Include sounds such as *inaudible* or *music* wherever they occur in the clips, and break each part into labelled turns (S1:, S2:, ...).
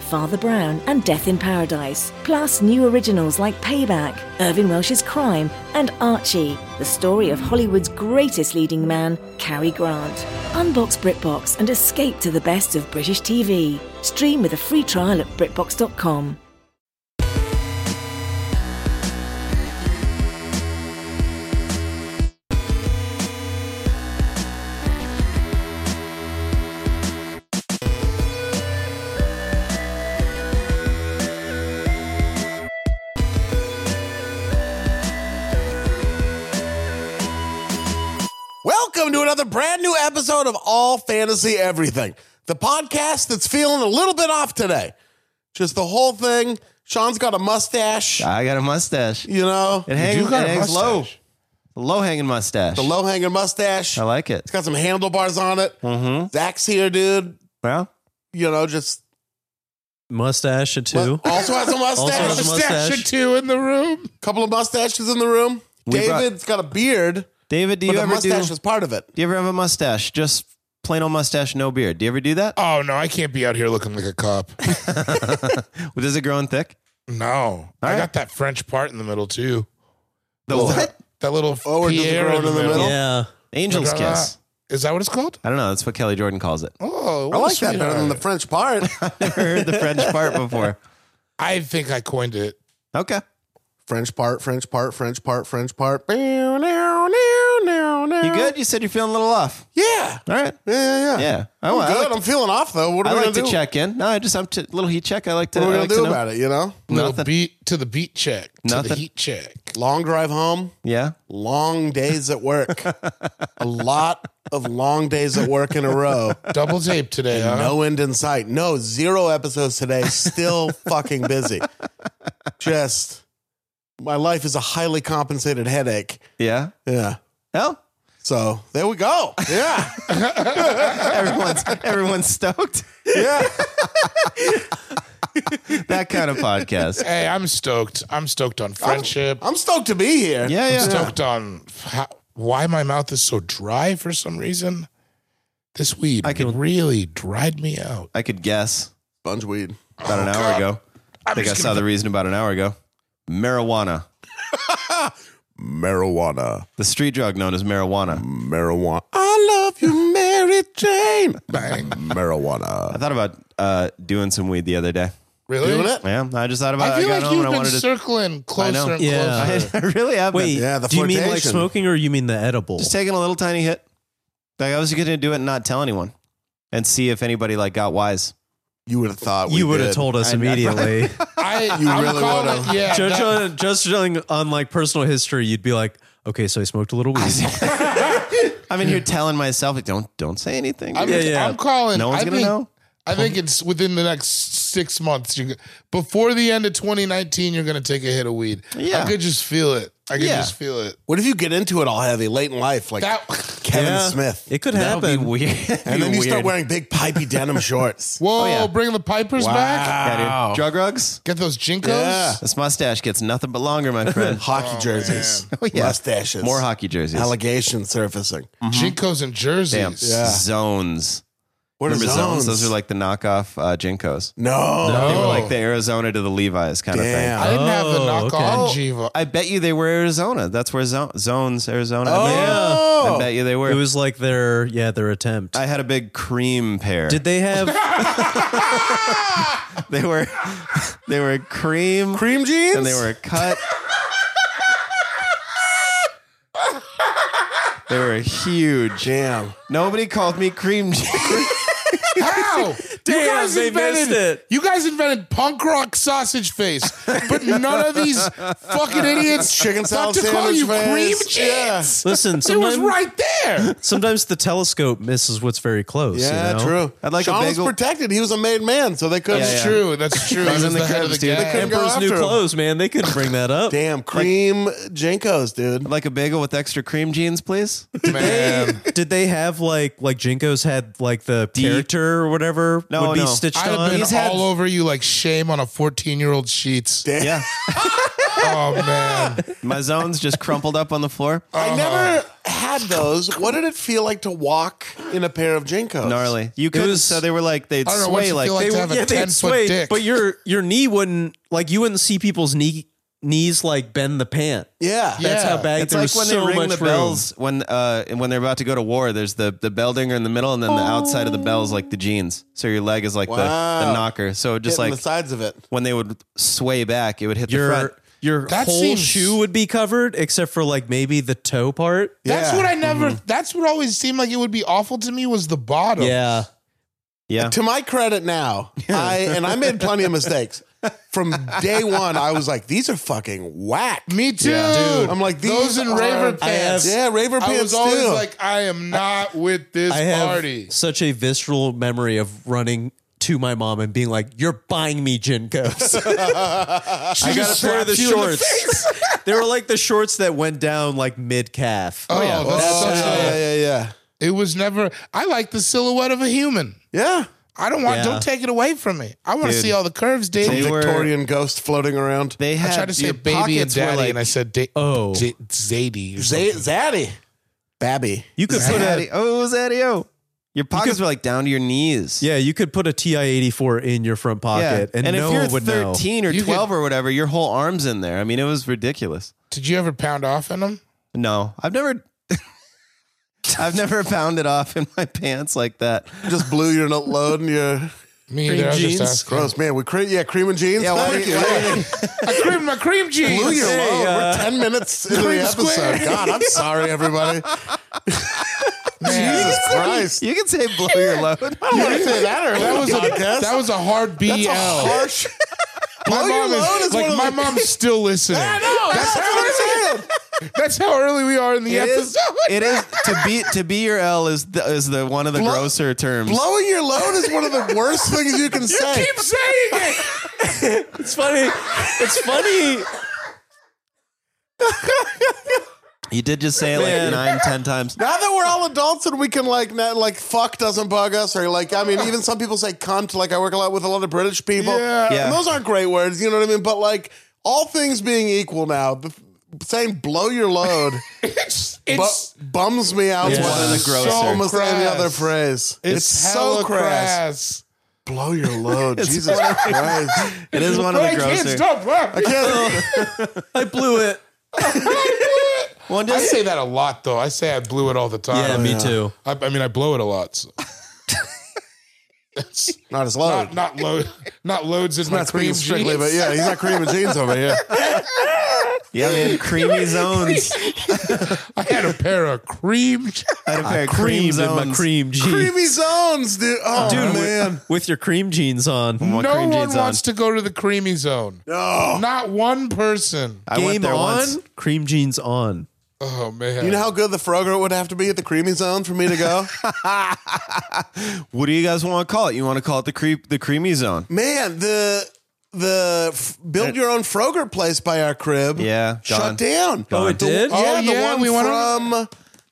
S1: Father Brown, and Death in Paradise. Plus, new originals like Payback, Irving Welsh's Crime, and Archie, the story of Hollywood's greatest leading man, Cary Grant. Unbox BritBox and escape to the best of British TV. Stream with a free trial at BritBox.com.
S2: Welcome to another brand new episode of All Fantasy Everything, the podcast that's feeling a little bit off today. Just the whole thing. Sean's got a mustache,
S3: I got a mustache.
S2: you know,
S3: It hangs,
S4: You got
S3: it
S4: a
S3: hangs low.
S4: mustache.
S3: Low hanging mustache.
S2: the low hanging mustache.
S3: I like Mm-hmm. it.
S2: It's got some handlebars on it. Zach's here, dude.
S3: Well,
S2: You know, just
S4: mustache a two.
S2: also has
S3: *laughs*
S2: a mustache.
S4: Also has a mustache.
S2: or two in the room. Couple of mustaches in the room.
S3: We brought-
S2: David's got a beard,
S3: David, do
S2: but
S3: you
S2: the
S3: ever do?
S2: mustache
S3: Do
S2: is part of it.
S3: you ever have a mustache? Just plain old mustache, no beard. Do you ever do that?
S4: Oh no, I can't be out here looking like a cop.
S2: Oh.
S3: Does it grow in thick?
S4: No,
S3: right.
S4: I got that French part in the middle too.
S3: The
S4: Well,
S3: what?
S4: That little
S2: Oh, where does it
S4: Pierre
S2: grow
S4: in the middle.
S5: Yeah.
S3: Angel's
S4: Look at that.
S3: kiss.
S4: Is that what it's called?
S3: I don't know. That's what Kelly Jordan calls it.
S4: Oh,
S2: I
S4: what a
S2: like that better than the
S4: sweetheart.
S2: French part.
S3: *laughs* Never heard the French part before.
S4: I think I coined it.
S3: Okay.
S2: French part, French part, French part, French part. Meow, meow, meow, meow, meow.
S3: You good? You said you're feeling a little off.
S2: Yeah.
S3: All right.
S2: Yeah, yeah, yeah.
S3: Yeah. I,
S2: I'm
S3: want- I
S2: good.
S3: like,
S2: I'm feeling off though. What are
S3: I
S2: we
S3: like
S2: gonna
S3: to
S2: do?
S3: check in. No, I just I'm t- little heat check. I like to.
S2: What are we
S3: I
S2: gonna
S3: like
S2: do
S3: to know.
S2: about it? You know,
S4: Little
S3: Nothing.
S4: beat to the beat check. To the
S3: Nothing.
S4: heat check.
S2: long drive home,
S3: Yeah.
S2: long days at work,
S3: *laughs*
S2: a lot of long days at work in a row,
S3: Uh-huh.
S4: Double tape today. huh?
S2: no end in sight. No zero episodes today.
S3: *laughs*
S2: Still fucking busy. Just my life is a highly compensated headache.
S3: Yeah.
S2: Yeah.
S3: Well,
S2: So there we go. Yeah.
S3: *laughs* everyone's
S2: *laughs*
S3: everyone's stoked.
S2: Yeah.
S3: That kind
S4: *laughs*
S3: of podcast.
S4: Hey, I'm stoked. I'm stoked on friendship. I'm,
S2: I'm stoked to be here.
S3: Yeah, yeah.
S4: stoked on how, why my mouth is so dry for some reason. This weed really dried me out.
S3: I could guess
S2: Sponge weed.
S4: Oh,
S3: about an hour ago. I think I saw the reason about an hour ago. Marijuana,
S2: Marijuana.
S3: the street drug known as
S4: Mm.
S3: marijuana.
S2: Marijuana. I love you, Mary Jane.
S4: Bang.
S3: I
S2: Marijuana.
S3: thought about uh, doing some weed the other day.
S4: Really?
S2: Doing it?
S3: Yeah, I just thought about.
S4: I
S3: it.
S4: feel
S3: I got
S4: like
S3: home
S4: you've
S3: and I
S4: been
S3: wanted to.
S4: circling closer
S3: know.
S4: and
S5: Yeah.
S4: closer.
S3: *laughs* I really have.
S5: Wait,
S3: been.
S2: Yeah, the
S5: do you mean like
S2: flirtation.
S5: smoking or you mean the edible?
S3: just taking a little tiny hit. Like I was going to do it and not tell anyone, and see if anybody like got wise.
S2: You would have thought we
S5: *laughs* you would have
S2: did.
S5: told us immediately.
S4: I,
S2: You
S4: I'm
S2: really
S4: calling
S2: would've.
S4: it- Yeah,
S5: *laughs* just,
S4: that-
S5: on, just on, on like personal history, you'd be like, okay, so I smoked a little weed.
S3: I'm
S4: *laughs*
S3: in here telling myself, like, don't don't say anything.
S4: I'm,
S5: Yeah, yeah.
S4: I'm calling.
S3: No one's
S4: I
S3: gonna
S4: think-
S3: know.
S4: I think it's within the next six months. You before the end of 2019, you're gonna take a hit of weed.
S3: Yeah.
S4: I could just feel it. I could
S3: Yeah.
S4: just feel it.
S2: What if you get into it all heavy late in life, like
S4: That.
S2: Kevin
S5: Yeah,
S2: Smith,
S5: It could
S3: That would be
S5: happen.
S3: weird. *laughs*
S2: and then you start
S3: Weird. Oh,
S2: wearing big pipey
S3: *laughs*
S2: denim shorts?
S4: Whoa!
S3: yeah.
S4: Bring the pipers back.
S3: Yeah, dude. drug rugs.
S4: Get those jinkos.
S2: Yeah.
S3: This mustache gets nothing but longer,
S4: *laughs*
S3: my friend.
S2: Hockey jerseys,
S3: Oh, yeah.
S2: mustaches,
S3: More hockey jerseys.
S2: allegation surfacing.
S4: Jinkos and jerseys.
S3: Mm-hmm. Damn. Zones.
S2: What are
S3: Remember zones?
S2: zones?
S3: Those are like the knockoff uh, Jinkos.
S2: no.
S3: They were
S4: Oh.
S3: like the Arizona to the Levi's kind
S2: Damn.
S3: of
S4: I
S3: thing.
S4: didn't have the
S5: Oh,
S4: knock
S5: okay.
S4: on
S5: Oh.
S4: Jiva.
S3: I bet you they were Arizona. That's where zo- zones, Arizona. I, bet
S2: Oh,
S3: you, I bet you they were.
S5: *laughs* It was like their yeah their attempt.
S3: I had a big cream pair.
S5: Did they have?
S3: they were *laughs* they were cream
S2: cream jeans.
S3: and they were cut. they were huge.
S2: jam.
S3: Nobody called me cream *laughs* jeans.
S4: *laughs* How?
S5: Damn, they missed it.
S4: You guys invented punk rock sausage face, but none of these fucking idiots
S2: Chicken salad
S4: thought to call
S2: sandwich
S4: you cream
S2: face.
S4: cheese.
S2: Yeah.
S5: listen,
S4: It was
S5: sometimes,
S4: right there.
S5: sometimes the telescope misses what's very close.
S2: Yeah,
S5: you know?
S2: true.
S3: I'd like a
S2: Sean
S3: bagel-
S2: was protected. He was a made man, so they couldn't.
S3: Yeah,
S4: That's
S3: yeah.
S4: true. *laughs* That's true.
S3: was
S4: He was
S3: in
S4: the
S3: the
S4: head of
S3: cribs,
S4: the
S3: dude. They
S4: gang.
S2: couldn't go
S5: Emperor's New
S2: after 'em.
S5: Clothes, man. They couldn't bring that up.
S2: Damn, cream jinkos, dude.
S3: I'd like a bagel with extra cream jeans, please.
S4: Man.
S5: Did they have like like Jinkos had like the character or whatever?
S3: No,
S5: would be
S3: no.
S5: stitched
S4: I've
S5: on.
S4: been
S3: He's
S4: all
S3: had-
S4: over you like shame on a 14 year old sheets.
S3: Yeah.
S4: Oh, man.
S3: My zone's just crumpled up on the floor.
S2: I never had those. What did it feel like to walk in a pair of Jinkos?
S3: Gnarly. You could
S5: was-
S3: so they were like they'd
S4: I don't know,
S3: sway
S4: what's it
S3: like,
S4: feel like to have a
S5: yeah, they'd
S4: 10 foot
S5: sway,
S4: dick?
S5: but your your knee wouldn't like you wouldn't see people's knee they like bend the pant.
S2: Yeah.
S4: Yeah.
S5: That's how bad
S3: It's
S5: there
S3: like
S5: was
S3: when
S5: so
S3: they ring
S5: much
S3: the
S5: room.
S3: bells when uh and when they're about to go to war. There's the the bell dinger in the middle, and then the outside of the bell's like the jeans. So your leg is like the, the
S2: Wow.
S3: knocker. So it just
S2: Hitting
S3: like
S2: the sides of it.
S3: when they would sway back, it would hit the front.
S5: Your your
S4: That
S5: whole
S4: seems-
S5: shoe would be covered except for like maybe the toe part.
S4: That's
S2: Yeah.
S4: what I never. That's what always seemed like it would be awful to me was the bottom.
S5: Yeah.
S3: Yeah,
S2: To my credit
S3: *laughs*
S2: now, I and I made plenty of mistakes. From day one, I was like, these are fucking whack.
S4: me too.
S2: Dude, I'm like, these
S4: those in
S2: are-
S4: raver
S2: I
S4: pants.
S2: have- Yeah, raver
S4: I
S2: pants
S4: was always
S2: too.
S4: like, I am not with this
S5: I have
S4: party.
S5: such a visceral memory of running to my mom and being like, "You're buying me Jinkos." I got a pair of the shorts. they were like the shorts that went down like mid calf.
S4: Oh, yeah, that's
S2: Oh,
S4: such a-
S2: yeah, yeah, yeah.
S4: It was never. I like the silhouette of a human.
S2: Yeah.
S4: I don't want.
S5: Yeah.
S4: Don't take it away from me. I want to
S3: Dude.
S4: see all the curves, Dave.
S3: They were-
S2: Victorian ghost floating around.
S3: they had
S4: I tried to say
S3: your
S4: baby and
S3: pockets were,
S4: daddy,
S3: like-
S4: and I said da-
S5: Oh.
S4: Z- Zadie. or
S2: Z-
S4: something.
S2: Zaddy. Babby.
S5: You could put
S3: Zaddy.
S5: a
S3: Oh, Zaddy. Oh, your pockets were like down to your knees.
S5: yeah, you could put a Ti eighty four in your front pocket, and, no
S3: if you're
S5: one would know.
S3: 13 or
S4: You could-
S3: 12 or whatever, your whole arm's in there. I mean, it was ridiculous.
S4: Did you ever pound off in them?
S3: No, I've never, *laughs* I've never pounded off in my pants like that.
S2: Just blew your nut load and your
S4: Me either. I was
S5: jeans?
S4: just asking.
S2: gross man. We cream yeah, cream and jeans.
S3: Yeah, why
S2: Thank
S3: do
S2: you.
S3: you-
S2: Yeah.
S4: I creamed my cream jeans.
S2: Blew your
S4: Hey,
S2: load.
S5: uh,
S2: We're ten minutes into the
S4: cream
S2: episode.
S4: square.
S2: God, I'm sorry,
S4: *laughs*
S2: everybody.
S4: man.
S2: Jesus Christ.
S3: You can say blow your
S5: *laughs*
S3: load.
S2: I don't want to say that early.
S4: That was a
S2: podcast.
S4: that was a hard BL.
S2: That's a
S4: *laughs*
S2: harsh.
S4: my
S2: Blow your
S4: mom
S2: load
S4: is,
S2: is
S4: like
S2: one of
S4: my
S2: the-
S4: mom's still listening.
S2: *laughs* I know. That's, what I'm saying.
S4: That's how early we are in the
S3: It is,
S4: episode.
S3: it
S4: *laughs*
S3: is to be to be your L is the, is the one of the
S2: Blow-
S3: grosser terms.
S2: Blowing your load is one of the worst things you can say.
S4: Keep saying it.
S5: It's funny. It's funny.
S3: You did just say it like
S5: Man.
S3: nine, ten times.
S2: Now that we're all adults and we can like not, like fuck doesn't bug us or like I mean even some people say cunt like I work a lot with a lot of British people
S4: Yeah.
S3: Yeah.
S2: and those aren't great words you know what I mean but like all things being equal now the, saying blow your load
S4: It's,
S2: bu-
S4: it's,
S2: bums me out
S5: It's
S2: more
S5: one
S2: than
S5: of the
S2: so
S3: grosser.
S2: almost any
S4: Crass.
S2: other phrase
S4: it's,
S2: so
S4: hella
S2: crass
S4: crass.
S2: blow your
S4: *laughs*
S2: load Jesus Christ
S3: It is one of
S4: But
S3: the
S4: I can't
S3: grosser.
S4: stop laughing.
S5: I blew it.
S3: One
S4: I
S3: just
S4: say that a lot, though. I say I blew it all the time.
S5: Yeah, me too.
S4: I, I mean, I blow it a lot. So. It's
S2: not as load
S4: *laughs* not not load, not loads in my
S2: not
S4: cream
S2: speaking strictly
S4: jeans.
S2: but yeah he's not cream and jeans over here
S3: yeah, man, creamy
S5: *laughs*
S3: zones.
S4: *laughs* I had a pair of cream. *laughs* je-
S3: I had a pair of cream
S5: Creamed in
S3: zones.
S5: my cream jeans.
S2: creamy zones dude oh
S5: Dude, with-
S2: man
S5: With, your cream jeans on.
S3: I want
S4: no
S3: cream
S4: one
S3: jeans
S4: wants
S3: on.
S4: to go to the creamy zone.
S2: no.
S4: Not one person.
S3: I went there
S5: on.
S3: once.
S5: Cream jeans on.
S4: Oh man!
S2: You know how good the Frogger would have to be at the creamy zone for me to
S4: *laughs*
S2: go?
S3: What do you guys want to call it? You want to call it the creep, the creamy zone?
S2: Man, the the f- build your own Frogger place by our crib.
S3: Yeah, gone.
S2: shut down.
S5: Oh, it did?
S2: Yeah,
S4: Oh,
S2: the
S4: yeah,
S2: one
S4: we went
S2: from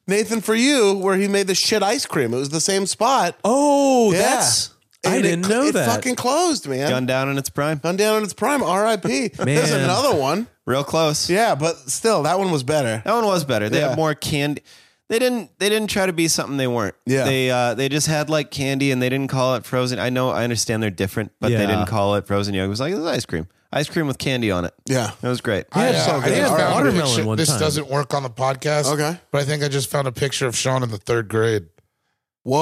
S2: Nathan for you, where he made the shit ice cream. It was the same spot.
S5: Oh,
S2: Yeah.
S5: that's. I
S2: And it
S5: didn't
S2: cl-
S5: know
S2: it
S5: that.
S2: fucking closed, man.
S3: Gun
S2: Gone,
S3: down in its prime.
S2: down in its prime. R.I.P. There's
S5: Man.
S2: another one.
S3: Real close.
S2: Yeah, but still, that one was better.
S3: That one was better. They
S2: Yeah.
S3: had more candy. They didn't. They didn't try to be something they weren't.
S2: Yeah.
S3: They uh, they just had like candy and they didn't call it frozen. I know. I understand they're different, but they
S5: Yeah.
S3: didn't call it frozen yogurt. It was like it was ice cream. Ice cream with candy on it.
S2: Yeah.
S3: It was great.
S4: I,
S2: Yeah, so
S4: uh, I
S2: good.
S4: think I
S2: They had
S4: found a
S5: watermelon
S4: picture-
S5: one
S4: This
S5: time.
S4: doesn't work on the podcast.
S2: Okay.
S4: but I think I just found a picture of Sean in the third grade.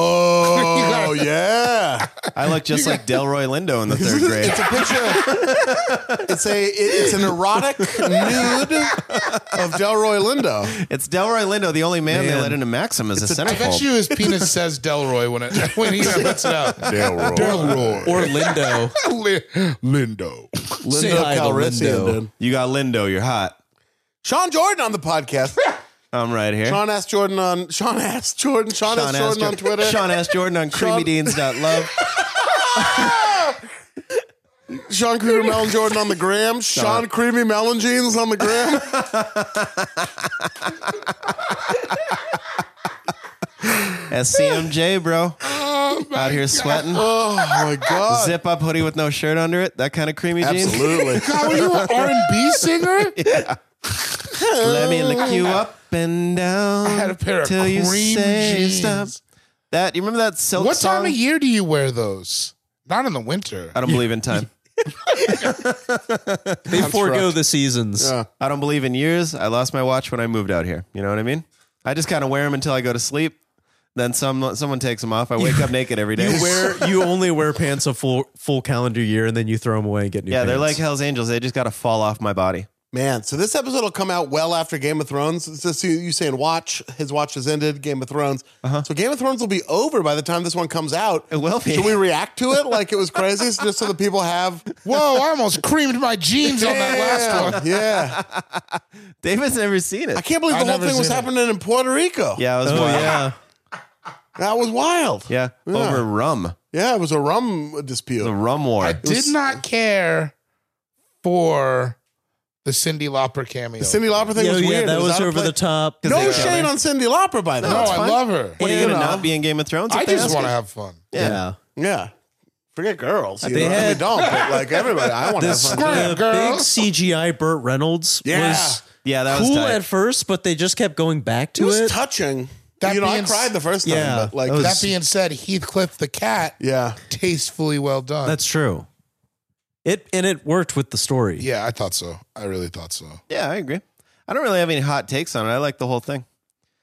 S2: Whoa, yeah.
S3: I look just like Delroy Lindo
S2: *laughs*
S3: in the third grade.
S2: It's a picture. It's a it- it's an erotic nude of Delroy Lindo.
S3: It's Delroy Lindo, the only man, they
S5: Man.
S3: let into Maxim as a
S4: I bet
S3: centerfold.
S4: you his penis says Delroy when it *laughs* when he puts it out.
S2: Delroy.
S4: Delroy
S5: *laughs*
S4: *laughs*
S5: or Lindo.
S4: Lin- Lindo.
S2: Lindo
S5: Say hi to
S2: Calrissian,
S5: Lindo.
S2: dude.
S3: you got Lindo. You're hot.
S2: Sean Jordan on the podcast.
S3: I'm right here.
S2: Sean asked Jordan on Sean asked Jordan. Sean, asked
S3: S.
S2: Jordan on
S3: Jordan-
S2: Twitter.
S3: Sean S. Jordan on creamydeans.love.
S2: Sean Creamy Melon Jordan on the gram. Sean Creamy Melon Jeans on the gram.
S3: SCMJ, bro.
S4: Oh, man.
S3: out here sweating.
S2: Oh my god!
S3: Zip up hoodie with no shirt under it. That kind of creamy
S2: *laughs*
S3: jeans.
S2: Absolutely.
S4: God, were you an R&B
S2: *laughs*
S4: singer?
S3: Let me lick you up and down.
S4: I had a pair of
S3: till you
S4: cream
S3: say
S4: jeans.
S3: stop. That you remember that silk
S4: What
S3: song?
S4: time of year do you wear those? Not in
S2: *laughs*
S4: the winter.
S3: I don't believe in time.
S5: They forego the seasons.
S2: Yeah.
S3: I don't believe in years. I lost my watch when I moved out here. You know what I mean? I just kind of wear them until I go to sleep. Then some someone takes them off. I wake up naked every day.
S5: You wear you only wear pants a full full calendar year and then you throw them away and get new.
S3: yeah, they're like
S5: pants.
S3: Hell's Angels. They just got to fall off my body.
S2: Man, so this episode will come out well after Game of Thrones. It's just you, you saying watch, his watch has ended, Game of Thrones. So Game of Thrones will be over by the time this one comes out.
S3: It will be.
S2: Should we react to it like it was crazy just so the people have
S4: Whoa, I almost creamed my jeans on that last one.
S2: Yeah.
S3: David's never seen
S2: I
S3: it.
S2: can't believe the
S4: I've
S2: whole
S4: never
S2: thing was
S4: seen it.
S2: happening in Puerto Rico.
S3: Yeah, I was
S5: Oh
S3: wild.
S5: yeah.
S2: That was wild.
S3: yeah, over rum,
S2: Yeah, it was a rum dispute.
S3: the rum war.
S4: I did not care for the Cindy Lauper cameo.
S2: The Cindy Lauper thing
S5: Yeah,
S2: was
S5: yeah,
S2: weird. It
S5: that was,
S2: out of
S5: over
S2: place.
S5: the top.
S2: No
S3: they-
S2: shade on Cindy Lauper by the
S4: no,
S2: way.
S4: I love her.
S3: what are you,
S2: you
S3: gonna
S2: know.
S3: not be in Game of Thrones?
S4: I
S3: if they
S4: just
S3: ask
S4: want to
S3: you?
S4: have fun.
S3: Yeah.
S2: Yeah. Forget girls. You
S5: They
S2: know? I mean,
S5: had-
S2: don't, but like everybody, I want to have
S5: This,
S2: fun.
S4: Scram,
S5: the
S4: girl.
S5: big CGI Burt Reynolds
S2: Yeah.
S5: was
S3: Yeah, that was
S5: cool
S3: tight.
S5: at first, but they just kept going back
S2: It
S5: to
S2: was
S5: it.
S2: touching.
S4: That
S2: you know, I
S4: being s-
S2: cried the first time,
S5: Yeah.
S2: but like
S5: That was-
S4: That being said, Heathcliff the cat,
S2: yeah.
S4: tastefully well done.
S5: That's true. It and it worked with the story.
S4: yeah, I thought so. I really thought so.
S3: Yeah, I agree. I don't really have any hot takes on it. I like the whole thing.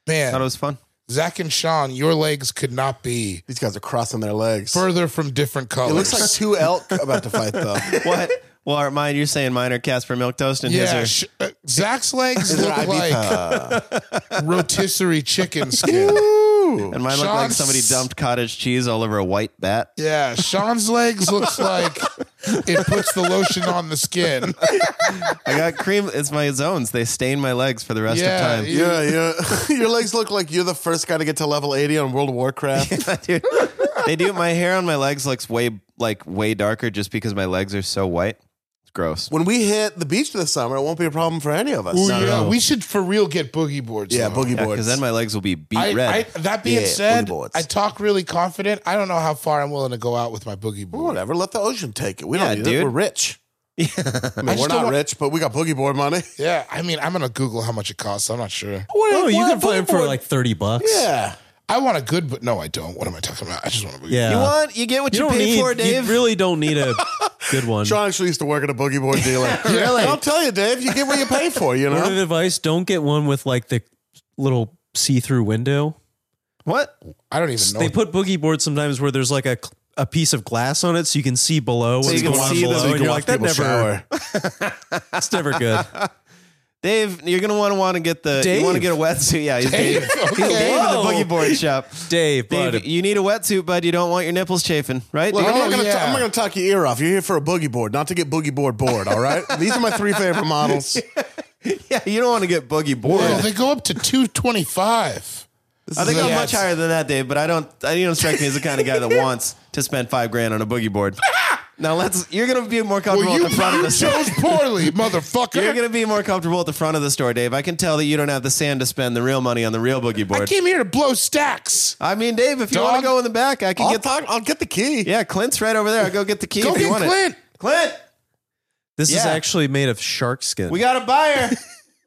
S3: Thought it
S4: Man,
S3: was fun.
S4: Zach and Sean, your legs could not be
S2: These guys are crossing their legs.
S4: further from different colors.
S2: it looks
S4: *laughs*
S2: like two elk about to fight, though.
S3: What? Well, aren't mine, you're saying mine are Casper Milk Toast and
S4: yeah,
S3: his
S4: sh- uh, Zach's legs
S2: They're
S4: look like
S2: Ibiza. *laughs*
S4: rotisserie chicken skin.
S3: are, and mine look like
S4: Sean's-
S3: somebody dumped cottage cheese all over a white bat.
S4: Yeah, Sean's legs looks like it puts the lotion on
S2: *laughs*
S4: the skin.
S3: I got cream. It's my zones. They stain my legs for the rest
S4: Yeah,
S3: of time.
S2: yeah, yeah. *laughs* Your legs look like you're the first guy to get to level 80 on World of Warcraft.
S3: *laughs* *laughs* Dude, they do. My hair on my legs looks way like way darker just because my legs are so white. It's gross.
S2: when we hit the beach this summer, it won't be a problem for any of us.
S4: Ooh, yeah, we should for real get boogie boards.
S2: Yeah,
S4: though.
S2: boogie boards.
S3: Because then my legs will be beat
S4: I,
S3: red.
S4: I, that being
S2: Yeah, boogie
S4: said,
S2: boards.
S4: I talk really confident. I don't know how far I'm willing to go out with my boogie board.
S2: Whatever, let the ocean take it. We
S3: Yeah,
S2: don't need
S3: dude.
S2: it. We're rich. I mean,
S4: I
S2: we're
S4: still
S2: not
S4: want-
S2: rich, but we got boogie board money.
S4: Yeah, I mean, I'm gonna Google how much it costs. I'm not sure.
S5: Oh, you
S2: What?
S5: can find
S2: Boogie
S5: it for
S2: board-
S5: like thirty bucks.
S2: Yeah.
S4: I want a good, but no, I don't. What am I talking about? I just want a boogie.
S5: Yeah.
S3: you want? You get what
S5: You
S3: you,
S5: don't
S3: pay
S5: need.
S3: for, Dave.
S5: You really don't
S3: *laughs*
S5: need a good one.
S2: Sean actually used to work at a boogie board dealer.
S3: Really?
S2: I'll tell you, Dave, you get what you pay for, you
S5: Word of
S2: know?
S5: advice: Don't get one with like the little see-through window.
S3: what?
S4: I don't even know. *laughs*
S5: They put boogie boards sometimes where there's like a cl- a piece of glass on it, so you can see below.
S3: So
S5: what's
S3: you can
S5: going on
S3: see the-
S5: below,
S3: so you
S5: and you're like, that never, that's never
S3: *laughs*
S5: good.
S3: Dave, you're gonna want to want to get the. You want to get
S5: Dave.
S3: a wetsuit? Yeah,
S2: *laughs*
S3: he's Dave. He's Dave in the
S5: Whoa.
S3: boogie board shop.
S5: Dave,
S3: Dave,
S5: bud,
S3: you need a wetsuit, bud. You don't want your nipples chafing, right?
S2: Look,
S3: Dave?
S2: I'm,
S4: Oh,
S2: not gonna
S4: yeah.
S2: i I'm not going to talk your ear off. You're here for a boogie board, not to get boogie board bored, all right? These are my three favorite models.
S3: yeah, you don't want to get boogie bored.
S4: No, they go up to two twenty five.
S3: I think I'm
S4: Yeah,
S3: much
S4: it's-
S3: higher than that, Dave. But I don't. I you don't strike me as the kind of guy that wants to spend five grand on a boogie board. now let's. You're gonna be more comfortable
S4: Well, you,
S3: at the front of
S4: you *laughs*
S3: the store.
S4: chose poorly,
S3: You're
S4: motherfucker.
S3: gonna be more comfortable at the front of the store, Dave. I can tell that you don't have the sand to spend the real money on the real boogie
S4: I
S3: board.
S4: came here to blow stacks. *laughs*
S3: I, mean, Dave, if you want to
S4: Dog.
S3: go in the back, I can
S2: I'll,
S3: get.
S2: talk, I'll get the key.
S3: yeah, Clint's right over there. I'll go get the key
S4: Go
S3: if you
S4: get
S3: want
S4: Clint.
S3: it. Clint,
S5: this is
S3: yeah.
S5: actually made of shark skin.
S3: we got a buyer.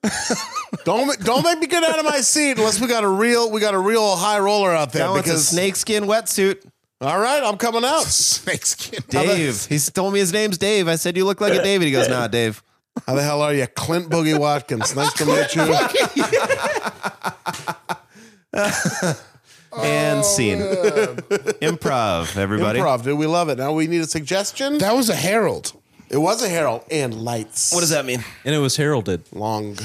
S2: *laughs* Don't ma- don't make me get out of my seat unless we got a real we got a real high roller out there
S3: Now it's a
S2: because
S3: snakeskin wetsuit.
S2: all right, I'm coming out.
S4: Snake skin.
S3: Dave. He's told me his name's Dave. I said, You look like a David. He goes, Nah, Dave.
S2: How the hell are you, Clint Boogie Watkins? Nice to meet *laughs* you. Oh,
S3: And scene. Improv, everybody.
S2: Improv, dude. We love it. Now we need a suggestion.
S4: That was a herald.
S2: it was a Herald and lights.
S3: What does that mean?
S5: and it was heralded.
S2: long,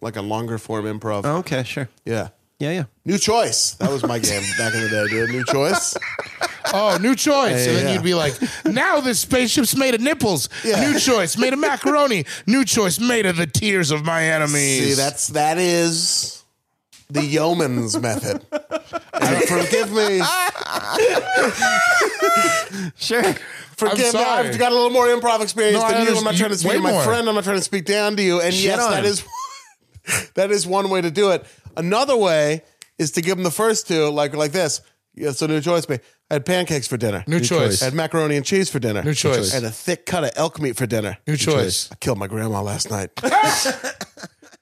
S2: like a longer form improv?
S3: Okay, sure.
S2: Yeah.
S3: Yeah, yeah.
S2: New choice. That was my game back in the day, dude. New choice.
S4: Oh, new choice. and then
S2: yeah.
S4: you'd be like, now this spaceship's made of nipples.
S2: Yeah.
S4: New choice, made of macaroni. new choice, made of the tears of my enemies.
S2: See, that's that is the yeoman's method. And forgive
S4: *laughs*
S2: me.
S3: Sure.
S2: Forgive me.
S4: sorry.
S2: I've got a little more improv experience
S4: No, I
S2: than you. I'm
S4: understand.
S2: not trying
S4: You-
S2: to speak
S4: way
S2: to my
S4: more.
S2: friend. I'm not trying to speak down to you. And yes,
S3: on
S2: that
S3: him.
S2: is *laughs* that is one way to do it. Another way is to give them the first two, like like this. Yeah, so new choice me. I had pancakes for dinner.
S4: New, choice.
S2: I had macaroni and cheese for dinner.
S4: New choice.
S2: I had a thick cut of elk meat for dinner.
S4: New choice.
S2: I killed my grandma last
S4: *laughs*
S2: night.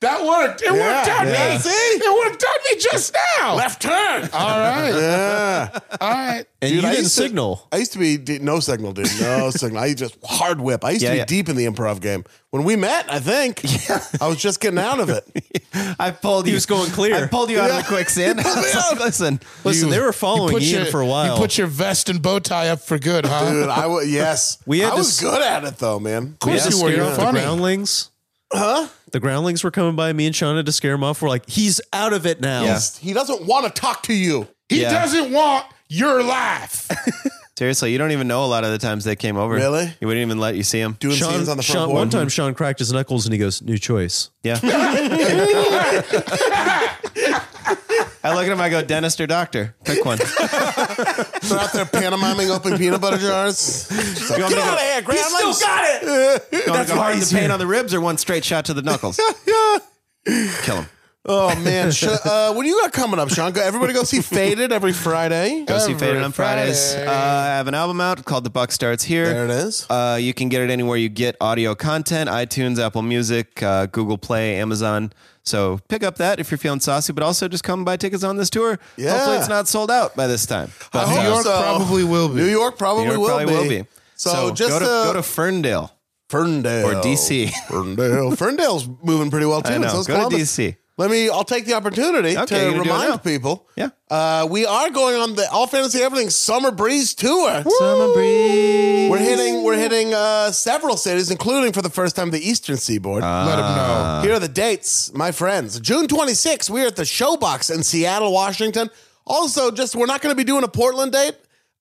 S4: That worked. It worked
S2: Yeah.
S4: on
S2: Yeah.
S4: me.
S2: See?
S4: It worked on me just now.
S2: Left turn.
S4: All right.
S2: Yeah.
S4: All right.
S2: Dude,
S5: And you
S2: I
S5: didn't
S2: used to-
S5: signal.
S2: I used to be de- no signal, dude.
S3: *laughs*
S2: No signal. I just hard whip. I used
S3: Yeah,
S2: to be
S3: yeah.
S2: deep in the improv game. When we met, I
S3: *laughs*
S2: think I was just getting out of it.
S3: I pulled you.
S5: was going clear.
S3: I pulled you out of the
S2: *laughs*
S3: quicksand. *laughs* Listen,
S5: Listen, they were following
S4: put
S5: Ian
S4: your-
S5: for a while.
S4: You put your vest and bow tie up for good, huh?
S2: Dude, I was yes.
S5: We had
S2: I
S5: to
S2: was
S5: s-
S2: good at it though, man.
S4: of course
S5: to
S4: you were.
S5: scare
S4: You're
S5: off the
S4: funny.
S5: groundlings.
S2: Huh?
S5: The groundlings were coming by me and Shauna to scare them off. We're like, he's out of it now.
S3: Yeah.
S2: He doesn't want to talk to you.
S4: He
S3: Yeah.
S4: doesn't want your life.
S3: seriously, you don't even know a lot of the times they came over.
S2: Really?
S3: He wouldn't even let you see him.
S2: Doing
S5: Sean,
S2: scenes on the front
S5: Sean,
S2: board.
S5: one time Sean cracked his knuckles and he goes, new choice.
S2: *laughs*
S3: Yeah. I look at him. I go, dentist or doctor? Pick one.
S2: They're out there pantomiming open peanut butter
S3: *laughs*
S2: jars. Just like,
S3: You
S2: Get
S3: want me to
S2: out of
S3: go-
S2: here, Grandma. *laughs*
S3: That's go hard in the pain on the ribs or one straight shot to
S2: *laughs*
S3: the knuckles. Kill him.
S2: Oh
S3: *laughs*
S2: man, Sh- uh, what do you got coming up, Sean? Go- Everybody go see Faded every Friday.
S3: Go see
S4: Every
S3: Faded on Fridays.
S4: Friday.
S3: Uh, I have an album out called The Buck Starts Here.
S2: There it is.
S3: Uh, you can get it anywhere you get audio content iTunes, Apple Music, uh, Google Play, Amazon. So pick up that if you're feeling saucy, but also just come buy tickets on this tour.
S2: Yeah.
S3: Hopefully it's not sold out by this time. But,
S2: hope
S3: uh,
S4: New York
S2: so.
S4: probably will be.
S2: New York probably,
S3: New York
S2: will,
S3: probably
S2: be.
S3: will be.
S2: So, just
S3: go to,
S2: uh,
S3: go to Ferndale.
S2: Ferndale
S3: or DC.
S2: Ferndale. *laughs* Ferndale's moving pretty well too.
S3: I
S2: and
S3: know.
S2: so's
S3: Go to
S2: Columbus.
S3: DC.
S2: Let me. I'll take the opportunity
S3: Okay, you're
S2: to
S3: gonna do it now.
S2: remind people.
S3: Yeah.
S2: Uh, we are going on the All Fantasy Everything Summer Breeze tour.
S3: Summer breeze.
S2: We're hitting. We're hitting uh, several cities, including for the first time the Eastern Seaboard.
S3: Ah.
S4: Let him know.
S2: Here are the dates, my friends. June 26th, we are at the Showbox in Seattle, Washington. Also, just we're not going to be doing a Portland date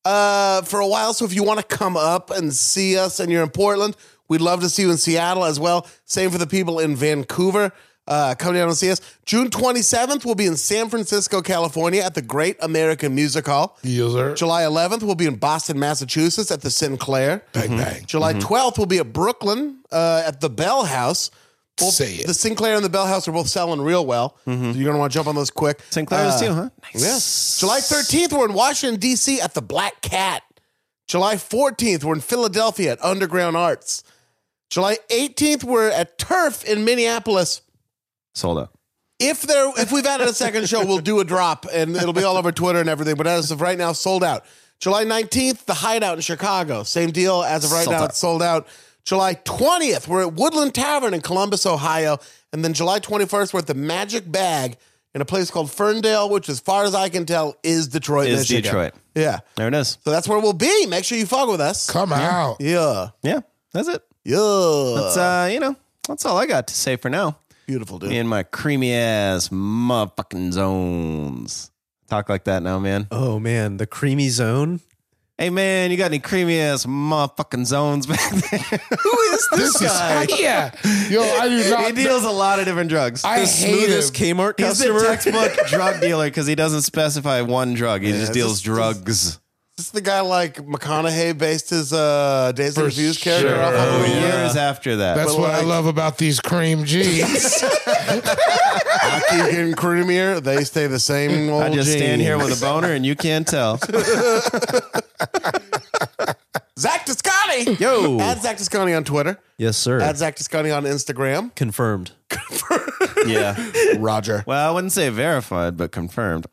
S2: uh, for a while. So if you want to come up and see us and you're in Portland, we'd love to see you in Seattle as well. Same for the people in Vancouver. Uh, come down and see us. June 27th, we'll be in San Francisco, California at the Great American Music Hall.
S4: User.
S2: July 11th, we'll be in Boston, Massachusetts at the Sinclair.
S4: Bang, bang.
S3: Mm-hmm.
S2: July 12th will be at Brooklyn uh, at the Bell House. Both
S4: Say it.
S2: The Sinclair and the Bell House are both selling real well. So you're going to want to jump on those quick.
S3: Mm-hmm. Sinclair
S2: Ah.
S3: is too, huh?
S2: Yes. July 13th, we're in Washington, D.C. at the Black Cat. July 14th, we're in Philadelphia at Underground Arts. July 18th, we're at Turf in Minneapolis.
S3: Sold out.
S2: If there, if we've added a second show, we'll do a drop and it'll be all over Twitter and everything. But as of right now, sold out. July 19th, the Hideout in Chicago. Same deal. As of right
S3: Sold
S2: now,
S3: out.
S2: it's sold out. July 20th, we're at Woodland Tavern in Columbus, Ohio. And then July 21st, we're at the Magic Bag in a place called Ferndale, which, as far as I can tell, is Detroit,
S3: Is
S2: Michigan.
S3: Detroit.
S2: Yeah.
S3: There it is.
S2: So that's where we'll be. Make sure you fuck with us.
S4: Come out.
S2: Yeah.
S3: Yeah. That's it.
S2: Yeah.
S3: That's uh, you know, that's all I got to say for now.
S2: Beautiful, dude.
S3: in my creamy ass motherfucking zones. Talk like that now, man.
S5: Oh, man. The creamy zone.
S3: Hey, man, you got any creamy ass motherfucking zones back *laughs* there?
S4: This is *laughs* yeah. Yo, I do
S3: he
S4: not.
S3: deals a lot of different drugs.
S4: I hate him.
S5: Smoothest Kmart
S3: He's the
S5: customer.
S3: textbook *laughs* drug dealer because he doesn't specify one drug. He just
S2: it's
S3: deals
S2: just-
S3: drugs.
S2: This is the guy like McConaughey based his uh, Days of
S4: For
S2: Reviews character
S4: sure.
S2: off of?
S4: Oh,
S3: Years after that.
S4: That's
S2: But
S4: what
S2: like-
S4: I love about these cream jeans.
S2: I keep getting creamier. They stay the same old
S3: I just
S2: jeans.
S3: stand here with a boner and you can't tell.
S2: Zach Toscani.
S5: Yo.
S2: Add Zach Toscani on Twitter.
S5: yes, sir.
S2: Add Zach Toscani on Instagram.
S5: Confirmed.
S3: *laughs* yeah.
S2: Roger.
S3: Well, I wouldn't say verified, but confirmed.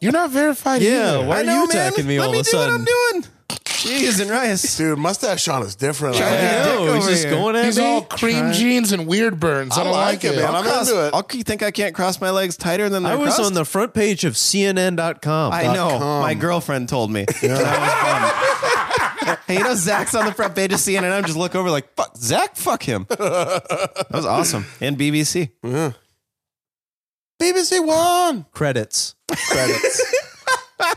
S4: You're not verified.
S5: Yeah.
S4: either.
S5: Why are
S3: I know,
S5: you
S3: man.
S5: attacking me
S3: Let
S5: all
S3: me
S5: of a
S3: do
S5: sudden?
S3: what I'm doing. Jeez and *laughs* rice.
S2: Dude, mustache Sean is different.
S3: I
S2: I,
S4: Yeah.
S3: know,
S5: Yo, he's
S3: over
S5: just
S3: here.
S5: going at
S4: He's
S5: me.
S4: all cream jeans and weird burns. I, don't like, it,
S2: man.
S4: man.
S2: I'm
S3: cross,
S2: into it.
S3: I'll- you think I can't cross my legs tighter than
S5: I
S3: they're
S5: was
S3: crossed?
S5: on the front page of CNN.com.
S3: I know. My girlfriend told me. And I was bummed. Hey, you know Zach's on the front page of CNN. I'm just look over like fuck Zach, fuck him. That was awesome. And BBC.
S2: BBC One.
S5: Credits.
S2: *laughs* Credits. I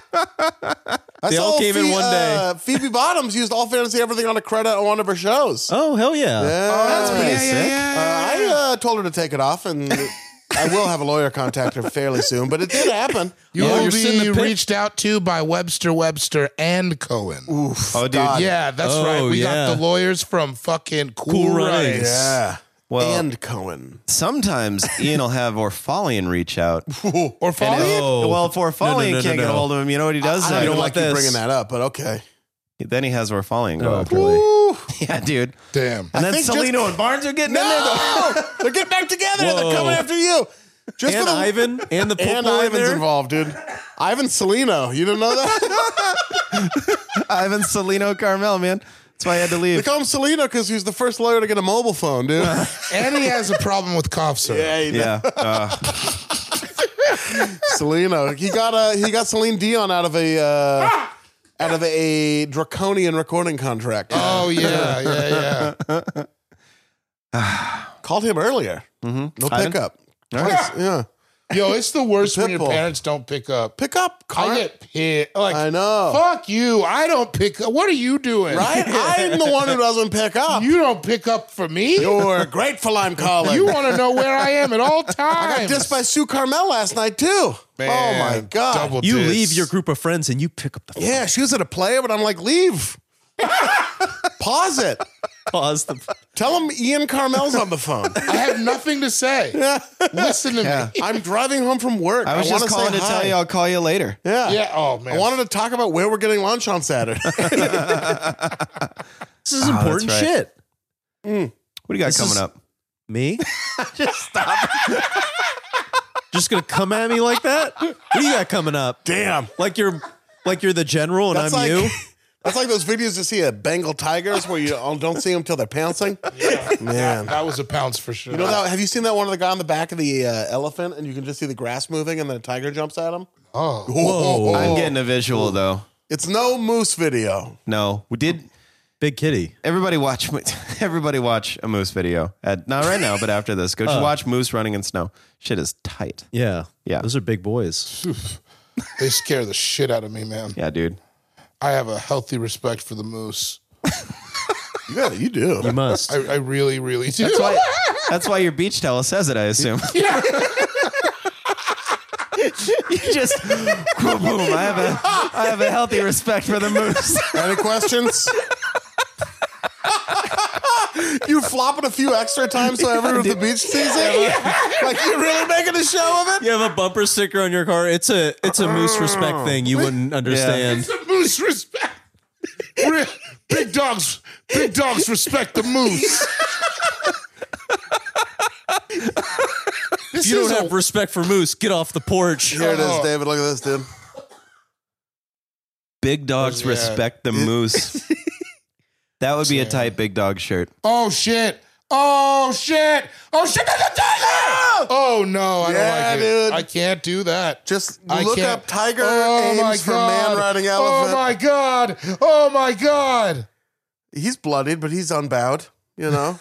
S5: They all
S2: saw
S5: came in
S2: Phoe-
S5: one day.
S2: Uh, Phoebe Bottoms used All Fantasy Everything on a credit on one of her shows.
S5: Oh, hell yeah.
S2: that's
S3: pretty
S2: yeah,
S3: sick.
S2: Uh, I uh, told her to take it off,
S5: *laughs*
S2: and I will have a lawyer contact her fairly soon, but it did happen.
S4: You
S5: Oh,
S4: will
S5: you're sitting
S4: be
S5: in the pit-
S4: reached out to by Webster, Webster, and Cohen.
S3: Oh, dude.
S4: Yeah, that's
S5: Oh,
S4: right. We
S5: yeah.
S4: got the lawyers from fucking Cool,
S5: Cool
S4: Runnings.
S5: Runnings.
S2: Yeah.
S3: Well,
S2: and Cohen.
S3: sometimes Ian will have Orfalian reach out.
S4: Or
S3: And
S4: folly?
S3: if-
S5: Oh.
S3: Well, if Orfalian
S5: No, no, no,
S3: can't
S5: no,
S3: get a
S5: no.
S3: hold of him, you know what he does?
S2: I
S3: then?
S2: don't,
S5: don't
S2: like
S5: want
S2: you
S5: this.
S2: bringing that up, but okay.
S3: then he has Orfalian go after him.
S2: Ooh.
S3: *laughs* Yeah, dude.
S4: Damn.
S3: And then
S2: think just-
S3: Salino and Barnes are getting in there. though.
S2: No, they're getting back together. They're
S5: Whoa.
S2: coming after you. Just
S5: and
S2: for the,
S5: Ivan and the poop
S2: and
S5: boy in
S2: Ivan's
S5: there.
S2: involved, dude. Ivan Salino, you didn't know that?
S3: Ivan Salino Carmel, man. That's why I had to
S2: they
S3: leave.
S2: call him Salino because he was the first lawyer to get a mobile phone, dude.
S4: and he has a problem with cough syrup.
S2: yeah, he
S3: Yeah. Uh,
S2: Salino. He got a he got Celine Dion out of a uh, out of a draconian recording contract.
S4: Oh yeah, yeah, yeah.
S2: Called him earlier. Mm-hmm. No pickup. Twice, Yeah,
S4: Yo, it's the worst when your
S2: Pitbull.
S4: parents don't pick up.
S2: pick up. Car-
S4: I get pissed. Like
S2: I know.
S4: Fuck you. I don't pick up. What are you doing?
S2: *laughs* Right? I'm the one who doesn't pick up.
S4: You don't pick up for me.
S2: You're grateful I'm calling.
S4: You want to know where I am at all times.
S2: *laughs* I got dissed by Sue Carmel last night too. oh my god!
S4: Double
S5: You
S4: diss.
S5: leave your group of friends and you pick up the phone.
S2: Yeah, she was at a play, but I'm like, leave. Pause it.
S5: Pause the.
S2: Tell him Ian Carmel's on the phone.
S4: I have nothing to
S2: *laughs*
S4: say. Listen to
S3: Yeah.
S4: me.
S2: I'm driving home from work.
S3: I was
S2: want
S3: just calling to tell you I'll call you later.
S2: Yeah.
S4: Yeah. Oh man.
S2: I wanted to talk about where we're getting lunch on Saturday.
S5: This is important
S3: right.
S5: shit.
S3: What do you got
S5: This
S3: coming
S5: is-
S3: up?
S5: Me? Just stop. *laughs* Just gonna come at me like that? What do you got coming up?
S2: Damn.
S5: Like you're, like you're the general and
S2: *laughs* That's
S5: I'm
S2: like-
S5: you.
S2: *laughs* That's like those videos you see of Bengal tigers where you don't see them till they're pouncing. Man.
S4: that was a pounce for sure.
S2: You know that? Have you seen that one of the guy on the back of the uh, elephant and you can just see the grass moving and the tiger jumps at him?
S4: Oh.
S2: Whoa.
S3: I'm getting a visual though.
S2: It's no moose video.
S3: No, we did.
S5: Big kitty.
S3: Everybody watch. *laughs* Everybody watch a moose video. At, not right now, but after this, go just watch moose running in snow. Shit is tight.
S5: Yeah.
S3: Yeah.
S5: Those are big boys.
S4: They scare the shit out of me, man.
S3: Yeah, dude.
S4: I have a healthy respect for the moose.
S2: *laughs* Yeah, you do.
S5: You must.
S4: I, I really, really do.
S3: That's why. that's why your beach towel says it. I *laughs* assume. you just boom, boom. I have a I have a healthy respect for the moose.
S2: Any questions? *laughs* you flop it a few extra times so everyone at the beach sees it. *laughs* Like you're really making a show of it.
S5: You have a bumper sticker on your car. It's a it's a moose respect thing. You wouldn't understand.
S4: It's a moose respect. Re- big dogs, big dogs respect the moose.
S5: If you don't have respect for moose, get off the porch.
S2: Here it is, David. Look at this, dude.
S3: *laughs* Big dogs
S4: Yeah.
S3: respect the moose. *laughs* that would be a tight big dog shirt.
S4: oh shit! Oh shit! Oh shit! There's a tiger! Oh no! I
S2: Yeah,
S4: don't like it.
S2: dude.
S4: I can't do that.
S2: Just
S4: I
S2: look
S4: can't.
S2: up tiger
S4: Oh, my
S2: aims for man
S4: God.
S2: riding elephant.
S4: Oh my god! Oh my god!
S2: He's bloodied, but he's unbowed. You know,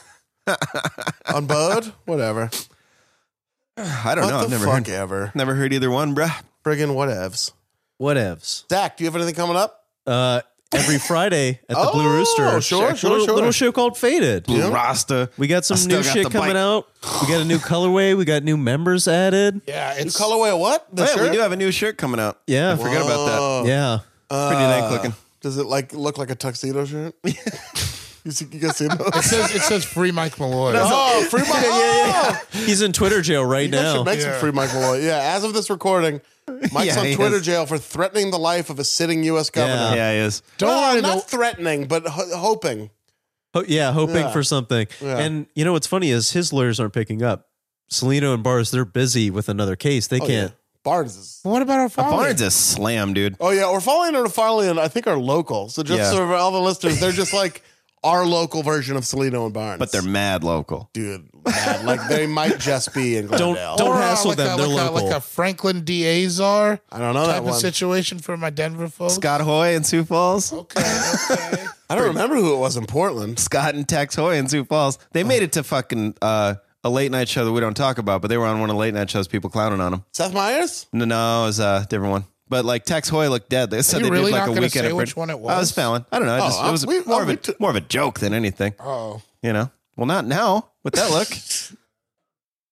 S2: unbowed, whatever.
S3: I don't
S2: What
S3: know.
S2: the
S3: I've never
S2: fuck
S3: heard.
S2: ever.
S3: Never heard either one, bruh.
S2: Friggin' whatevs.
S5: Whatevs.
S2: Zach, do you have anything coming up?
S5: Uh, every Friday at the Blue
S2: Oh,
S5: Rooster.
S2: sure, sure,
S5: little,
S2: sure.
S5: little show called Faded.
S3: Blue Rasta.
S5: We got
S3: I
S5: some
S3: still
S5: new
S3: got
S5: shit
S3: the
S5: coming
S3: bike.
S5: out. We got a new colorway. We got new members added.
S4: Yeah, it's
S2: Colorway of what? The
S3: Oh, yeah,
S2: shirt?
S3: we do have a new shirt coming out.
S5: Yeah. Oh.
S3: I forgot about that.
S5: Yeah.
S3: Pretty dank looking.
S2: Does it like look like a tuxedo *laughs* shirt? you see, you guys see those?
S4: It says it says free Mike
S2: *laughs*
S4: Malloy.
S2: Oh, free my *laughs* yeah, yeah,
S5: *laughs* He's in Twitter jail right
S2: You guys
S5: now.
S2: should make
S4: Yeah.
S2: some free Mike Malloy. Yeah, as of this recording, Mike's
S3: Yeah,
S2: on
S3: he
S2: Twitter
S3: is.
S2: jail for threatening the life of a sitting U.S. governor.
S3: Yeah, it is.
S4: Don't
S2: Well,
S4: worry,
S2: not
S4: though.
S2: threatening, but ho- hoping.
S5: Ho- yeah, hoping
S2: Yeah.
S5: for something. And you know what's funny is his lawyers aren't picking up. Salino and Bars, they're busy with another case.
S2: Oh,
S5: They can't.
S2: Barnes is.
S4: What about our father?
S3: Barnes is slam, dude.
S2: Oh yeah, Orfalian and Orfalian, I think are local. So just
S3: Yeah.
S2: so for all the listeners, they're just like our local version of Salino and Barnes.
S3: But they're mad local.
S2: dude, man, like they might just be
S3: *laughs*
S2: in
S5: Don't-
S2: Glendale.
S5: don't-
S4: Or, uh,
S5: hassle
S4: like
S5: them,
S4: A,
S5: they're
S4: like, A, like
S5: local.
S4: a Franklin D. Azar
S2: I don't know
S4: type
S2: that
S4: of
S2: one.
S4: situation for my Denver folks.
S3: Scott Hoy in Sioux
S2: *laughs*
S3: Falls.
S4: Okay, okay.
S2: I don't remember who it was in Portland.
S3: Scott and Tex Hoy in Sioux Falls. They made it to fucking uh, a late night show that we don't talk about, but they were on one of the late night shows. People clowning on them.
S2: Seth Meyers.
S3: No, no, it was a different one. But like Tex Hoy looked dead. They said
S4: you
S3: they
S4: really
S3: did like
S4: not
S3: a
S4: gonna
S3: weekend.
S4: say
S3: at
S4: which
S3: Brit-
S4: one it
S3: I
S4: was?
S3: was failing. I don't know. I just,
S2: uh,
S3: it was
S2: we-
S3: more
S2: uh,
S3: of a
S2: we t-
S3: more of a joke than anything.
S4: Oh,
S3: You know. Well, not now with that look.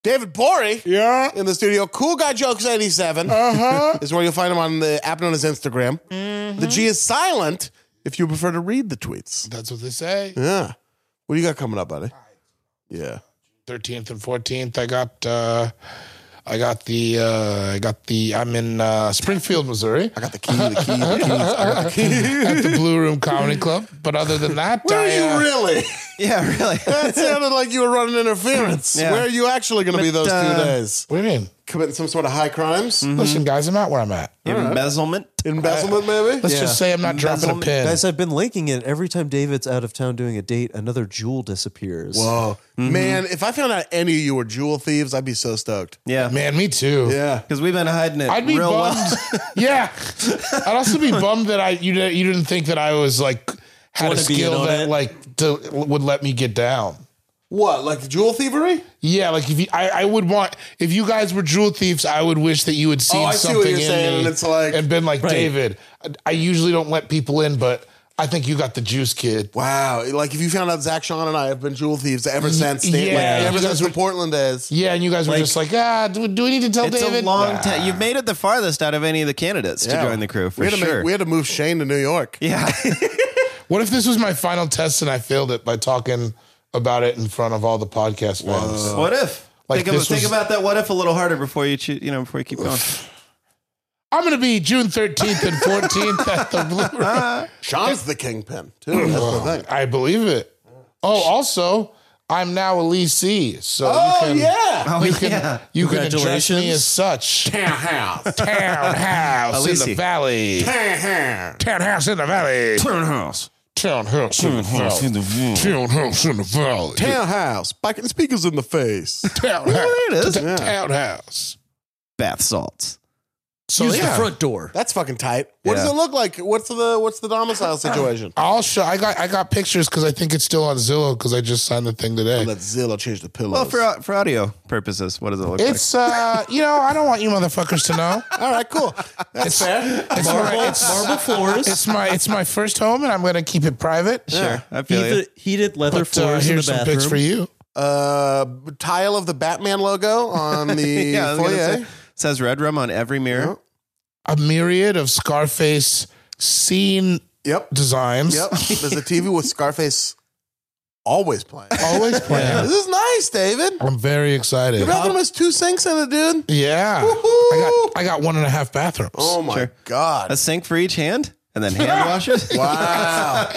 S2: David Bory
S4: yeah.
S2: in the studio. Cool Guy Jokes 87
S4: Uh-huh.
S2: *laughs* is where you'll find him on the app known as Instagram. The G is silent if you prefer to read the tweets.
S4: That's what they say.
S2: Yeah. What do you got coming up, buddy? Yeah.
S4: 13th and 14th. I got uh, I got the uh, I got the I'm in uh, Springfield, Missouri.
S2: I got the key, the key, the keys. I got the key.
S4: at the Blue Room Comedy Club. But other than
S2: *laughs*
S4: that,
S2: Where
S4: I,
S2: are
S4: uh,
S2: you *laughs* really?
S3: Yeah, really.
S2: That sounded like you were running interference.
S3: Yeah.
S2: Where are you actually going to be
S3: But,
S2: those two
S3: uh,
S2: days? Mm.
S4: What do you mean?
S2: Committing some sort of high crimes?
S4: Listen, guys, I'm not where I'm at.
S3: Embezzlement.
S2: Embezzlement, maybe?
S4: Let's just say I'm not dropping a
S3: Embezzlement.
S4: pin.
S5: Guys, I've been linking it. Every time David's out of town doing a date, another jewel disappears.
S2: Whoa. Man, if I found out any of you were jewel thieves, I'd be so stoked.
S3: Yeah.
S4: Man, me too.
S2: Yeah.
S3: Because we've been hiding it
S4: I'd be
S3: real
S4: bummed.
S3: well.
S4: yeah, I'd also be bummed that I you didn't, you didn't think that I was like had a
S5: Wanna be in
S4: skill
S5: on
S4: that
S5: it.
S4: like to, would let me get down.
S2: What, like jewel thievery?
S4: Yeah, like if you, I, I would want if you guys were jewel thieves, I would wish that you had seen
S2: Oh, I see what
S4: something
S2: you're
S4: in
S2: saying,
S4: me
S2: and it's like-
S4: and been like David. I, I usually don't let people in, but I think you got the juice, kid.
S2: Wow. Like if you found out Zach, Sean, and I have been jewel thieves ever since, Dan- like,
S4: yeah.
S2: ever
S4: You guys
S2: since
S4: were-
S2: the Portland days.
S4: Yeah, and you guys were just like, ah, do, do we need to tell
S3: It's
S4: David?
S3: a long
S4: Nah.
S3: time. You've made it the farthest out of any of the candidates
S2: Yeah.
S3: to join the crew for
S2: we had To
S3: sure.
S2: make, we had to move Shane to New York.
S3: yeah.
S4: What if this was my final test and I failed it by talking about it in front of all the podcast fans?
S3: what if?
S4: Like
S3: think,
S4: this
S3: about, think
S4: was-
S3: about that. What if a little harder before you choo- you know before you keep going.
S4: I'm going to be June 13th
S2: *laughs*
S4: and 14th at the Blue Room.
S2: Sean's the kingpin, too. That's the thing.
S4: I believe it. Oh, also, I'm now a Lee C. So
S2: Oh,
S4: you can,
S2: yeah.
S4: you can, you can address me
S5: Congratulations.
S4: as such.
S2: Townhouse.
S4: Townhouse in
S3: Alisi.
S4: the valley.
S2: Townhouse.
S4: Townhouse in the valley.
S3: House.
S4: Townhouse in the valley. Townhouse in the valley.
S2: Townhouse. Biking speakers in the face.
S4: Townhouse.
S3: there it is.
S4: T- Townhouse.
S3: *sighs* Bath salts.
S4: So
S5: Use
S4: yeah.
S5: the front door.
S2: That's fucking tight. What does
S3: Yeah.
S2: it look like? What's the what's the domicile situation?
S4: I'll show. I got I got pictures because I think it's still on Zillow because I just signed the thing today.
S2: Let Zillow change the pillows.
S3: Well, for for audio purposes, what does it look
S4: It's uh, you know, I don't want you motherfuckers to know.
S2: All right, cool. That's fair.
S4: It's
S5: Marble,
S4: my, it's,
S5: marble floors.
S4: it's my it's my first home, and I'm gonna keep it private.
S3: like? Sure, I feel you.
S5: heated, heated leather
S4: But uh,
S5: floors in the
S4: here's some
S5: bathroom.
S4: pics for you.
S2: Uh, tile of the Batman logo on the
S3: Yeah, I was gonna
S2: foyer.
S3: say, says Red Room on every mirror.
S4: A myriad of Scarface scene
S2: Yep.
S4: designs.
S2: Yep. *laughs* There's a TV with Scarface always playing.
S4: *laughs* Always
S2: *laughs*
S4: playing.
S2: This is nice, David.
S4: I'm very excited.
S2: The bathroom has two sinks in it, dude.
S4: Yeah. I got I got one and a half bathrooms.
S2: Oh my
S3: Sure. A
S2: god.
S3: sink for each hand, and then hand washes. *laughs*
S2: *laughs* Wow.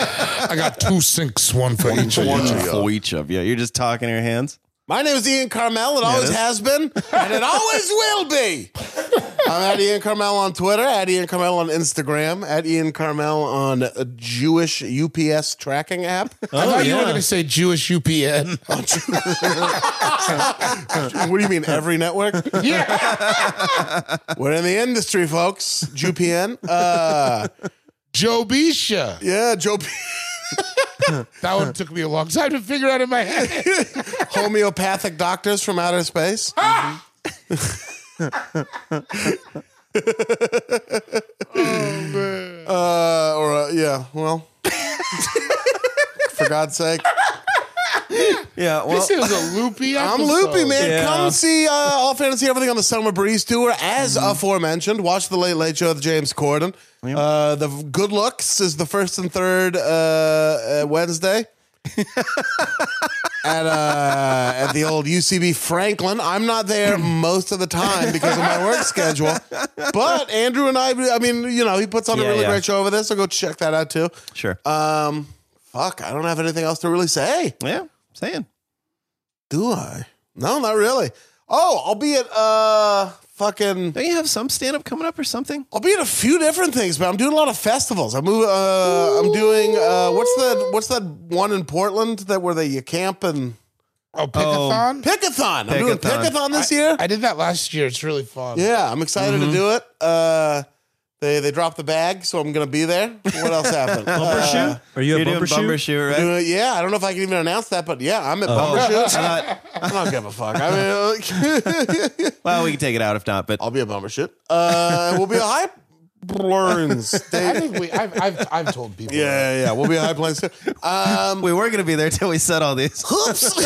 S4: I got two sinks, one for each of
S2: one.
S4: you.
S3: For each of you, you're just talking your hands.
S2: My name is Ian Carmel. It always
S3: it is.
S2: has been, and it *laughs* always will be. I'm at Ian Carmel on Twitter, at Ian Carmel on Instagram, at Ian Carmel on a Jewish UPS tracking *laughs* app.
S4: I thought you were
S5: yeah.
S4: going to say Jewish
S2: *laughs*
S4: UPN.
S2: what do you mean, every *laughs* network?
S4: yeah.
S2: We're in the industry, folks. JPN. Uh,
S4: Jobisha.
S2: yeah, Joe.
S4: That one took me a long time to figure out in
S2: *laughs*
S4: my head.
S2: Homeopathic doctors from outer space. *laughs* Uh, or uh, yeah, well, for God's sake,
S3: Yeah, well,
S4: This is a loopy
S2: I'm
S4: episode.
S2: loopy, man.
S5: Yeah. Mm-hmm.
S2: Come see uh, All Fantasy Everything on the Summer Breeze tour, as aforementioned. Watch the Late Late Show with James Corden. Uh, the Good Looks is the first and third uh, uh, Wednesday.
S5: *laughs*
S2: at uh, at the old UCB Franklin. I'm not there most of the time because of my work schedule. But Andrew and I, I mean, you know, he puts on a
S5: Yeah,
S2: really
S5: yeah.
S2: great show over there, so go check that out too.
S3: sure.
S2: Um, fuck, I don't have anything else to really say.
S3: yeah, saying.
S2: Do I? No, not really. Oh, I'll be at uh fucking.
S3: Don't you have some stand up coming up or something?
S2: I'll be at a few different things, but I'm doing a lot of festivals. I'm moving. Uh, I'm doing. Uh, what's that? What's that one in Portland that where they you camp and
S4: Oh, pickathon?
S2: pickathon? I'm doing
S3: Pickathon.
S2: pickathon this year.
S4: I Mm-hmm. did that last year. It's really fun.
S2: yeah, I'm excited to do it. Uh, they they dropped the bag, so I'm gonna be there. What else happened?
S5: Bumper
S2: Uh,
S5: shoe? Are you a
S3: You're
S5: bumper,
S3: doing bumper shoe, right? Oh.
S2: uh, yeah, I don't know if I can even announce that, but yeah, I'm at Bumper Shoes.
S3: Uh,
S2: *laughs* I don't give a fuck. I mean, like,
S3: *laughs* well, we can take it out if not, but
S2: I'll be a bummer shit. Uh, we'll be a high plains.
S4: I
S2: Day.
S4: think we, I've, I've, I've told people.
S2: Yeah, yeah, yeah. We'll be a high plains. Um,
S3: we were going to be there till we said all these.
S2: oops.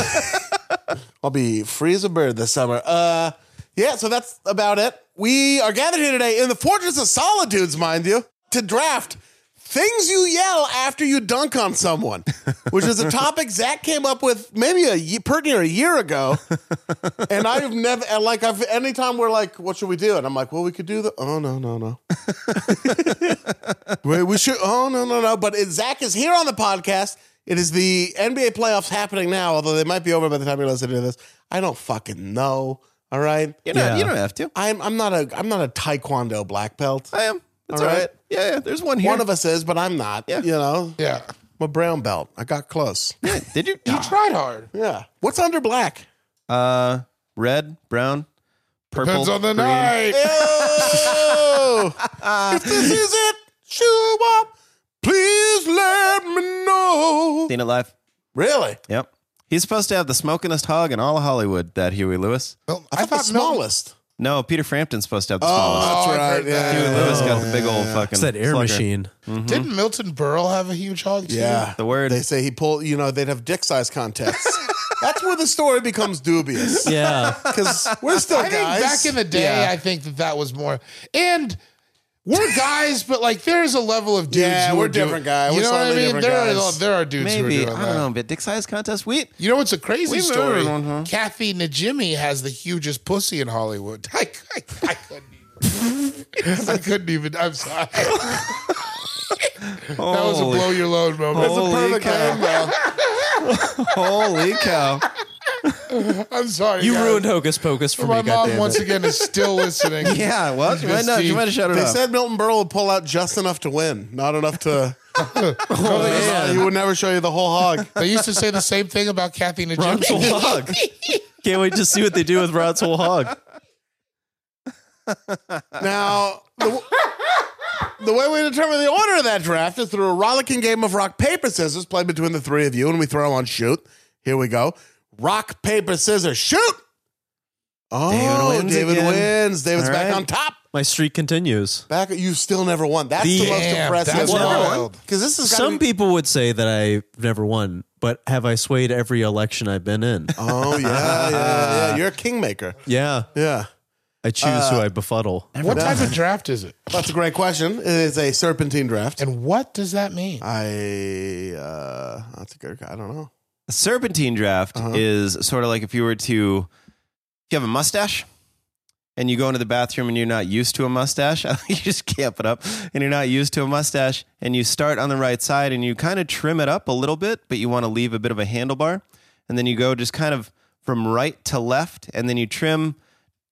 S3: *laughs*
S2: I'll be free as a bird this summer. Uh, yeah, so that's about it. We are gathered here today in the Fortress of Solitudes, mind you, to draft Things you yell after you dunk on someone, which is a topic Zach came up with maybe a ye- pretty near a year ago, and I've never and like I've anytime we're like, what should we do? And I'm like, well, we could do the oh no no no, Wait, we should oh no no no. But it, Zach is here on the podcast. It is the NBA playoffs happening now, although they might be over by the time you're listening to this. I don't fucking know. All right,
S3: You know, you don't have to.
S2: I'm I'm not a I'm not a taekwondo black belt.
S3: I am. It's
S2: All
S3: all
S2: right.
S3: right. Yeah, yeah. There's one here.
S2: One of us is, but I'm not.
S3: Yeah.
S2: You know,
S4: Yeah.
S2: I'm a brown belt. I got close.
S3: Did you?
S4: You tried hard.
S2: yeah. What's under black?
S3: Uh, red, brown, purple.
S4: Depends on the
S3: green.
S4: night.
S2: Oh, if this is it, shoe up. Please let me know.
S3: Seen it live.
S2: Really?
S3: Yep. He's supposed to have the smokingest hog in all of Hollywood. That Huey Lewis.
S4: Well,
S2: I, thought the
S4: Mel-
S2: smallest.
S3: No, Peter Frampton's supposed to have the smallest.
S2: Oh,
S4: Oh,
S2: that's
S4: I've
S2: right.
S4: heard that.
S3: Huey
S2: Yeah.
S3: Lewis got the big old fucking.
S5: It's that air
S3: slugger.
S5: machine.
S4: Didn't Milton Berle have a huge hog? Too?
S2: Hmm. Yeah.
S3: The word.
S2: They say he pulled, you know, they'd have dick size contests. that's where the story becomes dubious.
S5: Yeah. *laughs*
S2: Because we're still
S4: I think
S2: guys.
S4: back in the day, I think that that was more. And we're guys, but like there's a level of dudes.
S2: Yeah,
S4: who
S2: we're
S4: are doing-
S2: different guy.
S4: You
S2: We're
S4: know what I
S2: slightly
S4: mean?
S2: different
S4: There are
S2: guys.
S4: there are dudes who
S3: Maybe
S4: are doing
S3: I
S4: that.
S3: don't know, but dick size contest. We
S4: You know what's a crazy
S3: We
S4: story?
S3: moved, mhm.
S4: Kathy Najimy has the hugest pussy in Hollywood. *laughs* I, I, I couldn't. Even, I couldn't even. I'm sorry. *laughs* That was a
S3: Holy-
S4: blow your load moment.
S3: Holy cow. Holy cow!
S4: I'm sorry.
S5: You
S4: guys.
S5: ruined Hocus Pocus for
S4: My
S5: me,
S4: mom
S5: goddamn
S4: once
S5: it.
S4: again is still listening.
S3: *laughs*
S2: *laughs*
S3: Yeah, well, you might not. You might have shut it
S2: They
S3: off.
S2: said Milton Berle would pull out just enough to win, not enough to. *laughs*
S5: man.
S2: He would never show you the whole hog.
S4: They used to say the same thing about Kathy
S5: Rod's whole
S4: Najimy.
S5: hog. Can't wait to see what they do with Rod's whole hog.
S2: Now, the, w- the way we determine the order of that draft is through a rollicking game of rock, paper, scissors played between the three of you, and we throw on shoot. Here we go. Rock, paper, scissors, shoot! Oh, David
S3: wins
S2: wins. David
S3: again.
S2: David's
S3: All
S2: back
S3: right.
S2: on top.
S5: My streak continues.
S2: Back, you still never won. That's the,
S5: The-
S2: most
S4: Damn,
S2: impressive.
S4: that's
S5: wild.
S2: Because this is
S5: Some people would say that I've never won, but have I swayed every election I've been in?
S2: Oh yeah, yeah, yeah. You're a kingmaker.
S5: Yeah.
S2: Yeah.
S5: I choose
S3: Uh,
S5: who I befuddle.
S4: What type of draft is it?
S2: That's a great question. It is a serpentine draft.
S4: And what does that mean?
S2: I uh that's a good I don't know.
S3: A serpentine draft
S2: Uh-huh.
S3: is sort of like if you were to if you have a mustache and you go into the bathroom and you're not used to a mustache *laughs* you just camp it up and you're not used to a mustache and you start on the right side and you kind of trim it up a little bit but you want to leave a bit of a handlebar and then you go just kind of from right to left and then you trim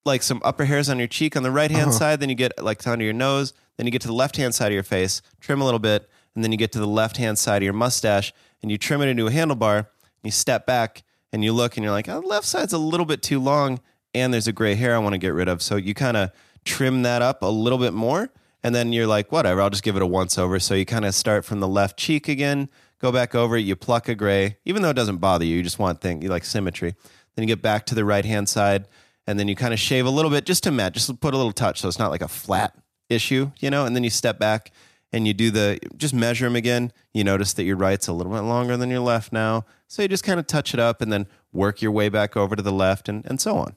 S3: like some upper hairs on your cheek on the right hand side then you get like to under your nose then you get to the left hand side of your face trim a little bit and then you get to the left hand side of your mustache and you trim it into a handlebar and you step back and you look and you're like oh, the left side's a little bit too long and there's a gray hair i want to get rid of so you kind of trim that up a little bit more and then you're like whatever i'll just give it a once over so you kind of start from the left cheek again go back over it, you pluck a gray even though it doesn't bother you you just want thing you like symmetry then you get back to the right hand side and then you kind of shave a little bit just to match, just put a little touch so it's not like a flat issue, you know, and then you step back and you do the just measure them again. You notice that your right's a little bit longer than your left now. So you just kind of touch it up and then work your way back over to the left and, and so on.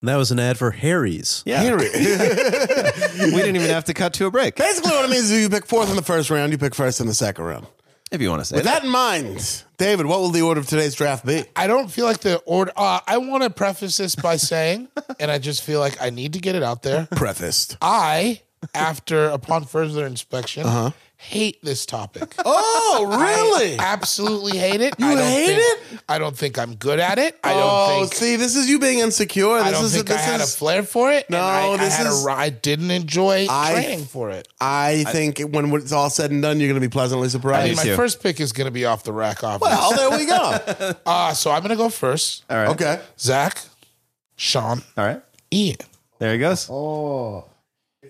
S5: And that was an ad for Harry's.
S3: Yeah. *laughs* we didn't even have to cut to a break.
S2: Basically what it means is you pick fourth in the first round, you pick first in the second round.
S3: If you want to say
S2: With
S3: that.
S2: that in mind, David, what will the order of today's draft be?
S4: I don't feel like the order. Uh, I want to preface this by saying, and I just feel like I need to get it out there.
S2: Prefaced.
S4: I, after upon further inspection, hate this topic.
S2: *laughs* Oh, really?
S4: Absolutely hate it.
S2: You
S4: I don't
S2: hate
S4: think, it. I don't think I'm good at it. I don't
S2: oh,
S4: think.
S2: see, this is you being insecure. This
S4: I don't
S2: is
S4: think
S2: this
S4: I had
S2: is,
S4: a flair for it.
S2: No,
S4: and I,
S2: this
S4: I had
S2: is-
S4: a, ri- I didn't enjoy
S2: I-
S4: training for it.
S2: I think when it's all said and done, you're going to be pleasantly
S4: I mean,
S2: surprised.
S4: my
S3: too.
S4: first pick is going to be off the rack, obviously.
S2: well, there we go.
S4: uh, so I'm going to go first.
S3: All right.
S2: Okay.
S4: Zach, Sean,
S3: All right.
S4: Ian.
S3: There he goes.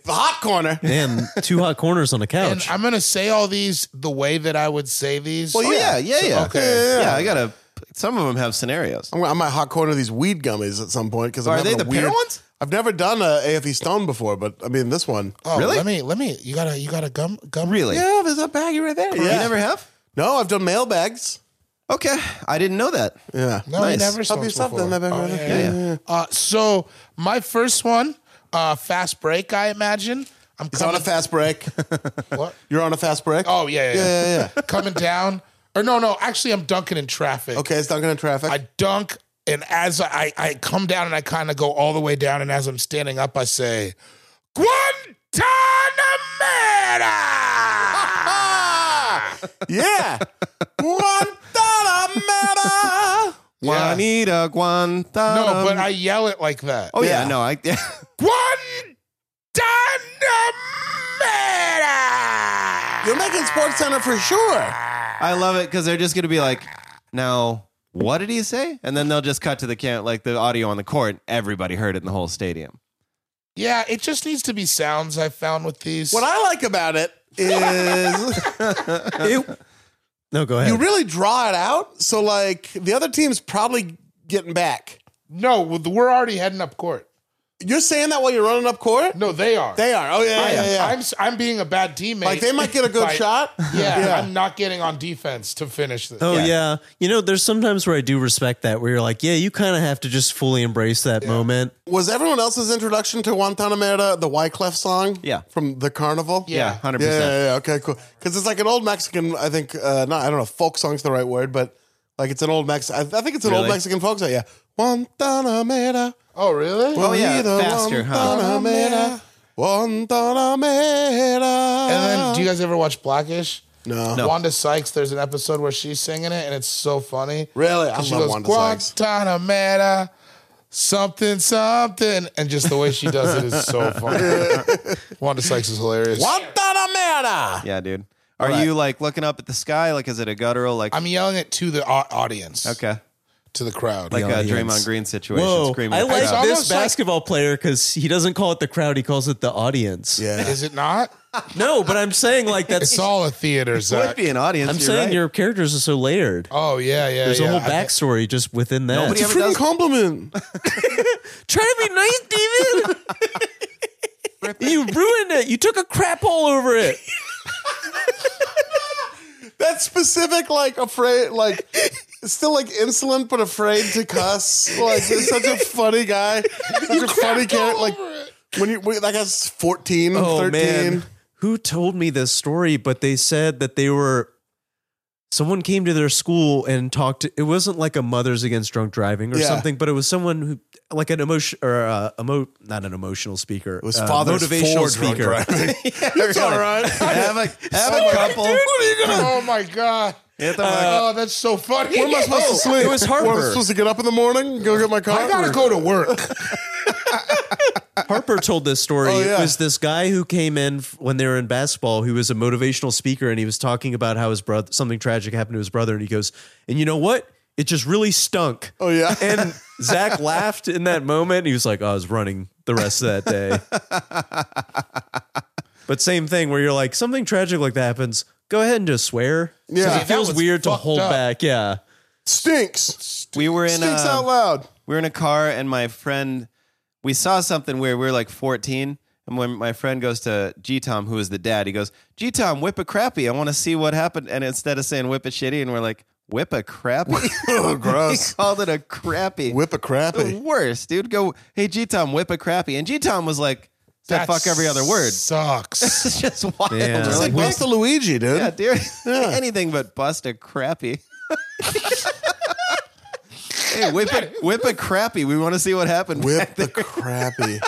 S2: The hot corner.
S5: And two hot corners on
S3: *laughs*
S5: a
S4: And
S5: couch.
S4: I'm going to say all these the way that I would say these.
S3: Well, Oh, yeah. Yeah. Yeah.
S4: Okay.
S3: Yeah. I got to, some of them have scenarios.
S2: I'm, I might hot corner these weed gummies at some point because
S3: Are they the pear
S2: weird,
S3: ones?
S2: I've never done a AFE Stone before, but I mean this one.
S4: Oh,
S3: Really?
S4: Let me, let me, you got to, you got to gum, gum.
S3: Really?
S2: Yeah, there's a baggie right there.
S3: You
S2: Yeah.
S3: never have?
S2: no, I've done mailbags.
S3: Okay. I didn't know that.
S2: Yeah.
S4: No,
S3: Nice.
S4: he never
S2: Help
S4: smoked
S2: yourself
S4: before.
S2: then, that
S4: Oh,
S2: background.
S4: yeah, yeah,
S3: Yeah,
S4: yeah. Uh, so my first one, uh, fast break, I imagine. I'm
S2: He's on a fast break.
S4: *laughs* What?
S2: You're on a fast break.
S4: Oh yeah, yeah, yeah.
S2: yeah, yeah, yeah.
S4: *laughs* coming down. Or no, no. Actually, I'm dunking in traffic.
S2: Okay, it's dunking in traffic.
S4: I dunk, and as I I come down and I kind of go all the way down, and as I'm standing up, I say,
S2: *laughs* *laughs*
S4: Guantanamera.
S2: yeah. Guantanamera.
S3: Juanita
S4: No,
S3: Guantanamo.
S4: but I yell it like that.
S3: Oh yeah,
S2: Yeah.
S3: no, I *laughs*
S4: Guantanamera.
S2: You're making Sports Center for sure.
S3: I love it because they're just gonna be like, now what did he say? And then they'll just cut to the can like the audio on the court. Everybody heard it in the whole stadium.
S4: Yeah, it just needs to be sounds I found with these.
S2: What I like about it
S4: *laughs*
S2: is
S5: No, go ahead.
S2: you really draw it out. So like the other team's probably getting back.
S4: no, we're already heading up court.
S2: You're saying that while you're running up court?
S4: No, they are.
S2: They are. Oh yeah,
S4: I
S2: yeah,
S4: am.
S2: yeah.
S4: I'm s- I'm being a bad teammate.
S2: like they might get a good
S4: by-
S2: shot.
S4: *laughs* Yeah, I'm not getting on defense to finish this.
S5: Oh yeah. you know, there's sometimes where I do respect that, where you're like, yeah, you kind of have to just fully embrace that moment.
S2: Was everyone else's introduction to Guantanamera the Wyclef song?
S3: Yeah.
S2: From the carnival?
S3: Yeah,
S4: Yeah.
S3: hundred
S2: Yeah,
S3: percent.
S2: yeah, yeah. Okay, cool. Because it's like an old Mexican, I think, uh, not, I don't know, if folk song's the right word, but like it's an old Mex. I, I think it's an old
S3: Really?
S2: Mexican folk song. Yeah. Guantanamera.
S4: Oh really?
S3: Oh, yeah,
S2: Guantanamera,
S3: faster, huh?
S2: Guantanamera. Guantanamera.
S4: and then, do you guys ever watch Blackish?
S2: Oh, No.
S4: Wanda Sykes. There's an episode where she's singing it, and it's so funny.
S2: Really? I
S4: 'Cause she
S2: love
S4: goes
S2: Wanda Sykes.
S4: Guantanamera, something, something, and just the way she does it is so funny. Wanda Sykes is hilarious.
S2: Guantanamera.
S3: Yeah, dude. Are you like looking up at the sky? Like, is it a guttural? Like,
S4: I'm yelling it to the au-
S3: *laughs*
S4: audience,
S3: okay,
S4: to the crowd.
S3: like a
S5: audience.
S3: Draymond Green situation.
S5: Whoa,
S3: screaming
S5: I
S3: at the
S5: like
S4: It's
S3: crowd.
S4: almost
S5: this
S4: like-
S5: basketball player because he doesn't call it the crowd; he calls it the audience.
S2: Yeah.
S4: is it not?
S5: No, but I'm saying like that's.
S4: *laughs* It's all a theater,
S3: Would
S4: Zach.
S3: be an audience.
S5: I'm
S3: you're
S5: saying
S3: right.
S5: your characters are so layered.
S4: Oh yeah, yeah.
S5: There's
S4: yeah.
S5: a whole
S4: I-
S5: backstory just within that.
S3: Nobody
S2: It's a
S3: ever does-
S2: freaking compliment.
S5: Try to be nice, David. you ruined it. You took a crap all over it.
S2: That's specific, like afraid, like still like insolent but afraid to cuss. Like he's such a funny guy, such a funny character. Like when you, when, like I was 14,
S3: Oh,
S2: 13.
S5: Oh, Who told me this story? But they said that they were someone came to their school and talked to, it wasn't like a mothers against drunk driving or
S2: Yeah.
S5: something, but it was someone who like an emotion or uh emo not an emotional speaker. uh, It
S2: was fathers for drunk
S5: *laughs*
S2: driving. It's all right.
S3: *laughs* have a have a couple.
S4: oh my god.
S3: Hit the
S4: oh, that's so funny. Oh,
S2: Where am I supposed to sleep?
S5: it was
S2: Where Oh, am I
S5: Harper.
S2: supposed to get up in the morning, go get my car.
S4: I gotta
S2: Or-
S4: go to work.
S2: *laughs*
S5: Harper told this story.
S2: Oh, yeah.
S5: It was this guy who came in f- when they were in basketball who was a motivational speaker and he was talking about how his brother something tragic happened to his brother and he goes, "And you know what? It just really stunk."
S2: Oh yeah.
S5: *laughs* And Zach laughed in that moment. He was like, "Oh, "I was running the rest of that
S2: *laughs*
S5: day." but same thing where you're like, something tragic like that happens, go ahead and just swear. 'Cause
S2: Yeah.
S5: it feels
S4: was
S5: weird to
S4: fucked
S5: hold
S4: up.
S5: back. Yeah.
S2: stinks.
S3: We were in
S2: Stinks
S3: uh,
S2: out loud.
S3: we were in a car and my friend we saw something weird. We were like 14. And when my friend goes to G Tom, who is the dad, he goes, G Tom, whip a crappy. I want to see what happened. And instead of saying whip a shitty, and we're like, whip a crappy?
S2: Oh,
S3: *laughs* he
S2: *laughs* gross.
S3: called it a crappy.
S2: Whip a
S3: the
S2: crappy.
S3: worst, dude. Go, hey, G Tom, whip a crappy. And G Tom was like, said fuck every other word.
S4: Sucks.
S3: *laughs* It's just wild.
S5: Yeah.
S3: It's
S2: It's like
S3: like,
S2: Busta Luigi, dude. *laughs*
S3: yeah, *laughs* dude. Anything but bust a crappy. *laughs* hey, whip a, whip a crappy. We want to see what happened.
S2: Whip the
S3: *laughs*
S2: crappy.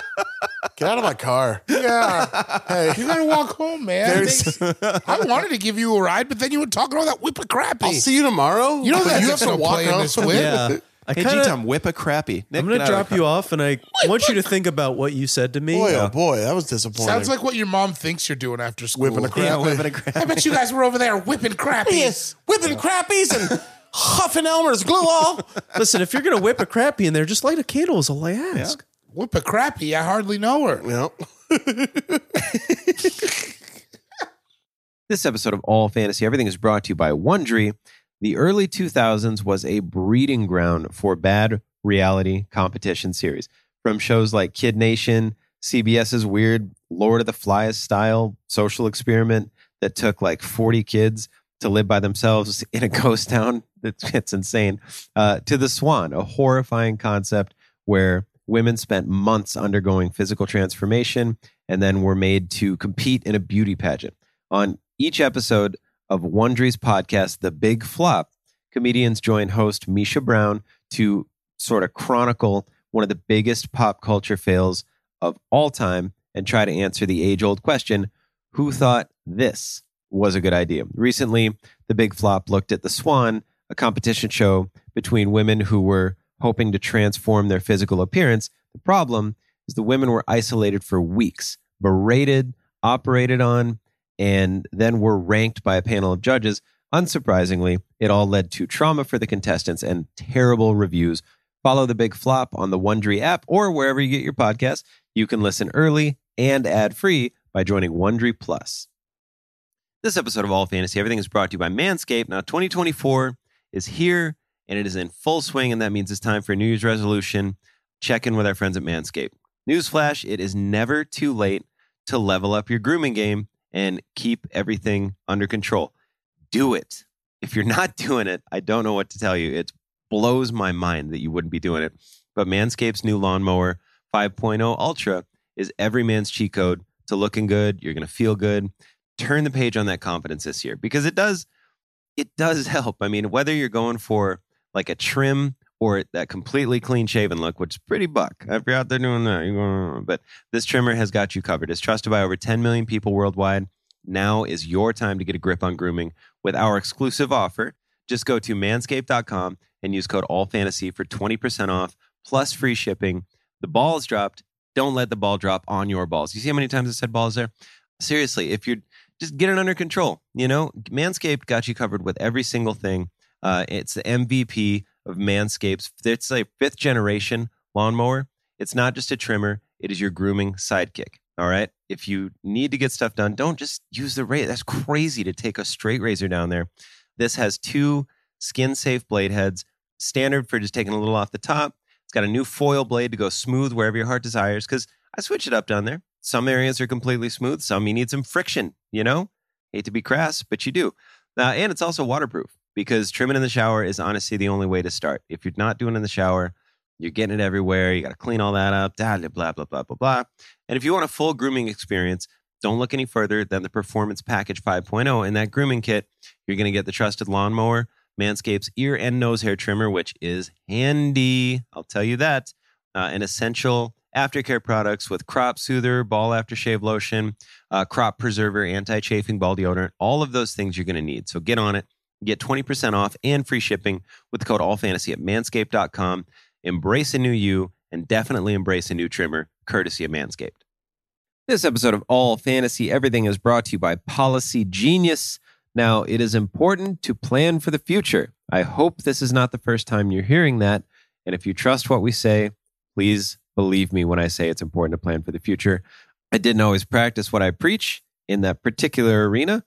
S2: Get out of my car.
S4: yeah.
S2: Hey.
S4: You gotta walk home, man.
S2: *laughs*
S4: I wanted to give you a ride, but then you were talking all that whip a crappy.
S2: I'll see you tomorrow.
S4: You know
S2: But
S4: that
S2: you
S4: you have to play in this whip.
S5: Yeah. I
S3: Hey,
S5: kinda-
S3: G Tom, whip a crappy. Nick,
S5: I'm going
S3: get
S5: to
S3: out of
S5: drop
S3: the
S5: you off and I want you to think about what you said to me.
S2: *laughs* Boy, oh boy, that was disappointing.
S4: Sounds like what your mom thinks you're doing after school.
S2: Whipping a
S3: car.
S2: crappy.
S3: Yeah, whip it a
S2: *laughs*
S3: crappy.
S4: I bet you guys were over there whipping crappies.
S2: whipping crappies and huffing Elmer's glue all.
S5: *laughs* Listen, if you're gonna whip a crappy in there, just light a candle is all I ask.
S4: Whip a crappy. I hardly know her.
S2: Yep.
S6: This episode of All Fantasy Everything is brought to you by Wondry. The early 2000s was a breeding ground for bad reality competition series. From shows like Kid Nation, CBS's weird Lord of the Flies style social experiment that took like 40 kids to live by themselves in a *laughs* ghost town. It's, it's insane. Uh, to The Swan, a horrifying concept where women spent months undergoing physical transformation
S3: and then were made to compete in a beauty pageant. On each episode of Wondry's podcast, The Big Flop, comedians join host Misha Brown to sort of chronicle one of the biggest pop culture fails of all time and try to answer the age old question who thought this was a good idea? Recently, The Big Flop looked at The Swan, a competition show between women who were hoping to transform their physical appearance. The problem is the women were isolated for weeks, berated, operated on, and then were ranked by a panel of judges. Unsurprisingly, it all led to trauma for the contestants and terrible reviews. Follow the big flop on the Wondery app or wherever you get your podcast. You can listen early and ad free by joining Wondery Plus. This episode of All Fantasy Everything is brought to you by Manscaped. Now, 2024 is here and it is in full swing, and that means it's time for a New Year's resolution. Check in with our friends at Manscaped. Newsflash, it is never too late to level up your grooming game and keep everything under control. Do it. If you're not *laughs* doing it, I don't know what to tell you. It blows my mind that you wouldn't be doing it. But Manscaped's new lawnmower 5.0 Ultra is every man's cheat code to looking good. You're going to feel good. Turn the page on that confidence this year because it does it does *laughs* help. I mean, whether you're going for like a trim or that completely clean shaven look, which is pretty buck. If you're out there doing that, you're going, but this trimmer has got you covered. It's trusted by over 10 million people worldwide. Now is your time to get a grip on grooming with our exclusive offer. Just go to manscaped.com and use code AllFantasy for 20% off plus free shipping. The ball is dropped. Don't let the ball drop on your balls. You see how many times I said balls there? Seriously, if you're just get it under control, you know, Manscaped got you covered with every single thing. Uh, it's the MVP of Manscaped's. It's a fifth generation lawnmower. It's not just a trimmer, it is your grooming sidekick. All right. If you need to get stuff done, don't just use the razor. That's crazy to take a straight razor down there. This has two skin safe blade heads, standard for just taking a little off the top. It's got a new foil blade to go smooth wherever your heart desires because I switch it up down there. Some areas are completely smooth, some you need some friction, you know? Hate to be crass, but you do. Uh, and it's also waterproof because trimming in the shower is honestly the only way to start. If you're not doing it in the shower, you're getting it everywhere. You got to clean all that up, blah, blah, blah, blah, blah, blah. And if you want a full grooming experience, don't look any further than the Performance Package 5.0. In that grooming kit, you're going to get the trusted lawnmower, Manscaped's ear and nose hair trimmer, which is handy. I'll tell you that. Uh, and essential aftercare products with crop soother, ball aftershave lotion, uh, crop preserver, anti chafing ball deodorant, all of those things you're going to need. So get on it. Get 20% off and free shipping with the code AllFantasy at manscaped.com. Embrace a new you and definitely embrace a new trimmer, courtesy of Manscaped. This episode of All Fantasy Everything is brought to you by Policy Genius. Now, it is important to plan for the future. I hope this is not the first time you're hearing that. And if you trust what we say, please believe me when I say it's important to plan for the future. I didn't always practice what I preach in that particular arena.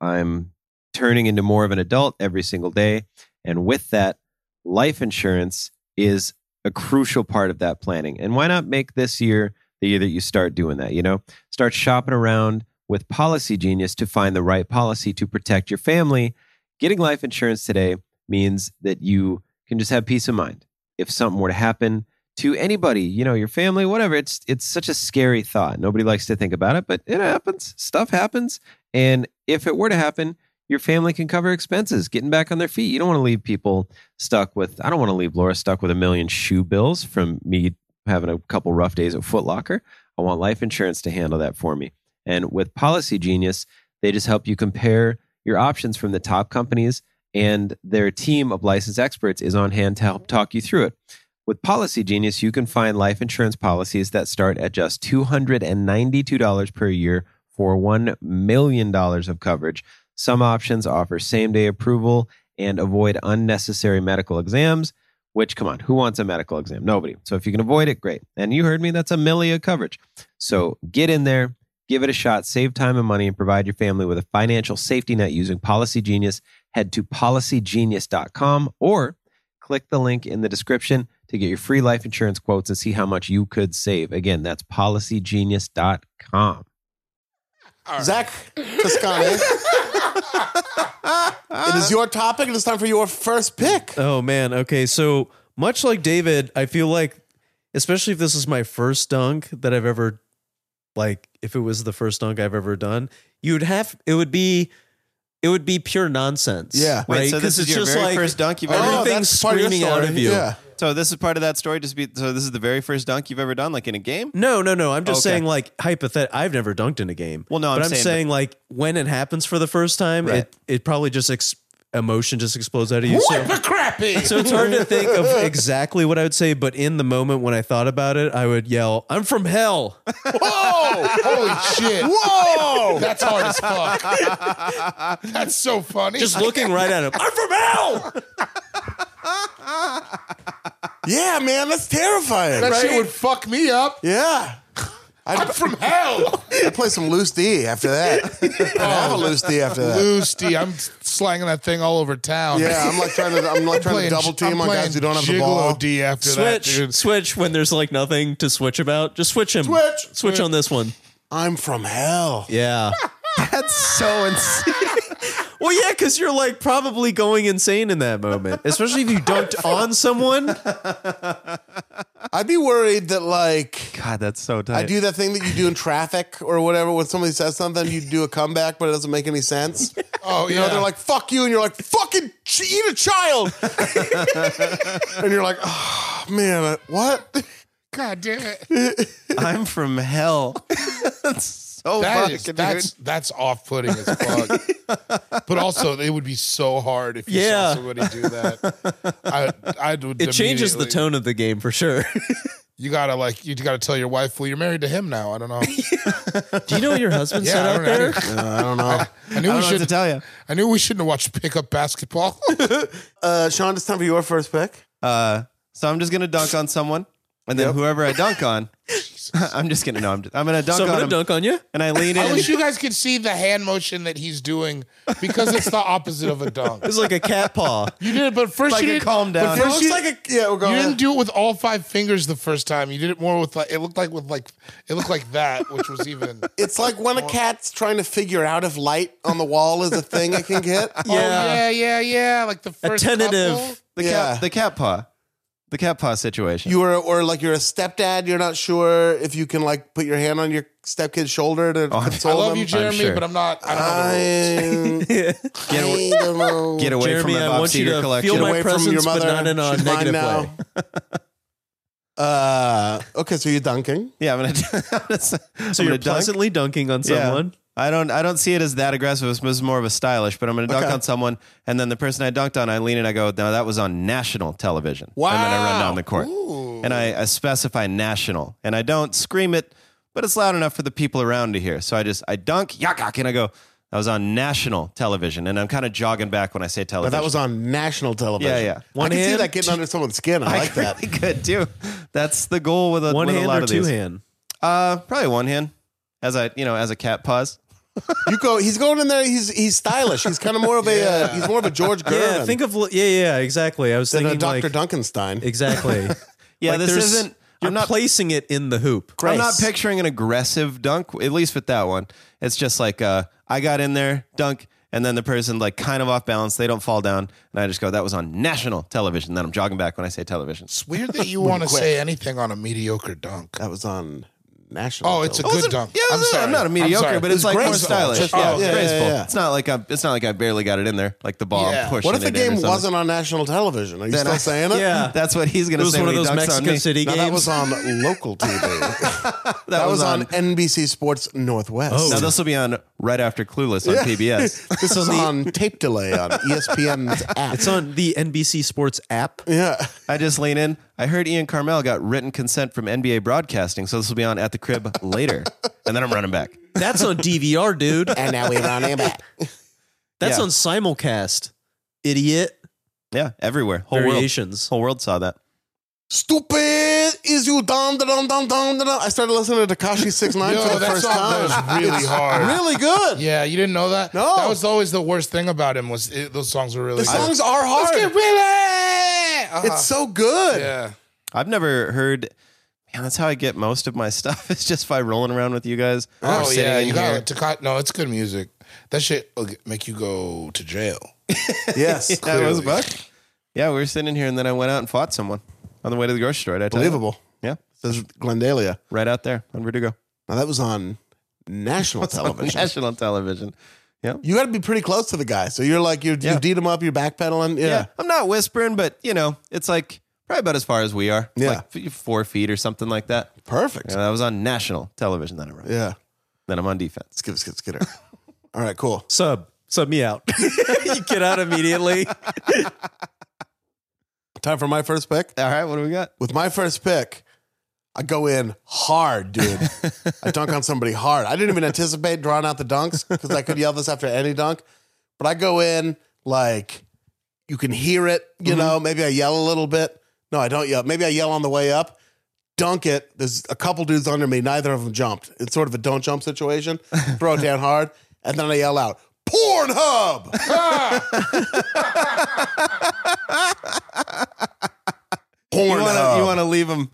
S3: I'm turning into more of an adult every single day. And with that, life insurance is a crucial part of that planning. And why not make this year the year that you start doing that? You know, start shopping around with Policy Genius to find the right policy to protect your family. Getting life insurance today means that you can just have peace of mind. If something were to happen to anybody, you know, your family, whatever, it's it's such a scary thought. Nobody likes to think about it, but it happens. Stuff happens. And if it were to happen, your family can cover expenses, getting back on their feet. You don't want to leave people stuck with, I don't want to leave Laura stuck with a million shoe bills from me having a couple rough days at Foot Locker. I want life insurance to handle that for me. And with Policy Genius, they just help you compare your options from the top companies, and their team of licensed experts is on hand to help talk you through it. With Policy Genius, you can find life insurance policies that start at just $292 per year for $1 million of coverage. Some options offer same day approval and avoid unnecessary medical exams, which, come on, who wants a medical exam? Nobody. So if you can avoid it, great. And you heard me, that's a milli of coverage. So get in there, give it a shot, save time and money, and provide your family with a financial safety net using Policy Genius. Head to policygenius.com or click the link in the description to get your free life insurance quotes and see how much you could save. Again, that's policygenius.com.
S2: Zach
S4: *laughs*
S2: Toscani. it is your topic, and it's time for your first pick.
S4: Uh,
S5: Oh man. Okay. So much like David, I feel like, especially if this is my first dunk that I've ever like if it was the first dunk I've ever done, you'd have it would be it would be pure nonsense.
S2: Yeah.
S3: Wait,
S5: right.
S3: so this is
S5: Because it's
S3: your
S5: just
S3: very
S5: like
S3: first dunk you've ever
S2: Oh,
S5: everything's
S2: that's part of your
S5: screaming out
S2: story.
S5: of you.
S2: Yeah.
S3: So this is part of that story. Just be so. This is the very first dunk you've ever done, like in a game.
S5: No, no, no. I'm just
S3: Okay.
S5: saying, like hypothetical. I've never dunked in a game.
S3: Well, no,
S5: but
S3: I'm
S5: I'm
S3: saying-
S5: saying, like when it happens for the first time,
S3: Right.
S5: it it probably just ex- emotion just explodes out of you. So,
S4: What the
S2: *laughs*
S4: crappy?
S5: so it's hard to think
S3: *laughs*
S5: of exactly what I would say, but in the moment when I thought about it, I would yell, "I'm from hell!"
S3: *laughs*
S4: Whoa! *laughs* Holy shit! Whoa! *laughs* That's hard as fuck.
S2: *laughs*
S4: That's so funny.
S5: Just looking
S3: *laughs*
S5: right at him. I'm from hell.
S2: Yeah, man, that's terrifying.
S4: that shit would fuck me up.
S2: yeah.
S4: I'm from
S2: *laughs*
S4: hell.
S2: I play some loose D after
S4: *laughs*
S2: that. I have a loose D after that.
S4: Loosey, I'm slanging that thing all over town.
S2: Yeah, I'm like trying to I'm like trying to
S4: Playing-
S2: double team
S4: I'm
S2: on
S4: playing
S2: guys who don't have the
S4: Gigolo
S2: ball.
S4: D after that,
S5: Switch,
S4: dude.
S5: switch. When there's like nothing to switch about, just switch him.
S2: Switch.
S5: switch, on this one.
S2: I'm from hell.
S5: Yeah.
S3: *laughs* That's so insane.
S5: *laughs* Well, yeah, because you're like probably going insane in that moment, especially if you dunked on someone.
S2: I'd be worried that like
S3: God, that's so tight.
S2: I do that thing that you do in traffic or whatever when somebody says something, you do a comeback, but it doesn't make any sense.
S4: Oh
S2: You
S4: yeah.
S2: know, they're like, fuck you. And you're like, fucking ch- eat a child. and you're like, oh, man, uh, what?
S4: God damn *laughs* it.
S3: *laughs* I'm from hell. that's so
S4: That
S3: fucking.
S4: is, Oh, that's
S3: dude.
S4: that's off putting as fuck. but also, it would be so hard if you
S5: Yeah.
S4: saw somebody do that. I, I would.
S5: It changes the
S4: immediately-
S5: tone of the game for sure.
S4: You gotta like, you gotta tell your wife, well, you're married to him now. I don't know.
S5: *laughs* Do you know what
S3: *laughs*
S5: your husband
S4: Yeah,
S5: said
S4: I
S5: out
S4: don't know.
S5: there?
S2: I don't know.
S4: I knew
S3: I
S4: we
S3: don't know what to
S4: should.
S3: tell you.
S4: I knew we shouldn't have watched pickup basketball. *laughs*
S2: Uh, Sean, it's time for your first pick.
S3: Uh, so I'm just gonna dunk on someone, and then whoever I dunk on,
S5: *laughs*
S3: *laughs* I'm just gonna no, I'm, just, I'm gonna dunk
S5: So I'm
S3: on
S5: gonna
S3: him, Oh,
S5: dunk on you.
S3: and I lean
S4: I
S3: in. *laughs*
S4: wish you guys could see the hand motion that he's doing because it's the opposite of a dunk.
S5: It's like a cat paw.
S4: You did it, but first
S3: Like
S4: you
S3: a
S4: didn't
S3: calm
S2: Uh,
S3: down.
S4: But
S3: It
S4: first
S3: looks
S4: you,
S3: like
S2: a- yeah, we're going-
S4: you didn't do it with all five fingers the first time. You did it more with like it looked like with like it looked like that, which was even.
S2: It's like when a cat's trying to figure out if light on the wall is a thing it can get.
S4: Oh, *laughs* yeah, yeah, yeah. Like the
S5: A
S4: first couple.
S5: tentative.
S3: the
S2: yeah.
S3: cat, the cat paw, the cat paw situation.
S2: You are, or like you're a stepdad, you're not sure if you can like put your hand on your stepkid's shoulder to
S4: Oh, I
S2: console
S4: love
S2: them.
S4: you, Jeremy,
S3: sure.
S4: but I'm not. I don't
S2: I,
S4: know.
S5: *laughs*
S3: Get away-
S2: I don't know.
S3: Get away
S5: Jeremy,
S3: from the
S5: I
S3: Bob
S5: want you
S3: Seger
S5: to
S3: collection.
S5: feel my
S2: away from your
S5: presence, but
S2: mother.
S5: not in a
S2: She's mine
S5: negative
S2: now.
S5: way.
S2: *laughs* Uh, okay, so you're dunking.
S3: yeah, I'm gonna. *laughs* I'm gonna so
S5: So you're pleasantly dunking on
S3: Yeah.
S5: someone.
S3: I don't I don't see it as that aggressive. It's it's more of a stylish, but I'm going to dunk
S2: Okay.
S3: on someone, and then the person I dunked on, I lean and I go, "No, that was on national television." And then I run
S2: Wow.
S3: down the court, and I, I specify national, and I don't scream it, but it's loud enough for the people around to hear. So I just I dunk, yuck, yuck, and I go, "That was on national television," and I'm kind of jogging back when I say
S2: But
S3: television.
S2: that was on national television.
S3: Yeah, yeah.
S2: I
S5: One
S2: can see
S5: hand,
S2: that getting under someone's
S4: *laughs*
S2: skin. I,
S3: *laughs*
S2: like that.
S3: really good too. That's the goal with a
S5: One
S3: with a
S5: hand
S3: lot
S5: or
S3: of
S5: two
S3: these.
S5: hand.
S3: Uh, probably one hand, as I you know as a cat paws.
S2: You go. He's going in there. He's he's stylish. He's kind of more of a uh, he's more of a George Gervin
S5: *laughs* Yeah, think of yeah, yeah, exactly. I was
S2: than a
S5: thinking
S2: Dr.
S5: like
S2: Duncanstein.
S5: exactly.
S3: *laughs* Yeah,
S5: Like,
S3: this
S5: there's-
S3: isn't.
S5: You're
S3: I'm not
S5: placing it in the hoop.
S3: I'm not picturing an aggressive dunk, at least with that one. It's just like uh, I got in there, dunk, and then the person like kind of off balance. They don't fall down, and I just go, "That was on national television." Then I'm jogging back when I say television.
S4: It's weird *laughs* that you want to say anything on a mediocre dunk.
S2: That was on national.
S4: Oh, it's a
S2: television.
S4: good dunk.
S3: Yeah,
S4: I'm,
S3: I'm,
S4: sorry.
S3: not a
S4: I'm
S3: mediocre,
S4: sorry.
S3: but it's like more
S2: graceful.
S3: stylish.
S2: Just-
S3: yeah,
S2: oh,
S3: it's
S2: yeah, yeah,
S3: graceful.
S2: yeah.
S3: It's not like I'm, it's not like I barely got it in there, like the ball
S4: Yeah.
S3: pushing.
S2: What if the
S3: it in or
S2: game
S3: something.
S2: wasn't on national television? Are you
S3: Then
S2: still
S3: I-
S2: saying it?
S5: Yeah.
S3: *laughs* That's what he's
S5: It
S3: gonna
S5: was
S3: say.
S5: one of
S3: when he dunks
S5: those
S3: on
S5: Mexico
S3: me.
S5: City
S2: No,
S5: games.
S2: that was on local TV.
S3: That,
S2: that was on NBC Sports Northwest.
S5: Oh.
S3: Now this will be on right after Clueless on
S4: *laughs*
S3: PBS.
S2: This is on tape delay on E ESPN's app.
S5: it's on the NBC Sports app.
S2: yeah.
S3: I just lean in. I heard Ian Carmel got written consent from NBA broadcasting, so this will be on at the crib later. And then I'm running back.
S5: That's on
S3: *laughs*
S5: DVR, dude.
S2: And now we run it back.
S5: That's
S3: Yeah.
S5: on simulcast. Idiot
S3: Yeah, everywhere. Whole
S5: variations.
S3: world. Whole world saw that.
S2: Stupid is you dum da dum dum dum da dum. I started listening to Takashi Six Nine
S4: Yo,
S2: for the
S4: that
S2: first
S4: song
S2: time.
S4: goes really
S2: It's
S4: hard.
S2: Really good.
S4: Yeah, you didn't know that.
S2: No.
S4: that was always the worst thing about him was it, those songs were really.
S2: The songs are
S4: Let's get
S2: hard.
S4: really. Uh-huh.
S2: It's so good.
S4: yeah.
S3: I've never heard. Man, that's how I get most of my *laughs* stuff. It's just by rolling around with you guys. or
S4: Oh
S3: sitting
S4: yeah,
S3: in
S4: you
S3: here.
S4: got to cut. No, it's good music. That shit will get- make you go to jail.
S2: Yes.
S3: That was
S4: clearly.
S3: Buck. Yeah, we were sitting here, and then I went out and fought someone on the way to the grocery store. did I tell you?
S2: Unbelievable.
S3: Yeah,
S2: Says Glendalia.
S3: right out there on Verdugo.
S2: Now that was on national television.
S3: *laughs* National television.
S2: You got to be pretty close to the guy. So you're like, you're,
S3: Yeah.
S2: you deed him up, you're backpedaling. Yeah.
S3: Yeah. I'm not whispering, but you know, it's like probably about as far as we are.
S2: Yeah.
S3: Like f- four feet or something like that.
S2: Perfect.
S3: Yeah, that was on national television. Then I run.
S2: Yeah.
S3: Then I'm on defense.
S2: Skip, skip,
S3: *laughs*
S2: skitter. All right, cool.
S5: Sub. Sub me out. *laughs* you get out immediately.
S2: Time for my first pick.
S3: All right, what do we got?
S2: With my first pick, I go in hard, dude. I dunk on somebody hard. I didn't even anticipate drawing out the dunks because I could yell this after any dunk. But I go in like you can hear it, you
S3: Mm-hmm.
S2: know. Maybe I yell a little bit. No, I don't yell. Maybe I yell on the way up, dunk it. There's a couple dudes under me. Neither of them jumped. It's sort of a don't jump situation.
S3: *laughs*
S2: Throw it down hard, and then I yell out,
S3: *laughs*
S2: "Pornhub!"
S3: You wanna, you
S2: Pornhub.
S3: wanna leave him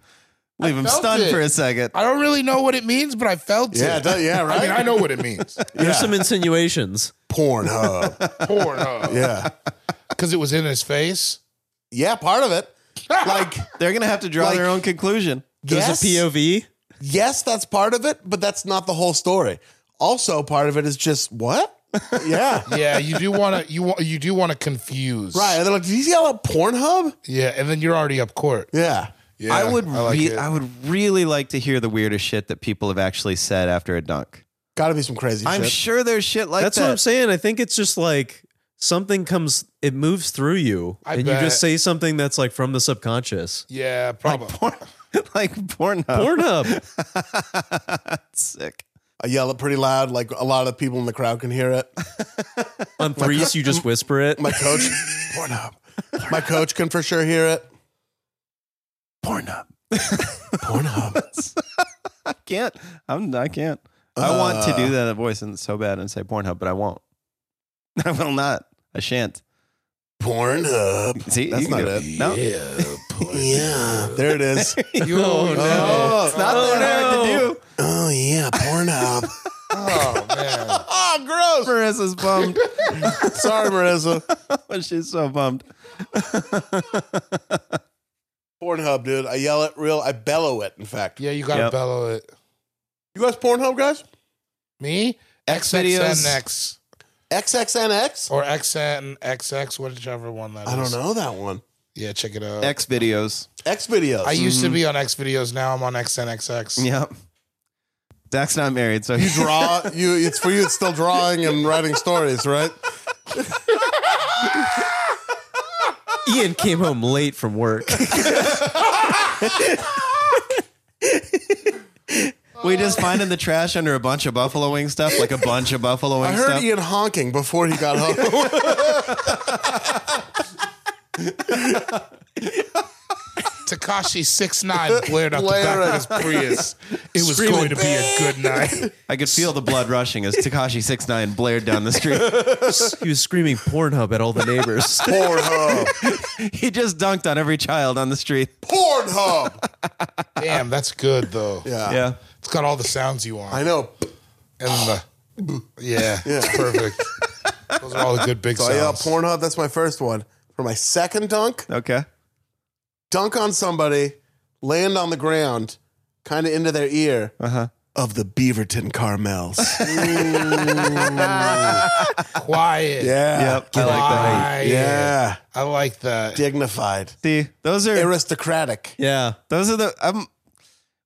S3: leave him
S4: felt
S3: stunned
S4: it.
S3: for a second.
S4: I don't really know what it means, but I felt
S2: Yeah,
S4: it.
S2: duh, yeah,
S4: *laughs* I mean,
S2: right?
S4: I know what it means.
S5: There's some insinuations.
S2: Pornhub.
S4: Porn, huh?
S2: Yeah,
S4: Because it was in his face.
S2: yeah. Part of it, like
S3: They're gonna have to draw
S2: Like-
S3: their own conclusion.
S5: There's
S2: yes.
S5: a POV.
S2: yes, that's part of it, but that's not the whole story. Also, part of it is just what? Yeah.
S4: Yeah, you
S2: *laughs*
S4: do want to. You want. You do want to confuse.
S2: right. And they're like, did he yell at Pornhub?
S4: Yeah, and then you're already up court.
S2: Yeah.
S4: Yeah,
S3: I would
S4: I like
S3: re-
S4: it.
S3: I would really like to hear the weirdest shit that people have actually said after a dunk.
S2: Gotta be some crazy
S3: I'm
S2: shit.
S3: sure there's shit like
S5: That's
S3: that.
S5: what I'm saying. I think it's just like something comes, it moves through you,
S4: I
S5: and
S4: bet.
S5: you just say something that's like from the subconscious.
S4: Yeah, probably.
S3: *laughs* like Pornhub.
S2: Oh. *laughs*
S5: Pornhub.
S3: Sick.
S2: I yell it pretty loud, like a lot of people in the crowd can hear it.
S5: On threes, you just whisper it.
S2: My coach Pornhub. My coach can for sure hear it.
S3: Pornhub.
S2: Pornhub.
S3: I can't. I'm. I can't. I want to do that voice and so bad and say Pornhub, but I won't. *laughs* I will not. I shan't.
S2: Pornhub.
S3: See,
S2: That's
S3: you can
S2: not
S3: do
S2: it.
S3: No,
S2: Yeah. There it is.
S4: You oh,
S2: Oh,
S3: it's not that hard to do.
S2: oh yeah, *laughs* Pornhub.
S4: oh man.
S2: oh, *laughs*
S3: Marissa's bummed.
S2: gross. Sorry, Marissa.
S3: She's so bummed.
S2: Pornhub, dude. I yell it real I bellow it, in fact.
S4: Yeah, you gotta
S3: Yep.
S4: bellow it.
S2: You guys Pornhub guys?
S4: Me?
S3: X videos.
S4: XXNX
S2: XXNX?
S4: or XNXX, whichever one that is.
S2: I don't know that one.
S4: Yeah, check it out.
S3: X videos.
S2: X videos.
S4: I used to be on X videos. Now I'm on XNXX.
S3: Yep. Zach's not married, so
S2: you draw you it's for you it's still drawing and writing stories, right?
S5: Ian came home late
S2: *laughs*
S5: from work.
S3: we just find in the trash under a bunch of buffalo wing stuff, like a bunch of buffalo wing
S2: I heard
S3: stuff.
S2: Ian honking before he got *laughs* home.
S4: Takashi six
S2: *laughs*
S4: nine blared out
S2: Blared
S4: the back
S2: out.
S4: of his Prius. It was going to be a good night.
S3: I could feel the blood rushing as Takashi Six Nine blared down the
S2: *laughs*
S3: street.
S5: he was screaming Pornhub at all the neighbors.
S2: Pornhub.
S3: he just dunked on every child on the street.
S2: Pornhub.
S4: Damn, that's good though.
S2: *laughs* Yeah.
S3: Yeah.
S4: It's got all the sounds you want.
S2: I know.
S4: And the
S2: *laughs*
S4: yeah, it's perfect. Those are all the good big
S2: So I yell
S4: sounds.
S2: Pornhub, that's my first one. For my second dunk,
S3: Okay.
S2: dunk on somebody, land on the ground, kinda into their ear. Uh-huh. Of the Beaverton *laughs* Carmels.
S4: Quiet.
S2: yeah.
S3: Yep. I like that.
S4: Quiet.
S2: Yeah.
S4: I like that.
S2: Dignified.
S3: See, those are
S2: Aristocratic.
S5: yeah.
S3: those are the. I'm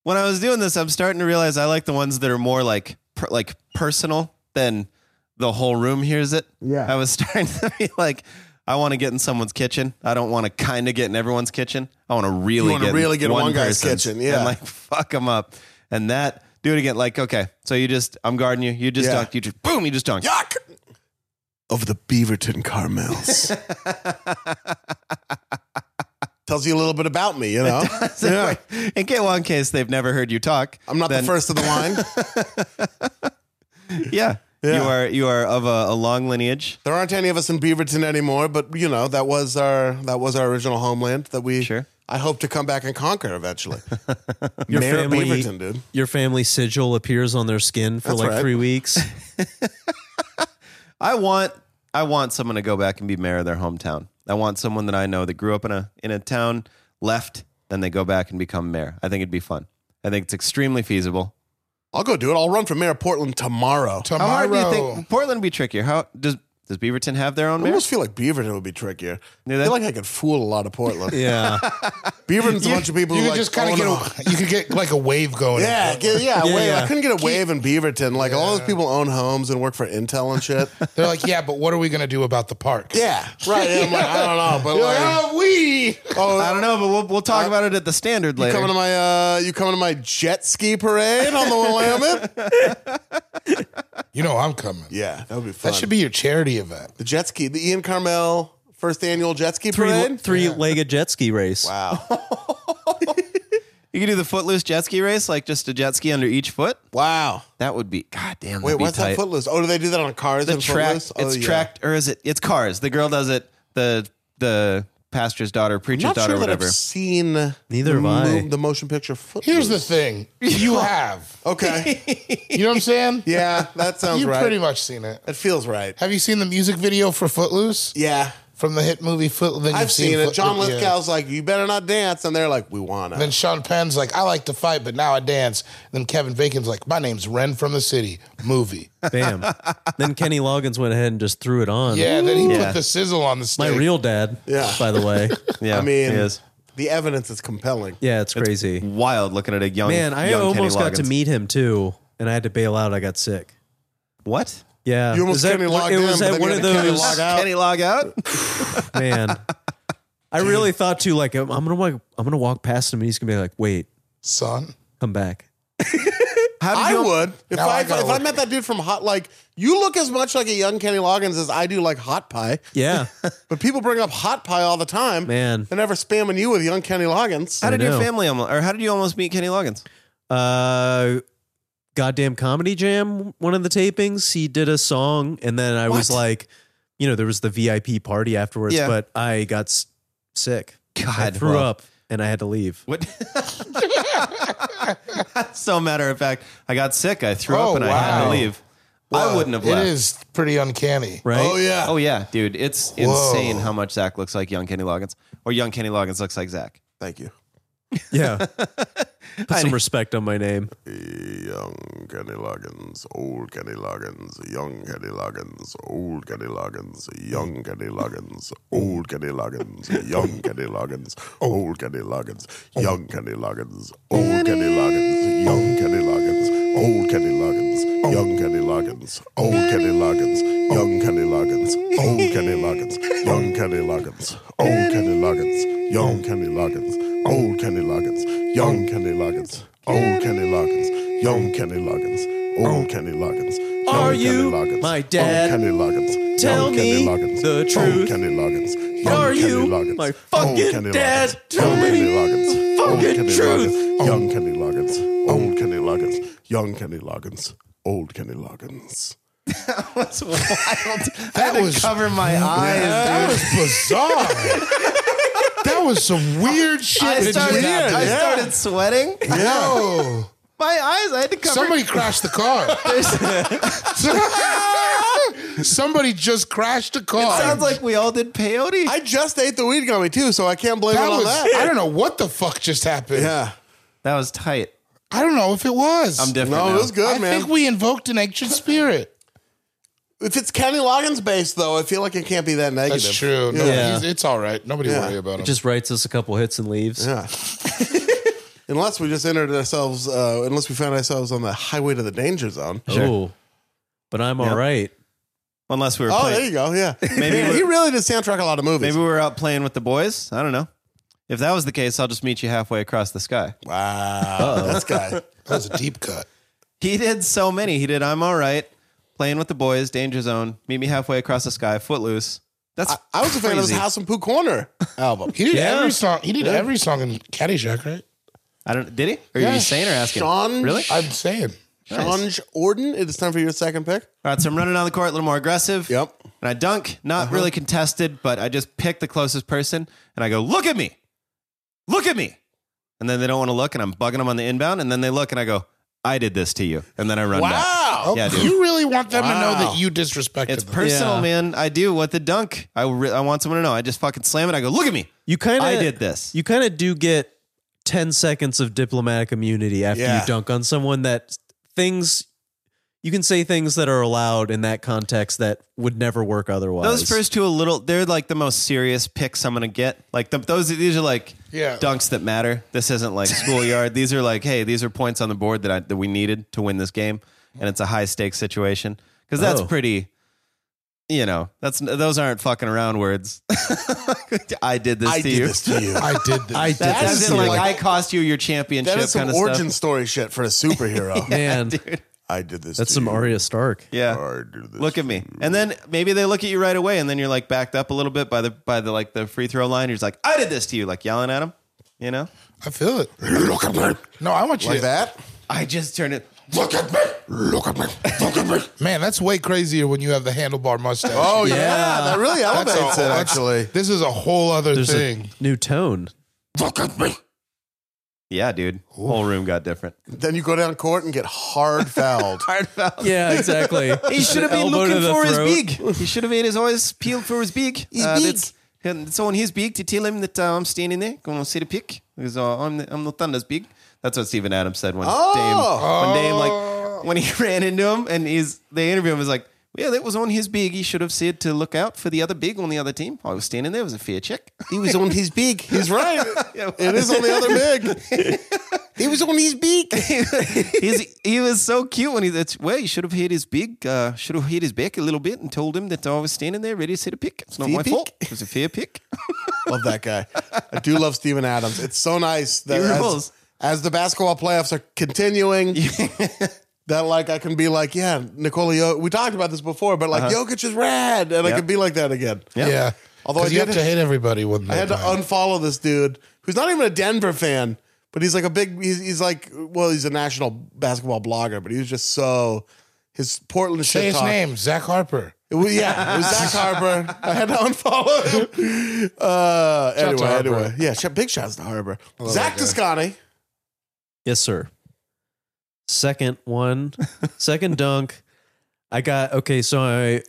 S3: when I was doing this, I'm starting to realize I like the ones that are more like per, like personal than the whole room hears it.
S2: Yeah.
S3: I was *laughs* starting to be like, I want to get in someone's kitchen. I don't want to kind of get in everyone's kitchen. I want to really
S2: wanna
S3: get in
S2: really get in one guy's
S3: person's
S2: kitchen, yeah.
S3: and like fuck them up. And that do it again. Like okay, so you just I'm guarding you. You just
S2: Yeah.
S3: dunk. You just boom. You just dunk. *laughs*
S2: Yuck! Of the Beaverton Carmels. *laughs* Tells you a little bit about me, you know? yeah.
S3: In ca- well, in case they've never heard you talk,
S2: I'm not
S3: then-
S2: the first of the line.
S3: Yeah.
S2: Yeah.
S3: You are you are of a, a long lineage.
S2: There aren't any of us in Beaverton anymore, but you know, that was our that was our original homeland that we
S3: Sure.
S2: I hope to come back and conquer eventually.
S5: Your
S2: Mayor
S5: family-
S2: Beaverton, dude.
S5: Your family sigil appears on their skin for like
S2: right. *laughs*
S5: three weeks.
S3: I want I want someone to go back and be mayor of their hometown. I want someone that I know that grew up in a in a town, left, then they go back and become mayor. I think it'd be fun. I think it's extremely feasible.
S2: I'll go do it. I'll run for mayor of Portland tomorrow.
S4: Tomorrow.
S3: How hard do you think Portland would be trickier? How does does Beaverton have their
S2: I
S3: own mayor?
S2: almost feel like Beaverton would be trickier.
S3: Yeah,
S2: I
S3: that-
S2: feel like I could fool a lot of Portland.
S5: Yeah.
S2: Beaverton's a bunch of people
S4: you
S2: who
S4: could
S2: like,
S4: just kind
S2: oh,
S4: of get
S2: no.
S4: a, you could get like a wave going.
S2: Yeah, get, yeah, a
S5: Yeah,
S2: wave.
S5: yeah.
S2: I couldn't get a wave in Beaverton. Like all those people own homes and work for Intel and shit.
S4: They're like, yeah, but what are we gonna do about the park?
S2: yeah, right. Yeah, I'm like, I don't know, but
S4: You're like,
S2: like,
S4: oh, we.
S2: oh,
S3: I don't know, but we'll we'll talk about it at the standard
S2: Uh, You
S3: later.
S2: *laughs* coming to my uh, you coming to my jet ski parade on the Willamette?
S4: You know I'm coming.
S2: yeah, that would be fun.
S4: That should be your charity event.
S2: the jet ski, the Ian Carmel first annual jet ski
S5: Three,
S2: parade.
S5: three legged jet ski race.
S2: wow,
S3: you could do the footloose jet ski race, like just a jet ski under each foot.
S2: wow.
S3: That would be goddamn.
S2: Wait,
S3: be
S2: what's
S3: tight.
S2: that footloose? Oh, do they do that on cars?
S3: The
S2: and
S3: track.
S2: footloose? Oh,
S3: it's
S2: yeah.
S3: tracked, or is it? It's cars. The girl does it. The the pastor's daughter,
S2: I'm
S3: preacher's
S2: not
S3: daughter,
S2: sure that
S3: whatever.
S2: I've seen
S5: Neither
S2: the,
S5: have I.
S2: the motion picture footloose.
S4: Here's the thing:
S2: *laughs*
S4: you have. *laughs*
S2: Okay,
S4: You know what I'm saying?
S2: yeah, that sounds
S4: You've
S2: right.
S4: pretty much seen it.
S2: That feels right.
S4: Have you seen the music video for Footloose
S2: Yeah,
S4: from the hit movie Footloose? Then
S2: I've
S4: you've
S2: seen it.
S4: Foot-
S2: John
S4: yeah.
S2: Lithgow's like, you better not dance, and they're like, we wanna.
S4: Then Sean Penn's like, I like to fight, but now I dance. Then Kevin Bacon's like, my name's Ren from the city. Movie.
S3: *laughs*
S5: Bam. then Kenny Loggins went ahead and just threw it on.
S4: Yeah, then he
S3: Yeah.
S4: put the sizzle on the
S5: My
S4: steak.
S5: real dad,
S2: *laughs* Yeah.
S5: by the way.
S3: yeah,
S2: I mean,
S3: it is.
S2: the evidence is compelling.
S5: Yeah, it's crazy.
S3: wild looking at a young
S5: Man, I
S3: young Kenny
S5: almost got to
S3: Loggins.
S5: meet him too, and I had to bail out. I got sick.
S3: what
S5: Yeah.
S2: You almost
S5: It was at-
S2: Kenny logged
S5: It
S2: in,
S5: was
S2: but then
S5: at one
S2: you
S5: of
S2: had to Kenny
S5: those.
S2: log out.
S3: Kenny log out.
S5: *laughs* man. I really thought too, like I'm gonna walk, I'm gonna walk past him, and he's gonna be like, "Wait,
S4: son.
S5: come back."
S3: How did
S2: I
S3: you
S2: would if
S4: Now
S2: I,
S4: I
S2: if
S4: gotta
S2: I
S4: look.
S2: met that dude from Hot. Like you look as much like a young Kenny Loggins as I do like Hot Pie,
S5: Yeah,
S2: but people bring up Hot Pie all the time.
S5: Man.
S2: they're never spamming you with young Kenny Loggins.
S3: How
S5: I
S3: did your
S5: know.
S3: family almost, or how did you almost meet Kenny Loggins?
S5: uh, goddamn comedy jam. One of the tapings, he did a song, and then I was
S3: What?
S5: like, you know, there was the VIP party afterwards,
S3: Yeah.
S5: but I got s- sick. I
S3: God,
S5: threw
S3: well.
S5: up, and I had to leave. *laughs*
S3: What? *laughs* so matter of fact, I got sick. I threw
S4: Oh,
S3: up and I had to
S4: wow.
S3: leave. I wouldn't have
S4: It
S3: left.
S4: is pretty uncanny.
S5: Right?
S2: Oh yeah.
S3: Oh yeah, dude, it's insane how much Zach looks like young Kenny Loggins, or young Kenny Loggins looks like Zach.
S2: Thank you.
S3: *laughs*
S5: Yeah. Put some respect on my name.
S2: Young Kenny Loggins, old Kenny Loggins, young Kenny Loggins, old Kenny Loggins, young Kenny Loggins, old Kenny Loggins, young Kenny Loggins, old Kenny Loggins, young Kenny Loggins, old Kenny Loggins, young Kenny Loggins, old Kenny Loggins, young Kenny Loggins, old Kenny Loggins, young Kenny Loggins, old Kenny Loggins, young Kenny Loggins, old Kenny Loggins, young Kenny Loggins, old Kenny Loggins, young Kenny Loggins. Old Kenny Loggins, young Kenny Loggins, old Kenny Loggins, young
S5: Are
S2: Kenny
S5: you
S2: Loggins,
S5: my dad?
S2: Old Kenny Loggins,
S5: Tell
S2: young Kenny
S5: me
S2: Loggins,
S5: the
S2: Old
S5: truth.
S2: Kenny Loggins, young
S5: Are
S2: Kenny
S5: you
S2: Loggins,
S5: my
S2: old
S5: fucking
S2: Kenny
S5: dad?
S2: Loggins,
S5: Tell
S2: old
S5: me
S2: Kenny Loggins,
S5: the
S2: old
S5: fucking
S2: Kenny
S5: truth.
S2: Loggins, young Kenny Loggins, old Kenny Loggins, young Kenny Loggins, old Kenny Loggins.
S3: That's wild. I
S4: That
S3: had to
S4: was-
S3: cover my eyes.
S4: That was bizarre. that
S3: *laughs*
S4: was some weird shit.
S3: I
S4: that
S3: started,
S4: just happened.
S3: I started sweating.
S4: No.
S3: My eyes, I had to cover.
S4: Somebody crashed the
S3: *laughs*
S4: car. *laughs* Somebody just crashed a car.
S3: Sounds like we all did peyote.
S2: I just ate the weed gummy too, so I can't blame
S4: that
S2: it on
S4: was.
S2: that.
S4: I don't know what the fuck just happened.
S2: Yeah,
S3: that was tight.
S4: I don't know if it was.
S3: I'm different.
S2: no,
S3: now.
S2: it was good,
S4: I
S2: man.
S4: think we invoked an ancient spirit.
S2: if it's Kenny Loggins based, though, I feel like it can't be that negative.
S4: That's true. No,
S5: Yeah.
S4: he's- it's all right. Nobody
S2: Yeah.
S4: worry about him.
S5: Just writes us a couple hits and
S3: *laughs*
S5: leaves.
S2: Yeah. unless we just entered ourselves, uh, unless we found ourselves on the highway to the danger zone.
S5: Oh, but I'm all right.
S3: Unless we were
S2: Oh, there
S3: playing.
S2: you go. Yeah.
S3: Maybe
S2: Man,
S3: we're-
S2: he really did soundtrack a lot of movies.
S3: Maybe we were out playing with the boys. I don't know. If that was the case, I'll just meet you halfway across the sky.
S2: wow.
S3: *laughs*
S2: This guy.
S4: that was a deep cut.
S3: He did so many. He did I'm All Right, Playing with the Boys, Danger Zone, Meet Me Halfway Across the Sky, Footloose. That's
S2: I, I was a fan of his
S3: crazy.
S2: House in Pooh Corner album.
S4: He did
S5: Yeah.
S4: every song. He did every song in Caddyshack, right?
S3: I don't did he? *laughs* Are
S4: Yeah.
S3: you saying or asking?
S2: Sean,
S3: Really?
S4: I'm saying.
S2: Sean Orden, it is time for your second pick.
S3: All right, so I'm running on the court a little more aggressive.
S2: Yep. Uh-huh.
S3: And I dunk, not really contested, but I just pick the closest person and I go, look at me. Look at me. And then they don't want to look and I'm bugging them on the inbound. And then they look and I go, I did this to you. And then I run back.
S4: Oh,
S3: Yeah, dude.
S4: you really want them to know
S2: Wow.
S4: that you disrespected
S3: It's
S4: them.
S3: personal,
S5: Yeah.
S3: man. I do what the dunk. I, re- I want someone to know. I just fucking slam it. I go, look at me.
S5: You kind of
S3: I did this.
S5: You kind of do get 10 seconds of diplomatic immunity after
S2: Yeah.
S5: you dunk on someone that things you can say things that are allowed in that context that would never work otherwise.
S3: Those first two, a little, they're like the most serious picks I'm gonna get. Like the, those, these are like
S4: Yeah.
S3: dunks that matter. This isn't
S2: *laughs*
S3: like schoolyard. these are like, hey, these are points on the board that I, that we needed to win this game, and it's a high stakes situation because that's
S5: Oh.
S3: pretty. You know, that's those aren't fucking around words. *laughs* I did
S2: *laughs*
S3: this
S2: I
S3: to
S2: did
S3: you.
S2: this to you.
S4: I did this.
S5: I
S3: That
S5: did that.
S2: is
S3: isn't
S2: some,
S3: like, *laughs*
S2: like-
S3: I cost you your championship
S2: that is some
S3: kind of
S2: origin
S3: stuff.
S2: story shit for a superhero. *laughs*
S5: Man,
S2: I did this.
S5: that's
S2: to
S5: some
S2: you.
S5: Arya Stark.
S3: Yeah.
S2: I did this
S3: look at
S2: to
S3: me
S2: you.
S3: and then maybe they look at you right away and then you're like backed up a little bit by the by the like the free throw line you're just like i did this to you like yelling at him you know
S4: I feel it.
S2: *laughs* Look at me.
S4: No, I want you
S2: Like
S4: to,
S2: that.
S3: i just turned it
S2: Look at me. Look at me. Look at me.
S4: Man, that's way crazier when you have the handlebar mustache.
S2: Oh yeah, that really elevates
S4: That's a whole-
S2: it.
S4: that's-
S2: Actually,
S4: This is a whole other
S5: There's
S4: thing.
S5: a new tone.
S2: look at me.
S3: yeah dude whole room got different
S2: Then you go down court and get hard
S3: *laughs*
S2: fouled.
S3: hard foul
S5: Yeah,
S3: *laughs*
S5: exactly.
S3: he should have been
S5: Elbow to
S3: looking
S5: the
S3: for his
S5: throat.
S3: big he should have made his eyes peeled for his big
S2: His
S3: Uh,
S2: big.
S3: that's- and so on his big to tell him that uh, i'm standing there gonna see the pick because uh, I'm, I'm not done as big that's what Stephen Adams said when
S2: Oh.
S3: Dame when Dame like when he *laughs* ran into him and he's they interview him was like yeah that was on his big he should have said to look out for the other big on the other team I was standing there it was a fair check *laughs*
S2: He was on his beak. He's right. It is on the other big. He was on his beak.
S3: He's, he was so cute when he that's well you should have hit his big uh, should have hit his back a little bit and told him that I was standing there ready to set a pick it's not
S2: Fair
S3: my
S2: pick.
S3: fault it was a
S2: *laughs*
S3: fair pick
S2: *laughs* Love that guy. I do love Steven Adams. It's so nice that
S3: He
S2: as,
S3: rules.
S2: as the basketball playoffs are continuing, that like I can be like, yeah, Nikola. Yo- we talked about this before, but like Jokic is rad, and I
S3: Yep.
S2: can be like that again.
S4: Yeah.
S2: Although
S4: 'Cause
S2: I
S4: you
S2: did-
S4: have to hit everybody with
S2: I had to unfollow this dude who's not even a Denver fan, but he's like a big. He's, he's like, well, he's a national basketball blogger, but he was just so his Portland shit
S4: say his
S2: talk-
S4: name, Zach Harper.
S2: It was, yeah, it was
S4: *laughs*
S2: Zach Harper. I had to unfollow him. Uh,
S4: to
S2: anyway,
S4: Harper.
S2: anyway, yeah, sh- big shouts to Harper. Zach Toscani.
S5: Yes, sir. Second one, second dunk. I got okay. So I,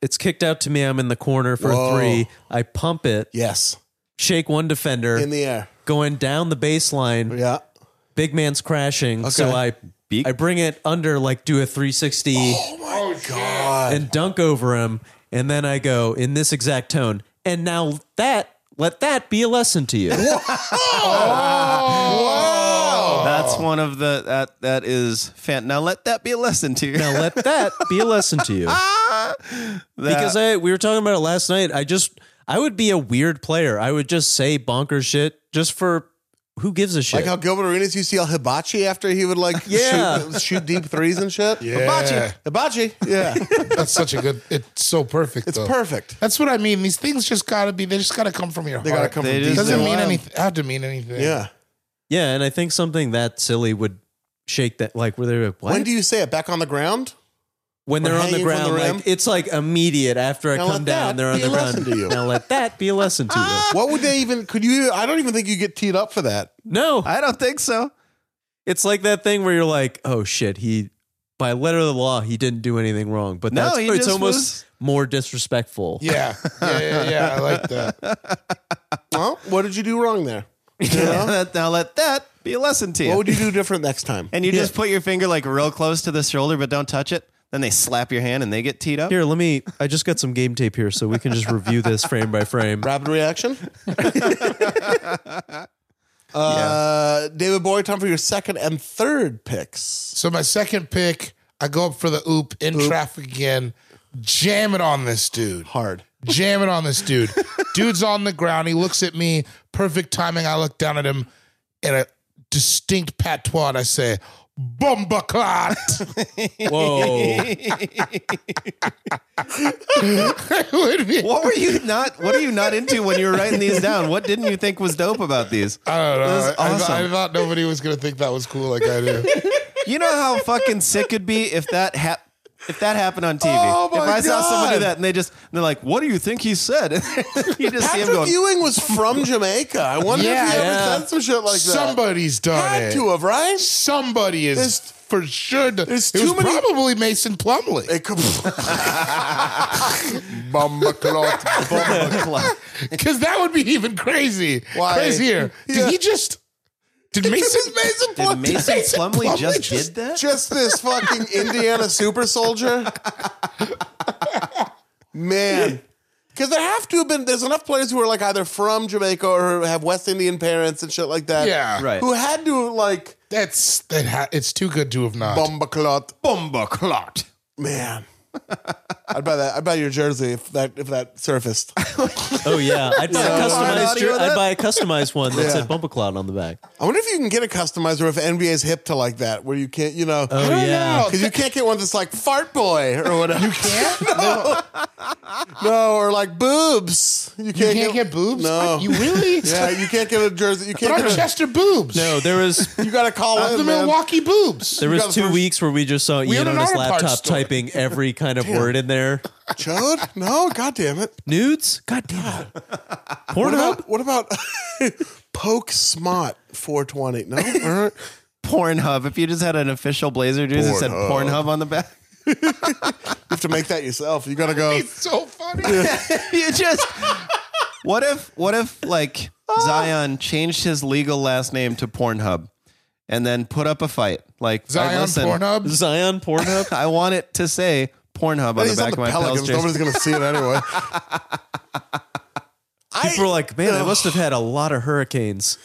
S5: it's kicked out to me. I'm in the corner for
S2: Whoa.
S5: three. I pump it,
S2: Yes,
S5: shake one defender,
S2: in the air.
S5: going down the baseline.
S2: Yeah,
S5: Big man's crashing. So
S2: Okay.
S5: I,
S3: Beak.
S5: I bring it under, like do a 360
S2: God,
S5: and dunk over him, and then I go in this exact tone. And now that let that be a lesson to you.
S2: Oh.
S3: That's one of the that that is fan. Now let that be a lesson to you.
S5: now let that be a lesson
S2: *laughs*
S5: to you. because I we were talking about it last night. I just I would be a weird player. I would just say bonkers shit just for who gives a shit.
S2: like how Gilbert Arenas used to yell hibachi after he would like
S5: Yeah.
S2: shoot, shoot deep threes and shit.
S4: Yeah.
S2: hibachi, hibachi.
S4: *laughs*
S2: Yeah,
S4: That's such a good. It's so perfect.
S2: it's
S4: though.
S2: perfect.
S4: That's what I mean. These things just gotta be. They just gotta come from your
S2: They
S4: heart.
S2: gotta come
S3: They
S2: from
S3: just-
S4: It
S2: deep.
S4: doesn't
S2: down.
S4: mean anything. Have to mean anything.
S2: Yeah.
S5: yeah, and I think something that silly would shake that like where they're like, what?
S2: When do you say it? Back on the ground?
S5: when they're
S2: or
S5: on the
S2: hanging from
S5: ground,
S2: the rim?
S5: like it's like immediate after I
S2: Now
S5: come
S2: let that
S5: down, they're on
S2: be
S5: the
S2: a lesson
S5: ground.
S2: to you. Ah!
S5: Now let that be a lesson to you.
S2: What would they even? Could you? I don't even think you get teed up for that.
S5: No,
S3: I don't think so.
S5: it's like that thing where you're like, oh shit, he by letter of the law he didn't do anything wrong, but
S3: No,
S5: that's,
S3: he
S5: it's
S3: just
S5: almost
S3: was-
S5: more disrespectful.
S4: Yeah. Yeah. Yeah. yeah. I like that.
S2: *laughs* Well, what did you do wrong there?
S3: Now let- now let *laughs* that be a lesson to you.
S2: What would you do different next time?
S3: and you just put your finger like real close to the shoulder, but don't touch it. Then they slap your hand and they get teed up.
S5: Here, let me. I just got some game tape here, so we can just review this frame by frame.
S2: Rapid reaction. uh, David Bowie, time for your second and third picks.
S4: So my second pick, I go up for the oop in traffic again. Jam it on this dude.
S2: Hard.
S4: Jam it on this
S2: *laughs*
S4: dude. Dude's on the ground. He looks at me. Perfect timing. I look down at him in a distinct patois and I say, Bomba
S2: *laughs*
S4: clot. *laughs*
S5: Whoa!
S4: It would be-
S3: What were you not? What are you not into when you were writing these down? What didn't you think was dope about these?
S4: I don't know.
S3: This is
S4: I- I,
S3: awesome.
S4: I thought nobody was going to think that was cool like
S2: *laughs*
S4: I do.
S3: You know how fucking sick it'd be if that hap- if that happened on TV.
S2: Oh, my
S3: if I saw someone do
S2: God.
S3: that and they just they're like, "What do you think he said?" *laughs* you just see him
S2: Patrick
S3: going,
S2: Ewing was from Jamaica. I wonder if he
S4: Yeah.
S2: ever said some shit like that.
S4: Somebody's done
S2: had
S4: it.
S2: to have, right?
S4: Somebody is
S2: There's-
S4: for sure. done-
S2: there's
S4: it
S2: too
S4: was
S2: many-
S4: probably Mason Plumley.
S2: It could-
S4: Bomba clot.
S2: *laughs*
S4: Because that would be even crazy.
S2: Why?
S4: Crazier. Did
S2: Yeah.
S4: he just Did Mason
S2: Mason
S3: Did
S2: Plum-
S3: Mason Plumley just did that?
S2: Just this fucking Indiana super soldier? Man. Because there have to have been, there's enough players who are like either from Jamaica or have West Indian parents and shit like that.
S4: Yeah.
S3: Right.
S2: Who had to like
S4: That's that. Ha- it's too good to have not.
S2: bomba clot.
S3: Bomba clot.
S2: Man. I'd buy that. I'd buy your jersey if that if that surfaced.
S5: Oh yeah, I'd buy,
S2: Yeah.
S5: a customized,
S3: Audio
S5: jer-
S3: that?
S5: I'd buy a customized one that
S2: Yeah.
S5: said Bumper Cloud on the back.
S2: I wonder if you can get a customizer if NBA's hip to like that, where you can't, you know,
S5: Oh yeah,
S2: because you can't get one that's like fart boy or whatever. You can't. *laughs* no. no, or like boobs. You
S4: you
S2: can't,
S4: can't get boobs.
S2: No.
S4: you *laughs* really?
S2: Yeah, you can't get a jersey. You
S4: But
S2: can't
S4: I'm
S2: get a,
S4: Chester boobs.
S5: no, there was
S2: *laughs* You gotta call
S4: I'm
S2: in,
S4: the
S2: man.
S4: Milwaukee boobs.
S5: there
S2: You
S5: was
S2: got
S5: two
S2: first-
S5: weeks where we just saw
S4: had
S5: Ian on
S4: an
S5: his
S4: auto parts
S5: laptop
S4: store.
S5: typing every kind of word in there.
S2: Chode? No, god damn it.
S5: Nudes? God damn it!
S2: What
S5: Pornhub?
S2: about what about *laughs* poke smot 420? No, all right.
S3: Pornhub. If you just had an official Blazer jersey that said
S2: Pornhub.
S3: Pornhub on the back, *laughs*
S2: you have to make that yourself. You gotta go.
S4: It's so
S3: *laughs*
S4: funny.
S3: you just. What if? What if like
S2: Ah.
S3: Zion changed his legal last name to Pornhub, and then put up a fight? Like like,
S4: Zion
S3: listen,
S4: Pornhub.
S5: *laughs* Zion Pornhub?
S3: I want it to say Pornhub
S2: But
S3: on the
S2: he's on
S3: back
S2: the
S3: of my Pels
S2: Pelicans. Nobody's
S3: jersey.
S2: gonna see it anyway.
S5: People were like, man, I must have had a lot of hurricanes.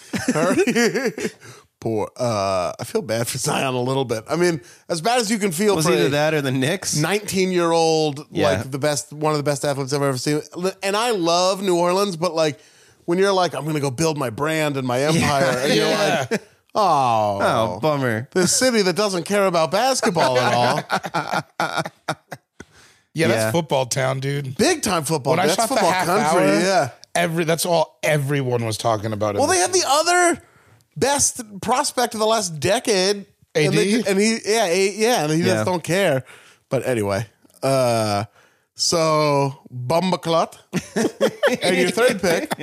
S2: Poor. Uh, I feel bad for Zion a little bit. I mean, as bad as you can feel
S3: Was
S2: for
S3: either
S2: a
S3: that or the Knicks?
S2: 19 year old,
S3: Yeah.
S2: like the best, one of the best athletes I've ever seen. And I love New Orleans, but like when you're like, I'm gonna go build my brand and my empire, and you're
S4: Yeah.
S2: like, oh,
S3: Oh, bummer.
S2: this city that doesn't care about basketball at
S4: *laughs*
S2: all.
S4: Yeah,
S3: Yeah.
S4: that's football town, dude.
S2: Big time football.
S4: When I
S2: Oh, That's
S4: shot the
S2: football
S4: half
S2: country.
S4: hour,
S2: Yeah.
S4: every that's all everyone was talking about. in
S2: Well, they
S4: the-
S2: had the other best prospect of the last decade. And,
S4: AD?
S2: they, and he, yeah, A- yeah, and he
S3: Yeah.
S2: just don't care. But anyway, uh, so Bumba
S4: *laughs*
S2: Clot. and your third pick.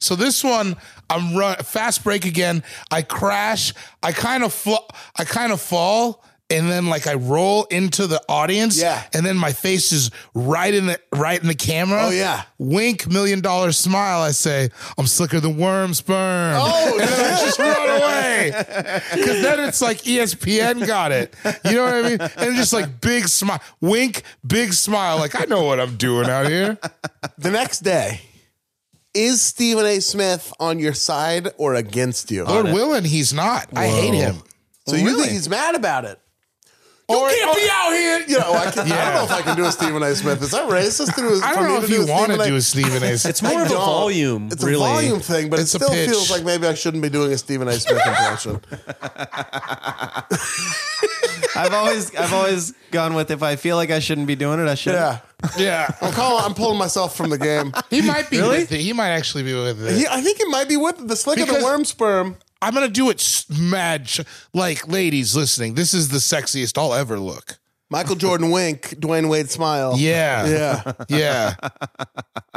S4: So this one, I'm run fast break again. I crash. I kind of fl- I kind of fall, and then like I roll into the audience.
S2: Yeah.
S4: And then my face is right in the right in the camera.
S2: Oh, yeah.
S4: Wink, million dollar smile. I say I'm slicker than worm sperm. Oh, *laughs* and then I just run away. Because then it's like E ESPN got it. You know what I mean? And just like big smile, wink, big smile. Like I know what I'm doing out here.
S2: The next day, is Stephen A. Smith on your side or against you?
S4: Lord willing, he's not. I hate him.
S2: so you think he's mad about it? You can't be out here. You know, I, can, I don't know if I can do a Stephen A. Smith. Is that racist? To do a,
S4: *laughs*
S2: for
S4: I don't
S2: me
S4: know
S2: to
S4: if you
S2: a
S4: want to
S2: Stephen
S4: do a *laughs* Stephen A. Smith.
S5: It's more of a
S2: don't.
S5: volume,
S2: It's
S5: really.
S2: a volume thing, but
S4: It's
S2: it
S4: a
S2: still
S4: pitch.
S2: feels like maybe I shouldn't be doing a Stephen A. Smith
S4: *laughs*
S2: impression.
S3: *laughs* I've always I've always gone with if I feel like I shouldn't be doing it, I should.
S2: yeah,
S4: yeah,
S2: I'm calling. I'm pulling myself from the
S4: *laughs*
S2: game.
S4: he might be with it. He might actually be with it.
S2: He, I think it might be with the slick of the
S4: Because-
S2: worm sperm.
S4: I'm gonna do it, s- mad. sh- Like, ladies listening, this is the sexiest I'll ever look.
S2: Michael Jordan wink, Dwayne Wade smile.
S4: Yeah,
S2: yeah.
S4: yeah.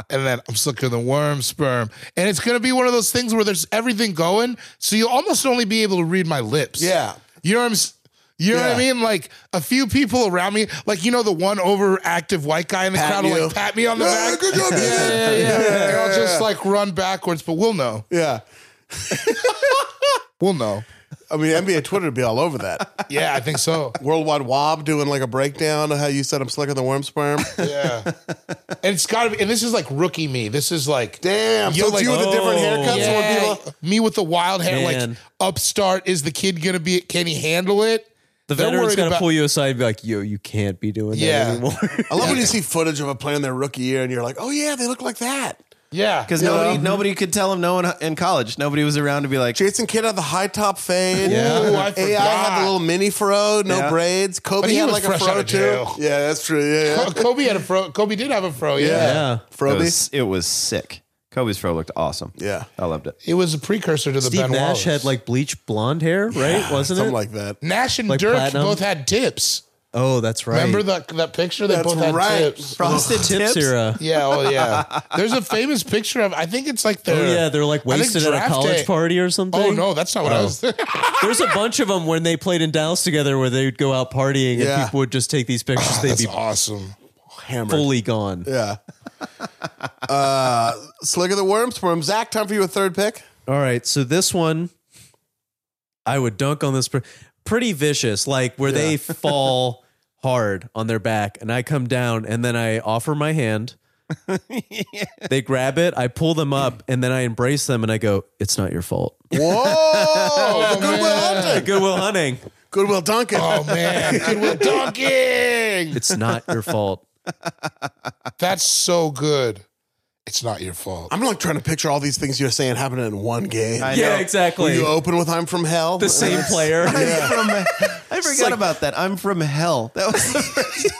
S4: and then I'm slicker than worm sperm, and it's gonna be one of those things where there's everything going, so you'll almost only be able to read my lips.
S2: Yeah.
S4: you know what I'm. s- You know what I
S2: Yeah.
S4: mean? Like a few people around me, like you know the one overactive white guy in the
S2: Pat
S4: crowd, will
S2: you.
S4: like pat me on the
S2: Yeah,
S4: back.
S2: good job,
S4: *laughs* yeah,
S2: man.
S4: yeah, yeah, yeah. And I'll just like run backwards, but we'll know.
S2: Yeah.
S4: We'll know.
S2: I mean, NBA Twitter would be all over that.
S4: Yeah, I think so.
S2: Worldwide Wob doing like a breakdown of how you said I'm slicker than worm sperm.
S4: Yeah. and it's got to be, and this is like rookie me. This is like,
S2: Damn.
S4: You're
S2: so it's you with the
S4: like,
S2: different
S5: oh.
S2: haircuts.
S4: yeah,
S2: when people-
S4: me with the wild hair,
S5: Man.
S4: like upstart. Is the kid going to be, can he handle it?
S5: The
S4: They're
S5: veteran's
S4: worried
S5: gonna
S4: about-
S5: pull you aside and be like, yo, you can't be doing
S4: Yeah.
S2: *laughs*
S5: that anymore.
S2: I love when you see footage of a player in their rookie year and you're like, oh, yeah, they look like that.
S4: Yeah.
S3: Because nobody nobody could tell him no one in college. Nobody was around to be like,
S2: Jason Kidd had the high top fade.
S4: Yeah. Ooh,
S2: AI
S4: I
S2: had
S4: forgot.
S2: the little mini fro, no
S3: Yeah.
S2: braids. Kobe
S4: But he
S2: had
S4: was
S2: like a
S4: fresh
S2: fro
S4: out of
S2: too.
S4: jail.
S2: Yeah, that's true. Yeah, yeah.
S4: Kobe had a fro. Kobe did have a fro. Yeah.
S5: yeah.
S3: it
S2: Froby.
S3: was, it was sick. Kobe's fro looked awesome.
S2: Yeah.
S3: I loved it.
S4: It was a precursor to the
S5: Steve
S4: Ben
S5: Nash
S4: Wallace.
S5: had like bleach blonde hair, right? Wasn't it?
S2: Something like that.
S4: Nash and
S5: like
S4: Dirk
S5: platinum.
S4: both had tips.
S5: oh, that's right.
S4: Remember that that picture? They
S2: That's
S4: both had
S2: right.
S4: tips.
S3: Frosted
S5: tips era?
S4: Yeah, oh yeah. There's a famous picture of. I think it's like
S5: Oh
S4: their.
S5: yeah, they're like
S4: I think
S5: wasted at a
S4: draft
S5: college
S4: day-
S5: party or something.
S4: Oh no, that's not what I was.
S5: *laughs* There's a bunch of them when they played in Dallas together where they would go out partying
S2: Yeah.
S5: and people would just take these pictures. They'd
S4: That's
S5: be
S4: awesome.
S2: Hammered.
S5: fully gone.
S2: Yeah. uh, Slick of the Worms from Zach. Time for you a third pick.
S5: All right, so this one I would dunk on this. per- Pretty vicious, like where they *laughs* fall hard on their back, and I come down, and then I offer my hand. They grab it, I pull them up, and then I embrace them, and I go, "It's not your fault." *laughs*
S2: Whoa! Goodwill Hunting.
S5: Goodwill Hunting,
S2: Goodwill Duncan.
S4: Oh man, Goodwill Dunking.
S5: it's not your fault.
S4: That's so good. It's not your fault.
S2: I'm like trying to picture all these things you're saying happening in one game.
S3: I
S5: yeah,
S3: know.
S5: exactly.
S2: You open with "I'm from Hell." *laughs*
S5: the same player.
S3: From- I forgot about that. I'm from hell. That was the first.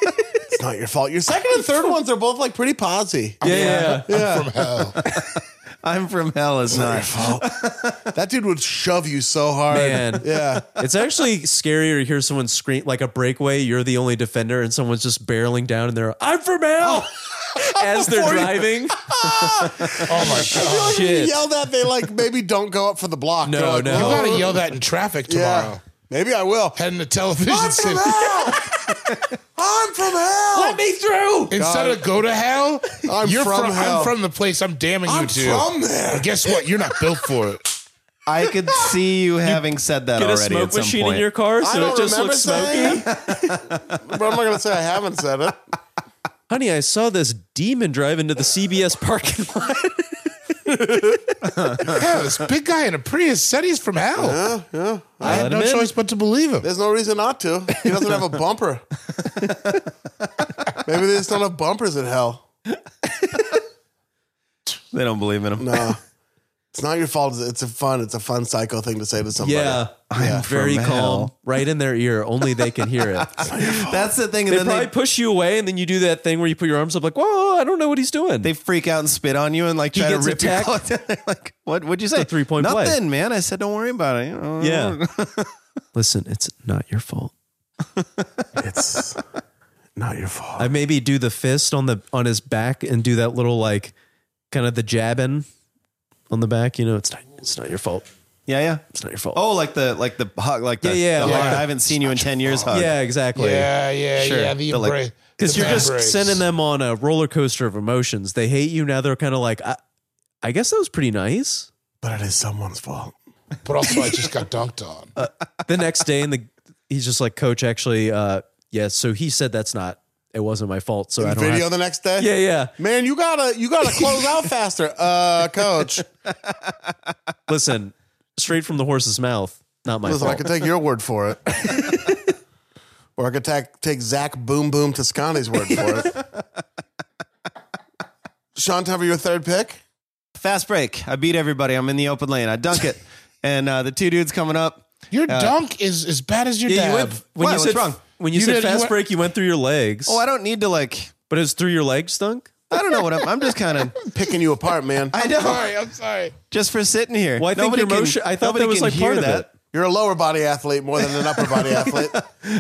S2: It's not your fault. Your second and
S5: *laughs*
S2: third ones are both like pretty posy.
S5: yeah,
S4: I'm
S5: yeah. yeah.
S4: from *laughs* hell.
S3: I'm from hell is not.
S2: That dude would shove you so hard.
S5: Man. *laughs*
S2: Yeah.
S5: It's actually scarier to hear someone scream like a breakaway. You're the only defender, and someone's just barreling down, and they're "I'm from hell" *laughs* as they're *laughs* driving. *laughs*
S4: Oh my god.
S2: If you
S5: Shit.
S2: yell that they like maybe don't go up for the block.
S5: No,
S2: They're like,
S5: no.
S4: You
S2: "Whoa."
S4: gotta yell that in traffic
S2: Yeah.
S4: tomorrow.
S2: Maybe I will.
S4: Heading to television
S2: I'm from
S4: city.
S2: hell. I'm from hell.
S5: Let me through.
S4: Instead of go to hell,
S2: I'm
S4: you're
S2: from
S4: from,
S2: hell.
S4: *laughs* I'm from the place I'm damning
S2: I'm
S4: you to.
S2: from there.
S4: And guess what? You're not built for it.
S3: I could see you having said that
S5: Get a
S3: already.
S5: smoke
S3: at some
S5: machine
S3: point.
S5: in your car
S2: I
S5: so
S2: don't
S5: it just
S2: remember
S5: looks smoky.
S2: saying. *laughs* but I'm not gonna say I haven't said it.
S5: Honey, I saw this demon drive into the *laughs* CBS parking lot.
S4: *laughs* Yeah, this big guy in a Prius said he's from hell. I had
S5: Let
S4: no
S5: him in.
S4: choice but to believe him.
S2: There's no reason not to. He doesn't have a
S5: *laughs*
S2: bumper. Maybe they just don't have bumpers in hell.
S3: They don't believe in him.
S2: No. It's not your fault. It's a fun. It's a fun psycho thing to say to somebody.
S5: yeah,
S3: I'm
S5: very
S3: from
S5: calm,
S3: hell.
S5: right in their ear. Only they can hear *laughs* it.
S3: That's the thing. And
S5: they
S3: then
S5: probably
S3: they,
S5: push you away, and then you do that thing where you put your arms up, like, "Whoa, I don't know what he's doing."
S3: they freak out and spit on you and like try to
S5: gets
S3: rip
S5: attacked.
S3: your clothes. They're *laughs* like, what? What'd you say?
S5: a three-point play.
S3: Nothing, man. I said, don't worry about it. You know?
S5: *laughs* yeah. Listen, it's not your fault.
S2: It's not your fault.
S5: I maybe do the fist on the on his back and do that little like kind of the jabbing on the back. You know, it's not it's not your fault.
S3: yeah, yeah.
S5: It's not your fault.
S3: Oh, like the like the hug, like the,
S5: Yeah, yeah,
S3: the
S5: yeah.
S3: hug, I haven't seen you in ten years. Hug.
S5: yeah, exactly.
S4: Yeah, yeah,
S3: Sure.
S4: yeah. The
S3: But, like,
S4: embrace.
S5: because
S4: The
S5: you're just
S4: embrace.
S5: sending them on a roller coaster of emotions. They hate you now. They're kind of like, I, I guess that was pretty nice.
S2: But it is someone's fault.
S4: But also, I
S5: *laughs*
S4: just got dunked on.
S5: Uh, The next day, and the he's just like, Coach, actually, uh, yeah. So he said that's not. It wasn't my fault. So I don't.
S2: Video
S5: have-
S2: the next day.
S5: yeah, yeah.
S2: Man, you gotta you gotta close out faster, uh, coach.
S5: Listen, straight from the horse's mouth. Not *laughs* my
S2: Listen, I
S5: fault.
S2: could take your word for it,
S5: *laughs*
S2: or I could ta- take Zach Boom Boom Toscani's word for
S5: *laughs*
S2: it. Sean, time for your third pick.
S3: Fast break. I beat everybody. I'm in the open lane. I dunk
S5: *laughs*
S3: it, and uh, the two dudes coming up.
S4: Your dunk is as bad as your
S5: uh, Yeah, you
S4: dab.
S5: went, when
S3: Why?
S5: you
S3: What's
S5: said
S3: wrong?
S5: when you,
S4: You
S5: said
S4: did- you
S5: fast
S4: went-
S5: break, you went through your legs.
S3: Oh, I don't need to like.
S5: but it's through your legs, dunk.
S3: I don't know what I'm. I'm just kind of.
S2: Picking you apart, man.
S3: I know.
S4: *laughs* sorry, I'm sorry.
S3: Just for sitting here.
S5: Well, I think
S3: Nobody
S5: your
S3: can-
S5: motion- I thought
S3: nobody
S5: that was,
S3: can
S5: like,
S3: hear
S5: part of
S3: that.
S5: it.
S2: You're a lower body athlete more than an upper body
S4: *laughs*
S2: athlete.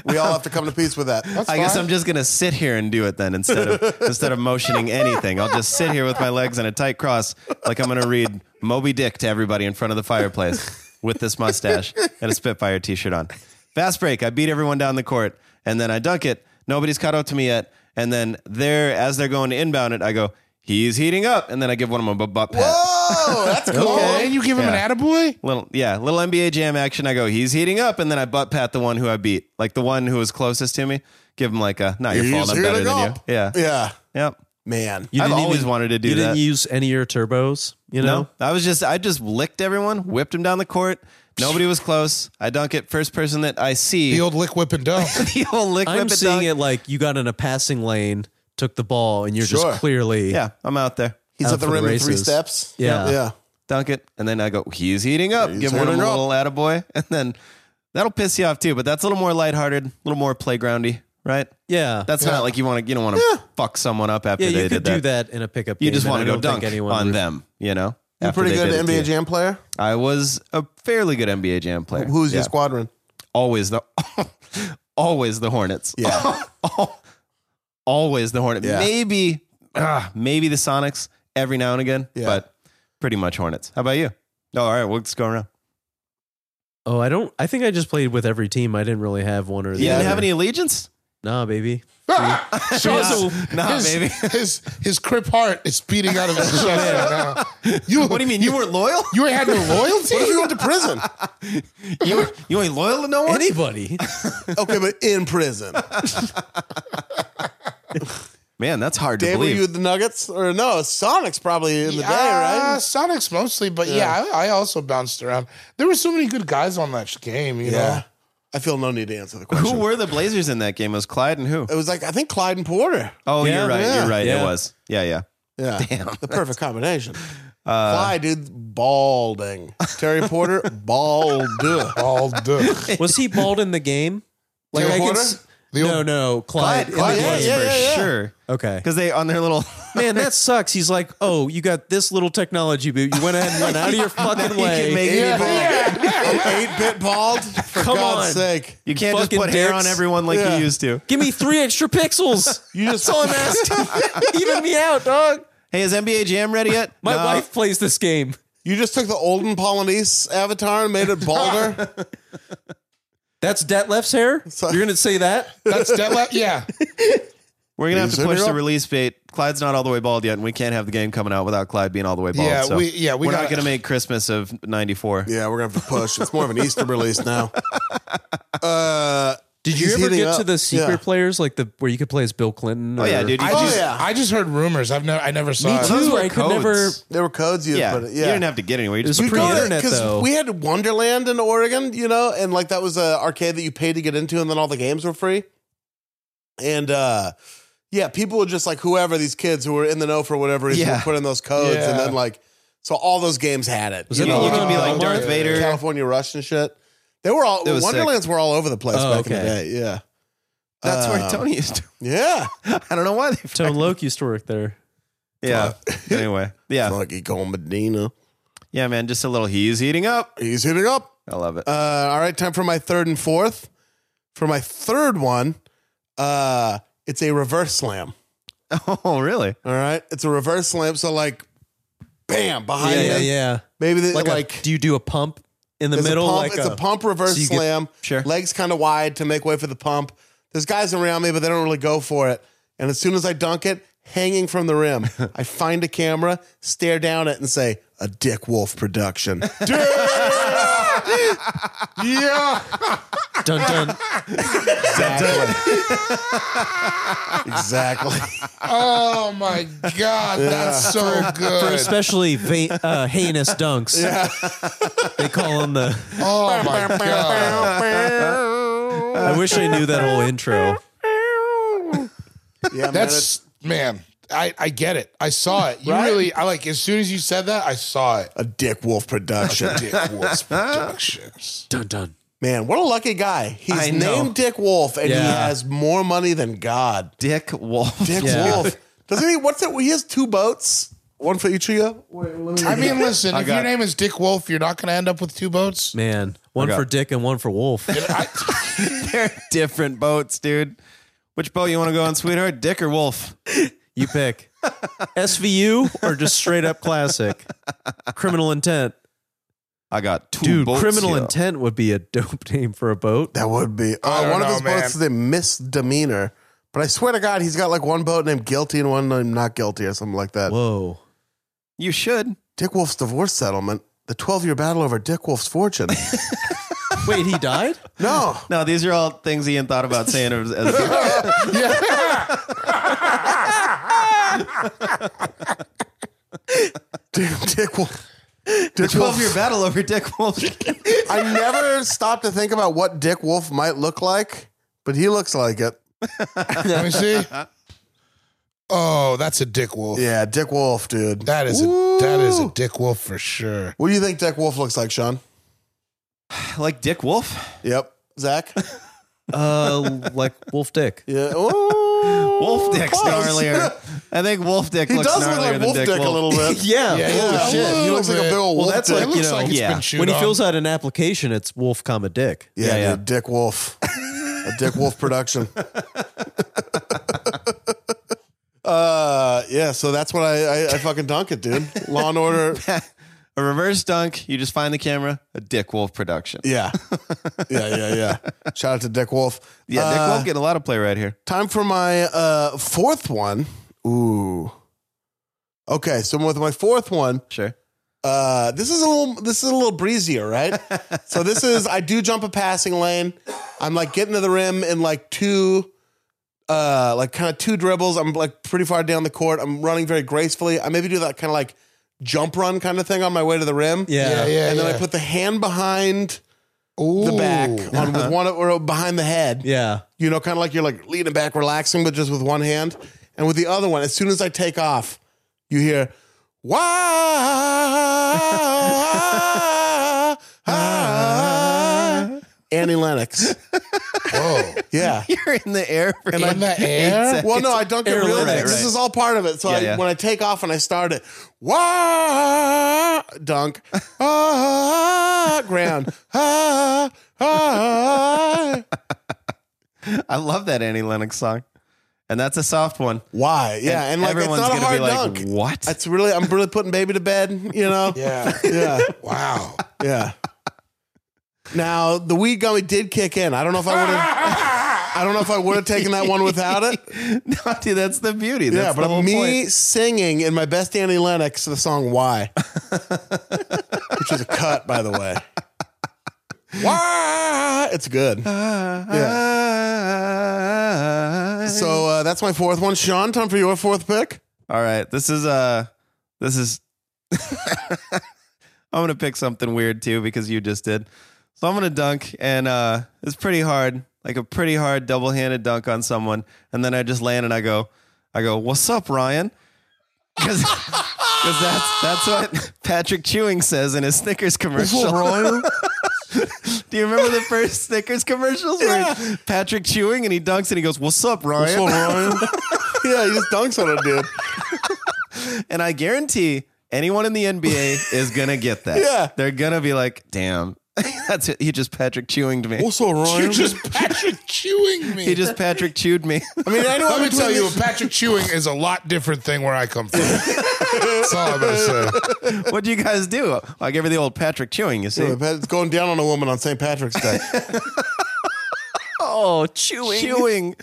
S2: We all have to come to peace with that.
S4: That's
S3: I guess
S4: fine.
S3: I'm just gonna sit here and do it then
S2: *laughs*
S3: instead of instead of motioning anything. I'll just sit here with my legs in a tight cross, like I'm gonna read Moby Dick to everybody in front of the fireplace with this mustache and a Spitfire t-shirt on. Fast break. I beat everyone down the court, and then I dunk it. Nobody's caught up to me yet. And then there, as they're going to inbound it, I go, "He's heating up," and then I give one of them a butt pat.
S2: Whoa,
S3: *laughs*
S2: that's cool.
S4: Oh, and you give him
S3: Yeah.
S4: an attaboy?
S3: Little yeah, little NBA Jam action. I go, he's heating up, and then I butt pat the one who I beat, like the one who was closest to me. Give him like a not your
S2: He's
S3: fault. I'm
S2: heating
S3: better than
S2: up.
S3: you. Yeah,
S2: Yeah,
S3: yep.
S2: man.
S5: You
S3: I've
S5: didn't
S3: always wanted to do
S5: You
S3: that.
S5: didn't use any of your turbos, you know.
S3: No, I was just I just licked everyone, whipped him down the court. Nobody was close. I dunk it. First person that I see,
S4: The old lick, whip, and dunk.
S3: *laughs* the old lick
S5: I'm
S3: whip it
S5: seeing
S3: dunk.
S5: it like you got in a passing lane, took the ball, and you're
S2: Sure.
S5: just clearly
S3: Yeah, I'm out there.
S2: He's
S5: Out
S2: at the
S5: for the
S2: rim in three
S5: races.
S2: steps.
S5: Yeah.
S2: yeah.
S3: Dunk it, and then I go, he's heating up. Give
S2: heating
S3: one of them a
S2: up.
S3: little attaboy, *laughs* and then that'll piss you off too. But that's a little more lighthearted, a little more playgroundy, right?
S5: yeah.
S3: That's not like you want to you don't want to fuck someone up after
S5: yeah.
S3: they
S5: You
S3: did
S5: could
S3: that.
S5: do that in a pickup.
S3: You
S5: game,
S3: just
S5: and
S3: want
S5: I
S3: to go
S5: don't think
S3: dunk
S5: anyone
S3: on
S5: would-
S3: them, you know.
S2: You're
S3: after
S2: pretty
S3: they
S2: good
S3: did
S2: at
S3: it to
S2: NBA
S3: you.
S2: Jam player.
S3: I was a fairly good NBA Jam player.
S2: Who's your
S3: Yeah.
S2: squadron?
S3: always the *laughs* always the Hornets.
S2: Yeah.
S3: *laughs* always the Hornets.
S2: Yeah.
S3: Maybe ah, maybe the Sonics every now and again,
S2: Yeah.
S3: but pretty much Hornets. How about you? Oh, all right, we'll just go around.
S5: Oh, I don't. I think I just played with every team. I didn't really have one or the
S3: You
S5: other.
S3: didn't have any allegiance?
S5: Nah, baby.
S4: *laughs* Ah! Sean's-
S3: nah,
S4: his,
S3: baby.
S4: his his crip heart is beating out of his chest right now. You,
S3: What do you mean?
S5: *laughs*
S3: You weren't loyal?
S4: You ain't had no loyalty.
S2: What if you went to prison?
S3: *laughs* You, you ain't loyal to no one?
S5: Anybody.
S2: Okay, but in prison.
S3: Man, that's hard to
S2: Dave, were
S3: believe.
S2: you with the Nuggets? Or no, Sonic's probably *laughs* in the
S4: Uh,
S2: day,
S4: Sonics mostly, but yeah, I, I also bounced around. There were so many good guys on that sh- game. You
S2: right? Yeah.
S4: know,
S2: I feel no need to answer the
S3: who
S2: question.
S3: were the Blazers in that game? It was Clyde and who?
S2: It was like, I think Clyde and Porter.
S3: Oh,
S5: Yeah,
S3: you're right.
S2: yeah,
S3: you're right.
S5: yeah.
S3: It was. Yeah, yeah.
S2: Yeah. The perfect combination.
S5: Uh,
S2: Clyde, dude, balding. Terry Porter, bald.
S4: all duh.
S5: Was he bald in the game? Like
S4: Tim
S5: I can
S4: Porter?
S5: s-
S4: The
S5: no,
S4: old-
S5: no, Clyde. in the
S3: Clyde
S5: game.
S3: was
S2: yeah,
S3: for
S2: yeah, yeah.
S3: sure.
S5: Okay.
S3: Because they on their little
S5: Man, that sucks. He's like, oh, you got this little technology, but you went ahead and went out
S2: *laughs*
S5: of your fucking
S3: *laughs*
S5: way.
S3: make me bald.
S2: Eight bit bald? For
S5: Come
S2: God's
S5: on.
S2: sake.
S3: You can't just
S5: Fucking
S3: put hair on
S5: dicks.
S3: everyone like
S2: Yeah.
S3: you used to.
S5: Give me three extra pixels.
S2: *laughs* You just
S5: That's all I'm
S2: *laughs*
S5: asking. Even me out, dog.
S3: Hey, is NBA Jam ready yet?
S5: My
S3: No.
S5: wife plays this game.
S2: you just took the olden Polynese avatar and made it balder.
S5: That's Detlef's hair. You're gonna say
S2: *laughs*
S5: that?
S4: That's Detlef. Yeah,
S3: We're gonna have
S2: Is
S3: to
S2: it
S3: push the
S2: real?
S3: release date. Clyde's not all the way bald yet, and we can't have the game coming out without Clyde being all the way bald.
S4: Yeah,
S3: so
S4: we- yeah, we
S3: are not
S4: gotta-
S3: gonna make Christmas of '94.
S2: *laughs* yeah, we're going to have to push. It's more of an Easter release now. Uh,
S5: Did you
S2: He's
S5: ever
S2: heating
S5: get to
S2: up.
S5: the secret
S2: Yeah.
S5: players, like the where you could play as Bill Clinton?
S3: Oh
S5: or-
S3: yeah, dude. You
S4: I
S3: just-
S4: just
S2: yeah.
S4: I just heard rumors. I've never I never saw.
S5: Me
S4: it.
S3: those
S5: too.
S3: were
S5: I could
S3: codes.
S5: never.
S2: there were codes you
S3: yeah.
S2: put it.
S3: you didn't have to get anywhere. You just
S5: was
S3: put it in.
S2: *laughs*
S5: pre-internet. though.
S2: we had Wonderland in Oregon, you know, and like that was a arcade that you paid to get into, and then all the games were free. And uh yeah, people would just like whoever these kids who were in the know for whatever reason
S3: Yeah.
S2: would put in those codes, and
S4: Yeah.
S2: then like so all those games had it.
S3: You,
S5: it
S3: know, you
S5: all
S3: could be like
S5: Walmart?
S3: Darth
S5: Yeah.
S3: Vader.
S2: California Rush and shit. They were all
S3: It was sick.
S2: Wonderlands were all over the place
S5: Oh,
S2: back in
S5: okay.
S2: the day. Yeah,
S3: That's where
S2: Um,
S3: Tony used to.
S2: yeah.
S3: Uh, *laughs* I don't know why
S5: *laughs*
S3: they.
S5: Tone Loke used to work there.
S3: Yeah. *laughs* anyway. Yeah.
S2: Like he called Medina.
S3: Yeah, man. Just a little. He's eating up.
S2: He's hitting up.
S3: I love it. *laughs*
S2: Uh, all right, time for my third and fourth. For my third one, uh, it's a reverse slam.
S3: oh, really?
S2: All right, it's a reverse slam. So like, bam behind
S5: yeah, yeah,
S2: him.
S5: yeah.
S2: Maybe they,
S5: Like,
S2: like,
S5: a- do you do a pump in the
S2: it's
S5: middle?
S2: A pump,
S5: like
S2: it's a, pump reverse
S5: so you get-
S2: slam.
S3: sure.
S2: legs kind of wide to make way for the pump. There's guys around me, but they don't really go for it. And as soon as I dunk it, hanging from the
S5: *laughs*
S2: rim, I find a camera, stare down it, and say, "A Dick Wolf
S5: *laughs*
S2: production."
S4: Yeah,
S5: Dun
S2: *laughs*
S5: dun.
S2: exactly. exactly.
S4: Oh my god, that's so
S5: For
S4: good.
S5: especially va- uh, heinous dunks. they call them the.
S4: Oh my god.
S5: I wish I knew that whole intro.
S2: Yeah, man, it's-
S4: That's man. I, I get it. I saw it. You really I like as soon as you said that, I saw it.
S2: a Dick Wolf production.
S5: *laughs*
S4: Dick Wolf's Productions.
S5: Dun dun.
S2: Man, what a lucky guy. He's
S3: I know.
S2: named Dick Wolf and he
S5: Yeah.
S2: has more money than God.
S3: Dick Wolf.
S2: Dick
S5: Yeah.
S2: Wolf. *laughs* Doesn't he? What's it? He has two boats, one for each of you.
S4: I mean, listen, if
S3: got it.
S4: your name is Dick Wolf, you're not gonna end up with two
S5: *laughs*
S4: boats.
S5: Man, one
S3: Okay.
S5: for Dick and one for Wolf.
S4: I,
S3: They're *laughs* different boats, dude. Which boat you want to go on, sweetheart? Dick or Wolf?
S5: You pick SVU or just straight up classic. Criminal intent.
S3: I got two
S5: Dude,
S3: boats.
S5: criminal
S3: here.
S5: intent would be a dope name for a boat.
S2: That would be. Uh,
S4: don't
S2: one of
S4: know,
S2: his
S4: man.
S2: boats is a misdemeanor. But I swear to God, he's got like one boat named Guilty and one named Not Guilty or something like that.
S5: Whoa.
S3: You should.
S2: Dick Wolf's divorce settlement, the 12 year battle over Dick Wolf's fortune.
S5: Wait, he died?
S2: no.
S3: No, these are all things Ian thought about saying.
S2: *laughs*
S3: As, as-
S2: Dick, Dick Wolf.
S3: the
S2: Dick Wolf.
S3: twelve-year battle over Dick
S2: *laughs*
S3: Wolf.
S2: I never stopped to think about what Dick Wolf might look like, but he looks like it.
S4: let me see. Oh, that's a Dick Wolf.
S2: Yeah, Dick Wolf, dude.
S4: That is a, that is a Dick Wolf for sure.
S2: What do you think Dick Wolf looks like, Sean?
S3: like Dick Wolf.
S2: Yep. Zach?
S5: Uh, like Wolf Dick.
S2: Yeah. Ooh,
S3: Wolf Dick's
S2: close.
S3: gnarlier. I think Wolf Dick
S2: He
S3: looks
S2: does
S3: gnarlier
S2: look like
S3: than
S2: Wolf
S3: Dick,
S2: Dick,
S3: Wolf.
S2: a little bit.
S5: *laughs* Yeah.
S4: yeah.
S2: Holy
S4: A
S2: shit, he
S4: little
S2: looks like a
S4: bit.
S2: big old
S5: Well,
S2: wolf
S5: that's
S2: dick.
S4: It
S5: like, you
S4: looks
S5: know,
S4: like it's
S3: yeah.
S4: been chewed
S5: When he
S4: on.
S5: fills out an application, it's Wolf, comma Dick.
S2: Yeah,
S3: Yeah, yeah.
S2: dude, Dick Wolf. a Dick Wolf production. uh yeah, so that's what I I, I fucking dunk it, dude. Law and order
S3: a reverse dunk. You just find the camera. A Dick Wolf production.
S2: Yeah. Yeah, yeah, yeah. Shout out to Dick Wolf.
S3: Yeah, Dick
S2: Uh,
S3: Wolf getting a lot of play right here.
S2: Time for my uh, fourth one. Ooh. Okay, so with my fourth one,
S3: Sure.
S2: uh, this is a little this is a little breezier, right?
S4: *laughs*
S2: so this is I do jump a passing lane. I'm like getting to the rim in like two uh like kind of two dribbles. I'm like pretty far down the court. I'm running very gracefully. I maybe do that kind of like jump run kind of thing on my way to the rim.
S4: Yeah, yeah.
S2: and then I
S4: yeah.
S2: put the hand behind the
S4: Ooh.
S2: back on
S4: *laughs*
S2: with one or behind the head.
S5: Yeah.
S2: You know, kind of like you're like leaning back, relaxing, but just with one hand. And with the other one, as soon as I take off, you hear, wow. ah, ah." Annie Lennox.
S4: Whoa.
S3: *laughs*
S2: Yeah.
S3: *laughs* You're in the air. For
S4: In the air?
S2: Well, no, I don't get
S3: Air
S2: real.
S3: Lennox.
S2: This
S3: Right,
S2: is all part of it. So
S3: Yeah,
S2: I,
S3: yeah.
S2: when I take off and I start it, wow,
S3: *laughs*
S2: dunk, ah, ground, ah, ah.
S3: I love that Annie Lennox song, and that's a soft one.
S2: Why? Yeah, and, like
S3: everyone's
S2: it's not a
S3: gonna
S2: hard
S3: be like,
S2: dunk.
S3: "What?"
S2: It's really I'm really putting baby to bed, you know?
S4: Yeah.
S2: Yeah.
S4: Wow.
S2: Yeah. Now the weed gummy did kick in. I don't know if I would have I don't know if I would have taken that one without it.
S3: *laughs* no, dude, that's the beauty. That's
S2: yeah,
S3: the
S2: but
S3: whole *laughs*
S2: me
S3: point.
S2: singing in my best Annie Lennox the song Why. Which is a cut, by the way. Why it's good. Yeah.
S3: Ah,
S2: So uh, that's my fourth one. Sean, time for your fourth pick.
S3: All right, this is uh this is *laughs* I'm gonna pick something weird too because you just did. So I'm gonna dunk and uh it's pretty hard, like a pretty hard double-handed dunk on someone, and then I just land and I go, I go, what's up, Ryan? Because *laughs* that's that's what *laughs* Patrick Chewing says in his Snickers commercial. *laughs* Do you remember the first Snickers commercials where Patrick Chewing and he dunks and he goes, "What's up, Ryan?"
S2: yeah, he just dunks on it, dude.
S3: And I guarantee anyone in the NBA is gonna get that.
S2: Yeah.
S3: They're gonna be like, damn, *laughs* that's it. He just Patrick chewing to me.
S2: Also,
S4: *laughs*
S2: Ryan.
S4: You just Patrick chewing me.
S3: He just Patrick chewed me.
S2: I mean, I know
S4: Let me
S2: between
S4: tell you,
S2: these-
S4: Patrick chewing is a lot different thing where I come from. That's all I'm gonna say.
S3: what do you guys do? I gave her the old Patrick chewing, you see.
S2: Yeah, Pat- It's going down on a woman on St. Patrick's Day.
S5: Oh, chewing.
S3: *laughs* Chewing.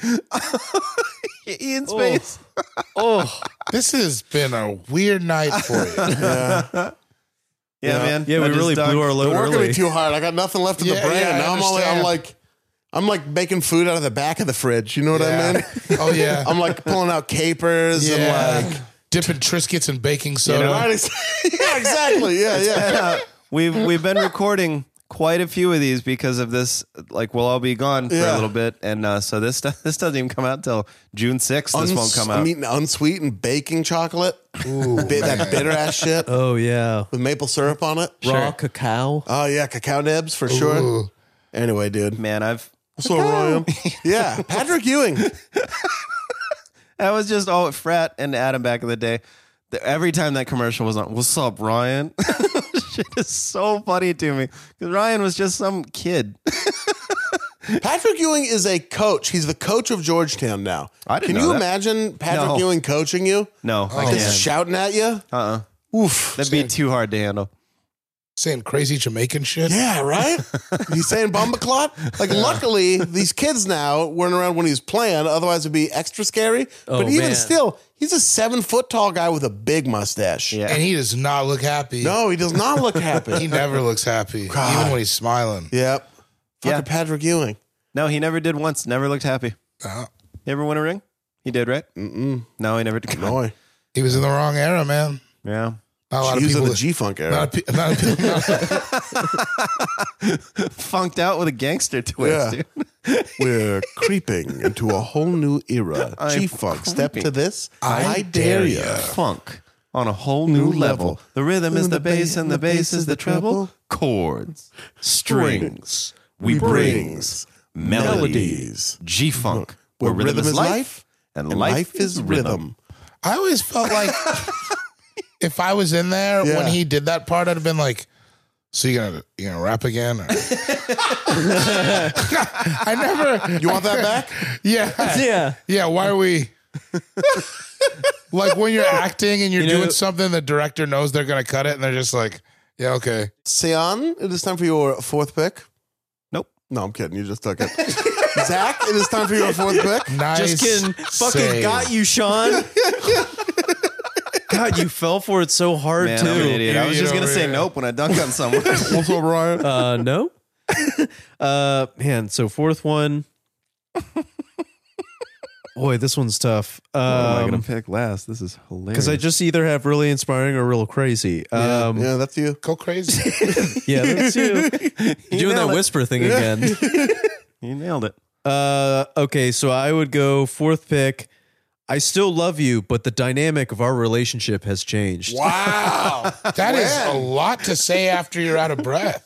S3: Ian Space.
S5: Oh,
S4: This has been a weird night for you.
S3: Yeah, man.
S5: yeah.
S3: I
S5: We
S3: just
S5: really
S3: dunked.
S5: blew our load
S2: They're working
S5: early.
S2: me too hard. I got nothing left in the
S4: Yeah,
S2: brain.
S4: yeah, I
S2: now I'm, all, I'm
S4: understand.
S2: like, I'm like making food out of the back of the fridge. You know what I mean?
S4: Oh yeah.
S2: I'm like pulling out capers
S4: yeah.
S2: and like.
S4: dipping Triscuits in baking soda.
S2: Right, ex- *laughs* yeah, exactly. Yeah, yeah.
S3: Uh, *laughs* we've we've been recording quite a few of these because of this. Like we'll all be gone for
S2: Yeah.
S3: a little bit, and uh, so this *laughs* stuff this doesn't even come out till June sixth. This won't
S2: Uns-
S3: come out.
S2: I'm eating unsweetened baking chocolate. Bi- that bitter ass shit
S5: oh yeah.
S2: with maple syrup on it.
S5: Raw cacao.
S2: Oh yeah, cacao nibs for sure.
S4: Ooh.
S2: Anyway, dude.
S3: man, I've
S2: So Ryan. Yeah, Patrick Ewing.
S3: That was just all Frat and Adam back in the day. The- Every time that commercial was on, what's up, Ryan? *laughs* Shit is so funny to me because Ryan was just some kid.
S2: Patrick Ewing is a coach. He's the coach of Georgetown now.
S3: I
S2: Can
S3: didn't know
S2: you
S3: that.
S2: imagine Patrick
S3: No.
S2: Ewing coaching you?
S3: No, I
S4: Oh,
S2: Just
S3: can't.
S2: shouting at you?
S3: Uh-uh.
S2: Oof.
S3: That'd be too hard to handle.
S4: Saying crazy Jamaican shit.
S2: Yeah,
S3: *laughs*
S2: right? he's saying Bumba Clot? Like, luckily, these kids now weren't around when he was playing. Otherwise, it'd be extra scary.
S5: Oh,
S2: but even
S5: man.
S2: still, he's a seven foot tall guy with a big mustache.
S3: Yeah.
S4: And he does not look happy.
S2: No, he does not look
S3: *laughs*
S4: He
S2: happy.
S4: never looks
S2: *laughs*
S4: happy. Even when he's smiling.
S2: yep. Fucking
S3: Yeah.
S2: Patrick Ewing.
S3: No, he never did once. Never looked happy.
S4: Uh,
S3: He ever win a ring? He did, right? Uh-huh. Mm-mm. No, he never did.
S2: Boy.
S4: he was in the wrong era, man.
S3: *laughs* Yeah.
S4: Not a lot
S2: He was
S4: of
S2: in
S4: people.
S2: the
S4: that-
S2: G Funk era.
S4: *laughs* not a pe- not a pe- not a-
S3: Funked out with a gangster twist,
S2: Yeah.
S3: dude.
S2: We're creeping into a whole new era.
S3: *laughs* I'm
S2: G Funk, step to
S3: creeping.
S2: this. I, dare you.
S3: Funk on a whole new,
S2: New
S3: level.
S2: level.
S3: The rhythm is
S2: And
S3: the,
S2: the
S3: bass,
S2: ba-
S3: and the bass is the treble. Chords, strings, we brings, melodies, G funk, where rhythm is life, and
S2: and
S3: life is rhythm.
S4: I always felt
S2: *laughs*
S4: like if I was in there
S2: Yeah.
S4: when he did that part, I'd have been like, "So you gonna you gonna rap again?" Or- *laughs* I never.
S2: You want that back?
S5: *laughs*
S4: Yeah,
S5: Yeah.
S4: yeah. Why are we? *laughs* like when you're acting and you're
S5: You know-
S4: doing something, the director knows they're gonna cut it, and they're just like, Yeah, okay.
S2: Sean, it is time for your fourth pick.
S3: Nope.
S2: No, I'm kidding. You just took it. *laughs* Zach, it is time for your fourth pick.
S4: Nice.
S5: Just kidding. Fucking
S4: save.
S5: got you, Sean. God, you fell for it so hard
S3: Man,
S5: too.
S3: I'm an idiot. I was
S4: Idiot
S3: just gonna
S4: over
S3: say
S4: here.
S3: nope when I dunk on someone. *laughs*
S4: What's
S5: *laughs*
S4: up, Ryan?
S5: Uh, no. *laughs* uh, man. So fourth one. Boy, this one's tough.
S3: I'm gonna
S5: Um,
S3: pick last. This is hilarious.
S5: because I just either have really inspiring or real crazy. Um, *laughs* yeah,
S2: yeah, that's you.
S4: Go crazy.
S5: that's *laughs* you. Doing that whisper thing *laughs* again.
S3: you nailed it.
S5: Uh, okay, so I would go fourth pick. I still love you, but the dynamic of our relationship has changed.
S4: Wow. that is a lot to say after you're out of
S2: *laughs*
S4: breath.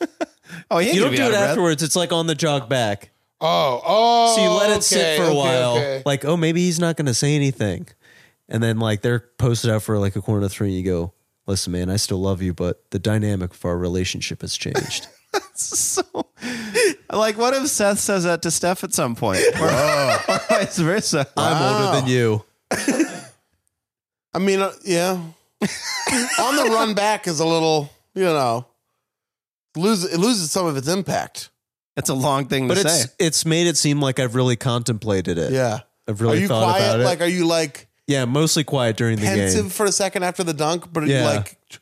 S3: Oh, he ain't
S5: You
S3: gonna
S5: don't
S3: be out
S5: do it
S3: of breath.
S5: afterwards. It's like on the jog back.
S4: Oh, oh.
S5: So you let it
S4: okay,
S5: sit
S2: Oh,
S5: for a
S4: okay,
S5: while.
S4: okay.
S5: Like, oh, maybe he's not going to say anything. And then, like, they're posted out for like a corner three. And you go, listen, man, I still love you, but the dynamic of our relationship
S2: *laughs*
S5: has changed.
S3: so *laughs* like what if Seth says that to Steph at some *laughs* point? Or, or vice versa.
S5: I'm older than you.
S2: *laughs* I mean, uh, yeah. On the run back is a little, you know, lose it loses some of its impact.
S3: It's a long thing
S5: But
S3: to
S5: it's
S3: say.
S5: it's made it seem like I've really contemplated it.
S2: Yeah.
S5: I've
S2: Are
S5: really
S2: you
S5: thought
S2: quiet?
S5: about it.
S2: Like, are you like
S5: yeah, mostly quiet during the game.
S2: pensive for a second after the dunk? But are you
S5: Yeah.
S2: like, *sighs*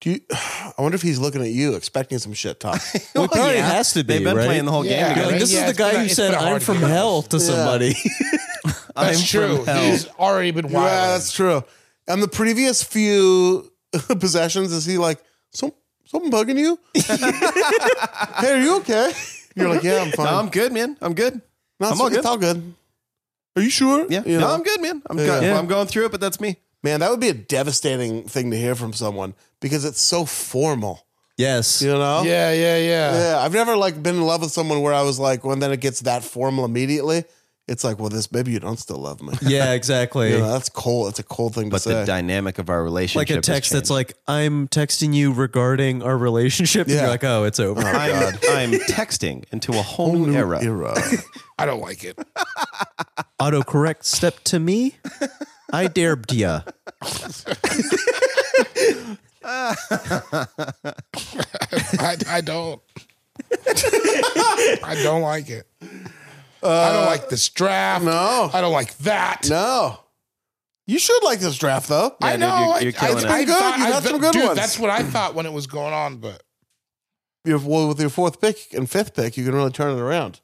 S2: do you? *sighs* I wonder if he's looking at you, expecting some shit
S5: *laughs*
S2: talk.
S5: *laughs* Well, it probably has to be,
S3: They've been
S5: right?
S3: playing the whole
S4: Yeah,
S3: game
S5: You're
S3: together.
S5: like, this
S4: Yeah,
S5: is
S4: it's
S5: the guy
S4: been a-
S5: who
S4: it's
S5: said,
S4: been a
S5: I'm
S4: hard
S5: from
S4: game.
S5: hell to
S2: Yeah.
S5: somebody. *laughs*
S4: That's
S3: I'm
S4: true.
S3: from hell.
S4: He's already been wild.
S2: Yeah, that's true. And the previous few *laughs* possessions, is he like, some something bugging you? *laughs* hey, are you okay? You're like, yeah, I'm fine.
S3: No, I'm good, man. I'm good.
S2: No, it's-
S3: I'm all
S2: It's
S3: good.
S2: all good. Are you sure?
S3: Yeah.
S2: You
S3: no,
S2: know?
S3: I'm good, man. I'm
S2: Yeah.
S3: good.
S2: Yeah.
S3: I'm going through it, but that's me.
S2: Man, that would be a devastating thing to hear from someone because it's so formal.
S5: yes.
S2: You know?
S4: Yeah, yeah, yeah.
S2: Yeah, I've never like been in love with someone where I was like, when then it gets that formal immediately, it's like, well, this maybe you don't still love me.
S5: Yeah, exactly.
S2: You know, that's cold. It's a cold thing to
S3: But the
S2: say.
S3: dynamic of our relationship
S5: like a text that's like, I'm texting you regarding our relationship. And
S2: Yeah.
S5: *laughs* you're like, oh, it's
S3: *laughs*
S5: over.
S3: I'm, I'm texting into a whole, new era.
S4: I don't like it.
S5: *laughs* Autocorrect step to me. I dared ya.
S4: I, I don't.
S2: *laughs*
S4: I don't like it. I don't like this draft.
S2: no.
S4: I don't like that.
S2: No. You should like this draft though.
S4: I
S3: dude,
S4: know.
S3: you're-
S4: I-
S3: you're
S4: I,
S3: killing
S4: I,
S2: it.
S4: thought-
S2: Good, you
S4: I
S2: got
S4: thought-
S2: some good
S4: dude,
S2: ones.
S4: That's what I thought when it was going on, but
S2: Your- well, with your fourth pick and fifth pick, you can really turn it around.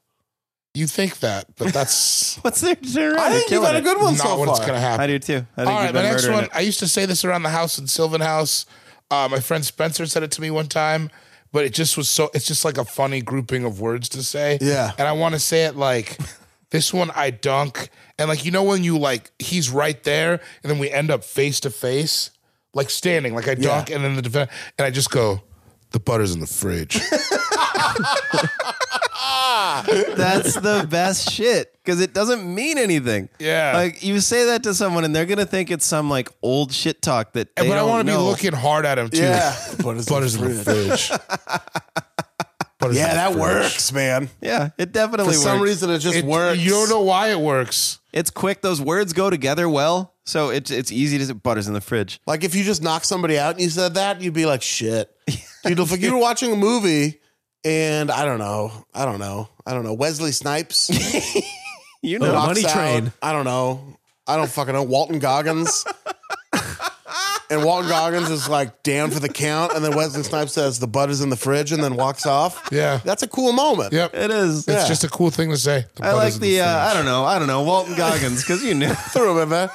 S4: you think that,
S2: *laughs*
S4: but that's
S3: What's their turnaround?
S2: I
S3: You're
S2: think you
S3: killing
S2: got a
S3: it.
S2: good one
S4: not
S2: so
S4: what's
S2: far.
S4: going to happen.
S3: I do too. I think
S4: All right,
S3: you've
S4: my
S3: been
S4: next
S3: murdering
S4: one.
S3: it.
S4: I used to say this around the house in Sylvan House. Uh, my friend Spencer said it to me one time, but it just was so. It's just like a funny grouping of words to say.
S2: Yeah.
S4: and I want to say it like *laughs* this one. I dunk, and like you know when you like he's right there, and then we end up face to face, like standing, like I dunk, and then the defense, and I just go, the butter's in
S3: *laughs*
S4: the fridge.
S3: That's *laughs* the best shit because it doesn't mean anything.
S4: Yeah.
S3: like you say that to someone and they're gonna think it's some like old shit talk that. They
S4: but I
S3: don't
S4: want to be
S3: know.
S4: looking hard at him too.
S2: Yeah.
S4: *laughs* butter's, in the fridge.
S3: *laughs*
S4: Butter's in
S2: Yeah,
S4: the
S2: that
S4: fridge.
S2: works, man.
S3: Yeah, it definitely
S2: For
S3: works.
S2: some reason, it just
S4: It-
S2: works.
S4: You don't know why it works.
S3: it's quick. Those words go together well, so it's it's easy to say, butters in the fridge.
S2: Like if you just knock somebody out and you said that, you'd be like, shit. Dude, if you were watching a movie and I don't know, I don't know, I don't know, Wesley Snipes,
S3: You
S5: Oh,
S3: know,
S2: knocks
S5: Money
S2: out-
S5: Train.
S2: I don't know, I don't fucking know, Walton Goggins. and Walton Goggins is like down for the count, and then Wesley Snipes says the butter's in the fridge, and then walks off.
S4: Yeah.
S2: That's a cool moment.
S4: Yep.
S3: it is.
S4: It's
S2: Yeah.
S4: just a cool thing to say. The
S3: I like
S4: butter's in
S3: the.
S4: fridge.
S3: uh, I don't know. I don't know Walton Goggins because you knew.
S2: Throw him in there.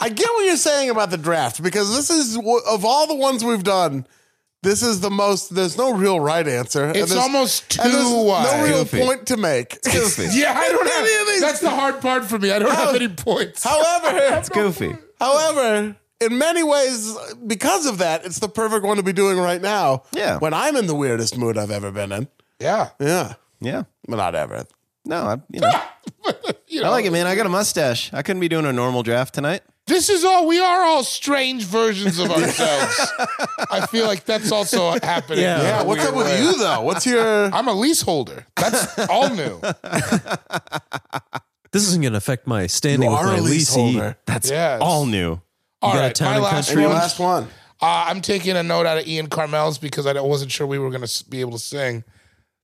S2: I get what you're saying about the draft because this is w- of all the ones we've done, this is the most. There's no real right answer. And
S4: It's
S2: there's-
S4: almost
S2: and there's
S4: too wide.
S2: No real
S3: Goofy.
S2: point to make.
S4: yeah, I don't have
S2: Any of these-
S4: That's the hard part for me. I don't have any points.
S2: however,
S3: It's goofy.
S2: however, in many ways, because of that, it's the perfect one to be doing right now.
S3: Yeah.
S2: when I'm in the weirdest mood I've ever been in.
S4: Yeah.
S2: Yeah,
S3: Yeah.
S2: well, not ever.
S3: No, I, you know,
S4: *laughs* You
S3: I
S4: know,
S3: like it, man. I got a mustache. I couldn't be doing a normal draft tonight.
S4: this is all we are all strange versions of ourselves. I feel like that's also happening. in
S5: Yeah.
S4: a
S2: Yeah, what's
S4: weird
S2: up with
S4: way.
S2: you though? What's *laughs* your?
S4: I'm a leaseholder. That's all new.
S5: This isn't going to affect my standing
S2: You
S5: with
S2: are
S5: my
S2: a
S5: leasee.
S2: leaseholder.
S3: That's
S4: Yes.
S3: all new.
S4: All
S5: got a
S4: right,
S5: town
S4: my
S5: and
S4: last
S5: country
S4: one.
S5: one?
S2: Last one.
S4: Uh, I'm taking a note out of Ian Carmel's because I wasn't sure we were going to be able to sing.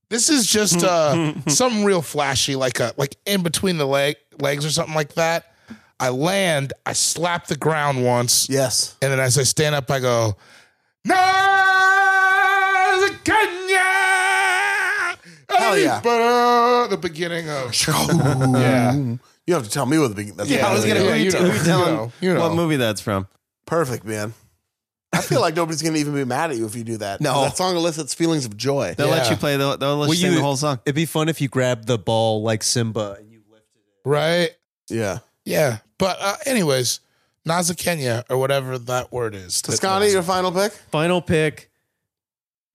S4: This is just uh, something real flashy, like a like in between the leg legs or something like that. I land, I slap the ground once,
S2: Yes.
S4: and then as I stand up, I go, "Nas Kenya!"
S2: Hell yeah.
S4: uh, The beginning of
S3: *laughs*
S4: yeah,
S2: You have to tell me what the big. That's
S4: yeah.
S3: I was gonna-
S4: yeah,
S3: who you
S4: know,
S3: tell- who you telling?
S4: know, you know.
S3: What movie that's from?
S2: perfect, man. I feel like nobody's gonna even be mad at you if you do that.
S3: No.
S2: that song elicits feelings of joy.
S3: They'll let
S4: Yeah.
S3: you play. They'll, they'll let
S5: Will
S3: you sing
S5: you-
S3: the whole song.
S5: It'd be fun if you grabbed the ball like Simba and you lift it.
S4: right?
S2: Yeah,
S4: Yeah, but uh, anyways, Naza Kenya or whatever that word is.
S2: Toscani, your final pick.
S5: Final pick.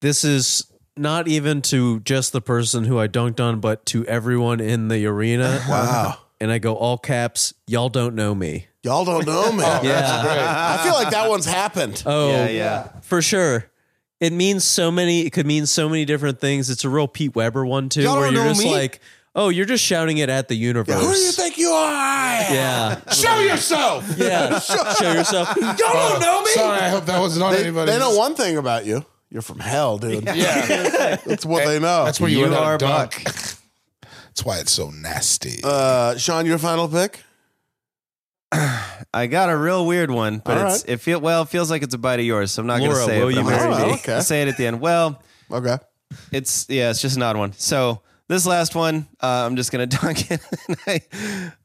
S5: This is not even to just the person who I dunked on, but to everyone in the arena.
S2: Wow.
S5: And I go all caps. Y'all don't know me.
S2: Y'all don't know, *laughs* man.
S5: Yeah.
S2: I feel like that one's happened.
S5: Oh,
S3: Yeah, yeah.
S5: for sure. It means so many. It could mean so many different things. It's a real Pete Weber one too,
S3: Y'all
S5: where
S3: don't
S5: you're
S3: know
S5: just
S3: me?
S5: like, oh, you're just shouting it at the universe.
S2: Who do you think you are?
S5: Yeah,
S4: *laughs* Show
S3: *laughs*
S4: yourself.
S5: *laughs* yeah. Show yourself.
S2: Y'all don't know me.
S4: Sorry, I hope that wasn't on
S2: They,
S4: anybody.
S2: they know one thing about you. You're from hell, dude.
S4: Yeah,
S2: That's what they know.
S4: that's where you,
S3: You
S4: learn how to
S3: are
S4: dunk. That's why it's so nasty.
S2: uh, Sean, your final pick.
S3: I got a real weird one, but
S2: All
S3: it's, it feel well. It feels like it's a bite of yours, so I'm not going to
S5: Laura,
S3: say
S5: will
S3: it.
S5: you
S3: but I'm
S5: marry
S3: gonna-
S2: me?
S3: I'll
S2: Okay.
S3: Say it at the end. Well,
S2: Okay.
S3: it's yeah, it's just an odd one. So this last one, uh, I'm just gonna *laughs* dunk it. and I,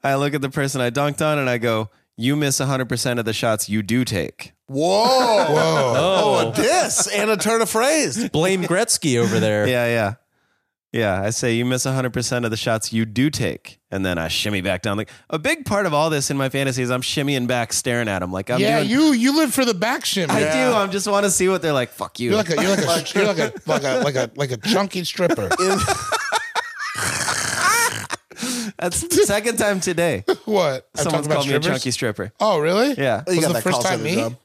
S3: I look at the person I dunked on, and I go, "You miss 100 percent of the shots you do take."
S2: Whoa. Whoa.
S5: Oh,
S2: A diss and a turn of phrase.
S5: *laughs* blame Gretzky over there.
S3: Yeah, yeah, yeah. I say you miss 100 percent of the shots you do take, and then I shimmy back down. Like a big part of all this in my fantasy is I'm shimmying back, staring at them. Like I'm
S4: yeah,
S3: doing.
S4: you you live for the back shim.
S3: I
S4: man.
S3: do. I just want to see what they're like. Fuck you.
S4: You're like a you're like a you're like a like a like a like a chunky stripper.
S3: That's the second time today.
S2: *laughs*
S4: what? I've
S3: Someone's
S4: talked about
S3: called me a
S4: strippers?
S3: chunky stripper.
S4: Oh, really?
S3: Yeah.
S4: Was the first
S2: call
S4: time
S2: center
S4: me?
S2: job.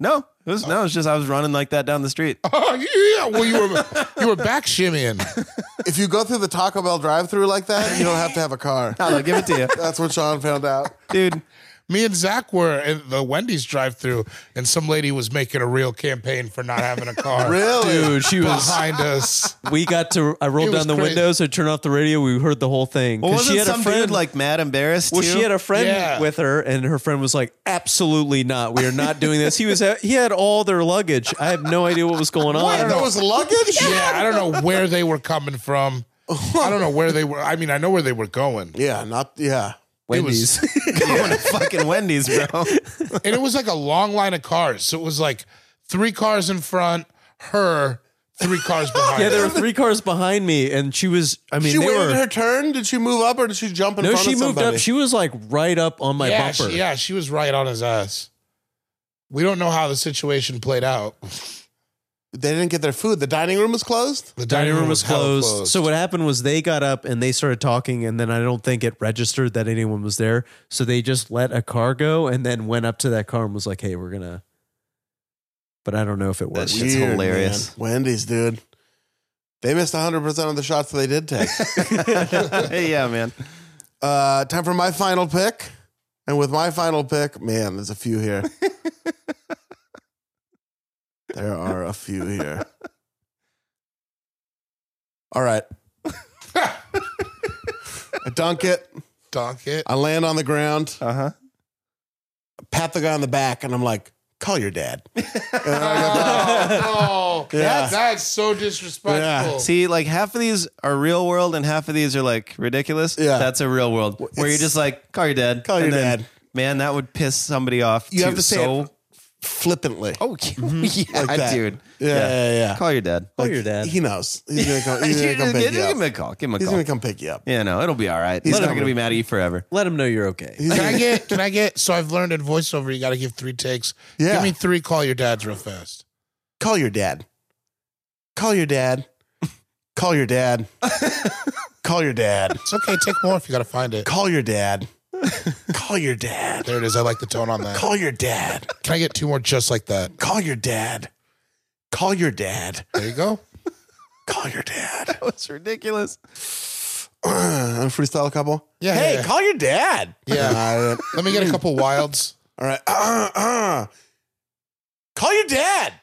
S3: No, it
S2: oh.
S3: was no. It's just I was running like that down the street.
S4: *laughs* Oh yeah. Well, you were you were back shimmying.
S2: If you go through the Taco Bell drive-through like that, you don't have to have a car.
S3: No, they'll give
S2: *laughs*
S3: it to you,
S2: That's what Sean found out.
S3: dude.
S4: Me and Zach were in the Wendy's drive-through, and some lady was making a real campaign for not having a car.
S2: Really?
S5: Dude, she was.
S4: behind us.
S5: We got to. I
S4: It
S5: rolled
S4: was
S5: down the
S4: crazy.
S5: windows. I turned off the radio. We heard the whole thing. 'Cause
S3: Well, wasn't
S5: she had
S3: some
S5: a friend
S3: dude like mad embarrassed?
S5: Well,
S3: too?
S5: she had a friend
S4: Yeah.
S5: with her, and her friend was like, "Absolutely not. We are not doing this." He was. He had all their luggage. I have no idea what was going on.
S2: Wait, there was luggage?
S4: Yeah, I don't know where they were coming from. I don't know where they were. I mean, I know where they were going.
S2: Yeah, not yeah.
S3: Wendy's. Going to fucking Wendy's, bro.
S4: And it was like a long line of cars. So it was like three cars in front, her, three cars behind.
S5: yeah, *laughs* there were
S4: her.
S5: three cars behind me, and she was. I mean,
S2: She
S5: they
S2: waited
S5: were.
S2: her turn. Did she move up or did she jump in
S5: no,
S2: front
S5: she
S2: of
S5: moved
S2: somebody?
S5: up. She was like right up on my
S4: yeah,
S5: bumper.
S4: She, yeah, she was right on his ass. We don't know how the situation played out.
S2: they didn't get their food. The dining room was closed.
S4: The
S5: Dining room was
S4: hella
S5: closed. So what happened was they got up and they started talking, and then I don't think it registered that anyone was there. So they just let a car go, and then went up to that car and was like, "Hey, we're gonna." But I don't know if it
S3: That
S5: was.
S3: shit's
S2: Weird,
S3: hilarious.
S2: man. Wendy's, dude. They missed 100% of the shots they did take.
S3: *laughs*
S2: *laughs*
S3: yeah, man.
S2: uh, time for my final pick. And with my final pick, man, there's a few
S3: *laughs*
S2: here. there are a few here. All
S3: *laughs*
S2: right. I dunk it.
S4: Dunk
S5: *laughs*
S4: it.
S2: I land on the ground,
S3: Uh huh.
S2: pat the guy on the back, and I'm like, call your dad.
S3: *laughs*
S4: Oh, no.
S2: Yeah.
S4: that's, that's so disrespectful.
S3: See, like half of these are real world, and half of these are like ridiculous.
S2: Yeah.
S3: that's a real world where you're
S2: it's-
S3: just like, call your dad,
S2: Call your
S3: And then,
S2: dad.
S3: Man, that would piss somebody off.
S2: You have
S3: too,
S2: to say
S3: so
S2: it flippantly.
S3: Oh,
S2: *laughs*
S3: yeah,
S2: Like that.
S3: dude.
S2: Yeah, yeah, yeah.
S3: Call your dad.
S5: Call your dad.
S2: He knows. He's gonna come,
S3: *laughs*
S2: he's gonna come
S3: give
S2: pick you
S3: him
S2: up.
S3: a call. Give him a
S2: He's
S3: call.
S2: gonna come pick you up.
S3: Yeah, no, it'll be all right. He's not
S2: coming.
S3: going to be mad at you forever.
S5: Let them know you're okay.
S4: Can I get? Can I get? So I've learned in voiceover, you got to give three takes.
S2: Yeah.
S4: Give me three. Call your dads real fast.
S2: Call your dad. Call your dad. Call your dad. Call your dad.
S4: It's okay. Take more if you got to find it.
S2: Call your dad. Call your dad.
S4: There it is. I like the tone on that.
S2: Call your dad.
S4: Can I get two more just like that?
S2: Call your dad. Call your dad.
S4: There you go.
S2: Call your dad.
S3: That's ridiculous.
S2: I'm freestyle a couple.
S4: Yeah,
S2: Hey,
S4: yeah, yeah.
S2: call your dad.
S4: Yeah.
S2: Nah, I didn't.
S4: Let me get a couple wilds.
S2: All right. *clears throat* Call your dad.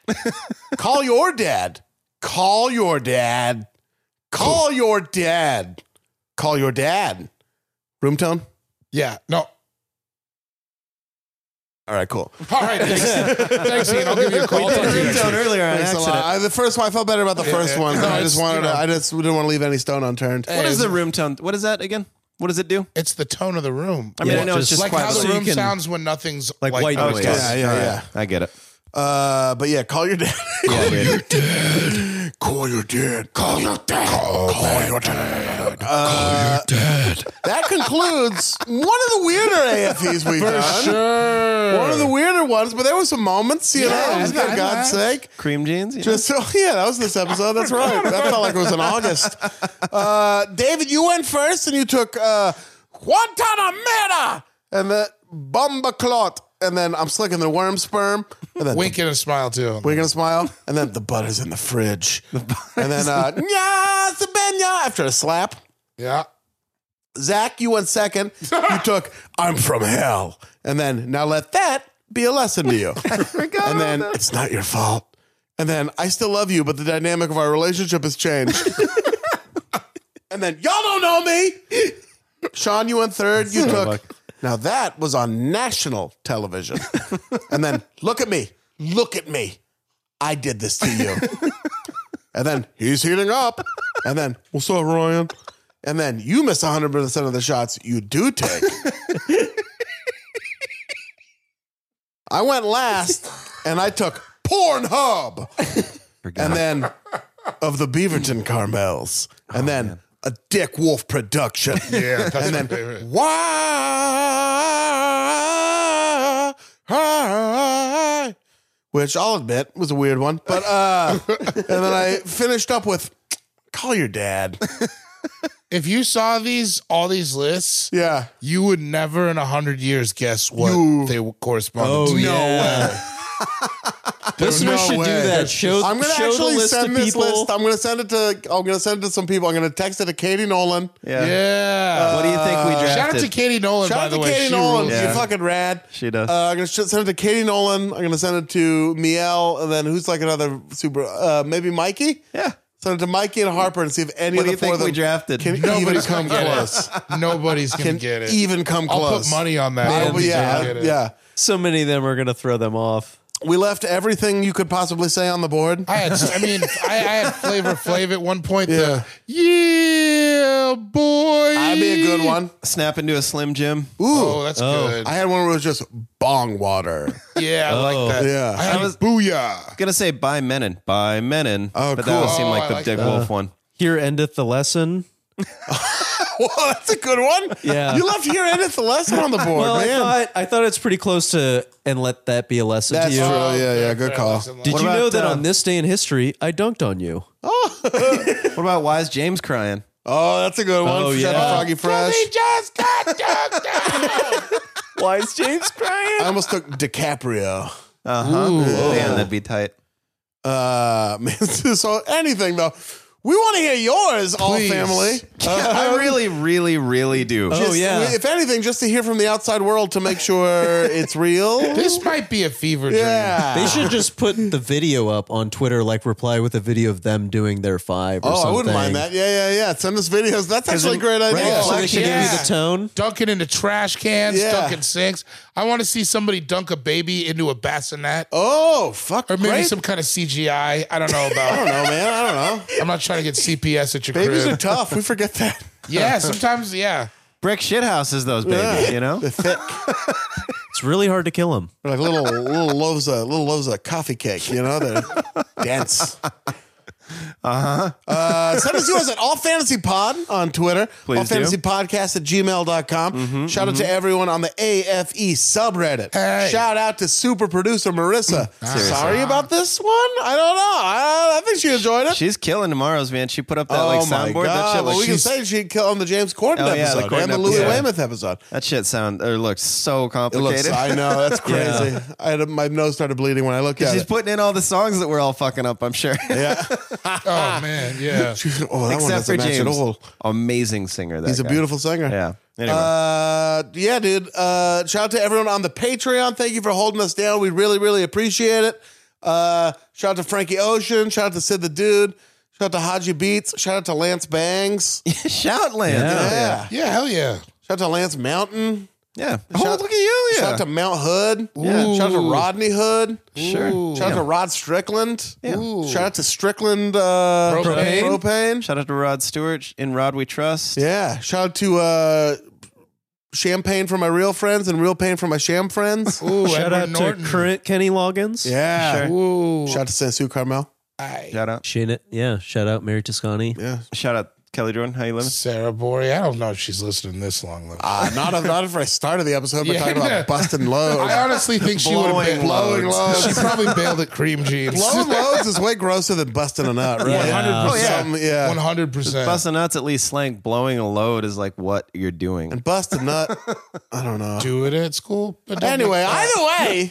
S2: Call your dad. Call your dad. Call your dad. Call your dad. Room tone?
S4: Yeah. No.
S2: All right, cool.
S4: All right. Thanks, thanks Ian. I'll give you a call. Talk to you next week.
S3: earlier on
S2: Thanks a lot. I, the first one, I felt better about the first
S4: yeah.
S2: one.
S4: No,
S2: I
S4: it's,
S2: just wanted
S4: you know.
S2: to, I just didn't want to leave any stone unturned.
S3: What
S4: Hey,
S3: is the room tone? What is that again? What does it do?
S4: It's the tone of the room.
S3: I mean,
S5: Yeah,
S3: I know it's just
S5: just
S4: like
S3: quiet.
S4: how the
S5: you
S4: room
S5: can-
S4: sounds when nothing's
S5: Like white
S4: oh,
S5: noise.
S4: yeah.
S2: Yeah, yeah, yeah.
S3: I get it.
S2: Uh, but yeah, call your dad. Call your dad. Call your dad. Call your dad. Call, your dad. Uh, That concludes one of the weirder AFEs we've done.
S4: Sure.
S2: One of the weirder ones, but there were some moments, you know,
S4: Yeah,
S2: for
S4: yeah,
S2: God's
S4: yeah.
S2: sake.
S3: Cream jeans. You know?
S2: Just so, yeah, that was this episode. That's right. That felt like it was in August. Uh, David, you went first and you took uh, Guantanamera and the Bomba Clot. And then I'm slicking the worm sperm. And then
S4: Wink and a smile too.
S2: we're gonna smile, *laughs* and then the butter's in the fridge, and then uh, "Nya, Sabenya," after a slap.
S4: Yeah.
S2: Zach, you went second. You took "I'm from hell," and then now let that be a lesson to you. and then it's not your fault. And then I still love you, but the dynamic of our relationship has changed. and then y'all don't know me. Sean, you went third. You took. Now that was on national television. and then look at me. Look at me. I did this to you. and then he's heating up. And then, what's up, Ryan? And then you miss 100% of the shots you do take. I went last and I took Pornhub. and then of the Beaverton Carmels. And then a Dick Wolf production.
S4: Yeah. That's
S2: And
S4: my
S2: then
S4: favorite.
S2: why? Which I'll admit was a weird one, but
S3: *laughs*
S2: uh, and then I finished up with call your dad.
S4: If you saw these all these lists,
S2: Yeah,
S4: you would never in a hundred years guess what
S2: You-
S4: they correspond
S5: Oh
S4: to.
S5: yeah. Listeners
S4: no
S5: should
S4: way.
S5: do that. Show,
S2: I'm gonna
S5: show the
S2: actually
S5: list
S2: send
S5: to
S2: this
S5: people.
S2: list. I'm gonna send it to. I'm gonna send it to some people. I'm gonna text it to Katie Nolan.
S3: yeah.
S4: Yeah.
S3: What do you think we drafted?
S4: Shout out to Katie Nolan,
S2: Shout
S4: by
S2: out
S4: the
S2: to
S4: way.
S2: Katie
S4: She
S2: Nolan.
S4: rules.
S2: You're
S3: Yeah.
S2: fucking rad.
S3: She does.
S2: Uh, I'm gonna sh- send it to Katie Nolan. I'm gonna send it to Miel, and then who's like another super? Uh, maybe Mikey.
S3: yeah.
S2: Send it to Mikey and Harper and see if any of
S3: What do
S2: the
S3: you
S2: four
S3: think
S2: of them
S3: we drafted?
S2: can even
S4: Nobody's
S2: come
S4: gonna get
S2: close.
S4: it. Nobody's gonna
S2: Can
S4: get it.
S2: even come
S4: I'll
S2: close.
S4: put money on that.
S2: I'll-
S4: Nobody's gonna
S2: yeah,
S4: get it.
S2: yeah.
S5: So many of them are gonna throw them off.
S2: We left everything you could possibly say on the board.
S4: I had, I mean, I, I had Flavor Flav at one point. The, yeah, boy.
S2: I'd be a good one.
S3: Snap into a Slim Jim.
S2: Ooh,
S4: Oh, that's good.
S2: I had one where it was just bong
S5: *laughs*
S2: water. *laughs*
S4: yeah, I like Oh. that.
S2: yeah.
S4: I had
S3: I was-
S4: Booyah.
S3: Gonna say by Menon. By Menon.
S2: Oh,
S3: but
S2: cool.
S3: that would seem
S4: Oh,
S3: like
S4: I
S3: the
S4: like
S3: Dick
S4: that.
S3: Wolf one.
S5: Here endeth the lesson.
S2: Whoa, that's a good one.
S5: Yeah.
S2: You left here Edith the lesson on the board,
S5: Well, I
S2: man.
S5: thought I thought it's pretty close to and let that be a lesson
S2: that's
S5: to you.
S2: true. Yeah, yeah. Good call.
S5: Did
S3: What
S5: you
S3: about,
S5: know that
S3: uh,
S5: on this day in history, I dunked on you?
S3: What about Why is James crying?
S2: Oh, that's a good one.
S5: Oh,
S2: Shout out
S5: yeah.
S2: Froggy Fresh. *laughs*
S4: just got dunked out.
S5: Why is James crying?
S2: I almost took DiCaprio.
S3: Uh huh. Man, that'd be tight.
S2: Uh, *laughs* man, so anything though. We want to hear yours, all
S4: Please.
S2: family.
S3: *laughs* I really, really, really do.
S5: Oh yeah.
S2: If anything, just to hear from the outside world to make
S5: *laughs*
S2: sure it's real.
S4: This might be a fever dream.
S2: yeah.
S5: *laughs* They should just put the video up on Twitter, like reply with a video of them doing their five or
S2: Oh,
S5: something.
S2: I wouldn't mind that. Yeah, yeah, yeah. Send us videos. That's actually a great idea.
S5: Right? So they can
S4: Yeah.
S5: give you the tone.
S4: Dunking into trash cans,
S2: Yeah.
S4: dunking sinks. I want to see somebody dunk a baby into a bassinet.
S2: oh, fuck.
S4: Or maybe
S2: great.
S4: some kind of CGI. I don't know
S2: I don't
S4: about.
S2: know, man. I don't
S4: *laughs*
S2: know.
S4: I'm not trying to get CPS at your
S2: Babies are
S4: crib.
S2: tough. We forget that.
S4: *laughs* yeah, sometimes. Yeah,
S3: Brick shithouses those babies, you know?
S2: They're thick.
S5: It's really hard to kill them.
S2: They're like little little loaves of little loaves of coffee cake, you know? They're dense. Uh-huh.
S4: Uh-huh.
S2: Uh, send us yours at All Fantasy Pod on Twitter.
S3: Please
S2: All Fantasy Podcast at gmail.com.
S4: Mm-hmm,
S2: Shout out to everyone on the AFE subreddit.
S4: Hey.
S2: Shout out to super producer Marissa. Sorry about this one. I don't know. I, I think she enjoyed it.
S3: She's killing tomorrow's, man. She put up that like soundboard. That shit,
S2: Oh well,
S3: looks,
S2: we can say she killed on the James Corden
S3: Oh, yeah, the
S2: episode
S3: Corden
S2: and the Louis
S3: episode.
S2: Weymouth episode.
S3: that shit sound or looks so
S2: It
S3: complicated.
S2: looks.
S3: *laughs*
S2: I know that's crazy. I had a, my nose started bleeding when I looked at
S3: She's
S2: it.
S3: putting in all the songs that we're all fucking up, I'm sure.
S2: Yeah. *laughs*
S4: Oh man, yeah.
S2: Oh, that one
S3: Except for
S2: doesn't match
S3: James,
S2: at all.
S3: amazing singer. That
S2: He's a
S3: guy.
S2: beautiful singer.
S3: Yeah. Anyway.
S2: Uh, yeah, dude. Uh, shout out to everyone on the Patreon. Thank you for holding us down. We really, really appreciate it. Uh, shout out to Frankie Ocean. Shout out to Sid the Dude. Shout out to Haji Beats. Shout out to Lance
S3: *laughs*
S2: Bangs. Yeah.
S3: *laughs* Shoutland. Yeah.
S2: Shout
S4: Yeah, hell yeah.
S2: out to Lance Mountain.
S3: yeah.
S2: Shout-
S3: oh, look at you. Yeah.
S2: Shout out to Mount Hood. Shout out to Rodney Hood.
S3: Sure.
S2: Shout out to Rod Strickland.
S3: Ooh.
S2: Shout out to Strickland uh,
S4: Propane.
S2: Propane.
S3: Shout out to Rod Stewart. In Rod We Trust.
S2: Yeah. Shout out to uh, Champagne for my real friends and Real Pain for my sham friends.
S4: Ooh,
S5: Shout
S4: Edward
S5: out
S4: Norton.
S5: to current Kenny Loggins.
S2: yeah.
S4: Ooh,
S2: Shout out to Sansu Carmel.
S3: Shout out.
S5: Shana, yeah. Shout out Mary Toscani.
S2: Yeah.
S3: Shout out Kelly Jordan. How you living?
S4: Sarah Bory. I don't know if she's listening this long. Though.
S2: Uh, not, not if I started the episode, but
S4: Yeah.
S2: talking *laughs* about busting loads.
S4: I honestly think she would have
S3: Blowing
S4: been
S3: loads.
S4: blowing loads. She probably bailed at cream *laughs* jeans.
S2: Blowing loads is way grosser than busting a nut, right?
S4: Yeah.
S2: Oh, yeah. Some- yeah.
S4: One hundred percent,
S3: Busting nuts at least slang. Blowing a load is like what you're doing.
S2: And bust a nut. I don't know.
S4: do it at school. But don't
S2: Anyway,
S4: make-
S2: either way,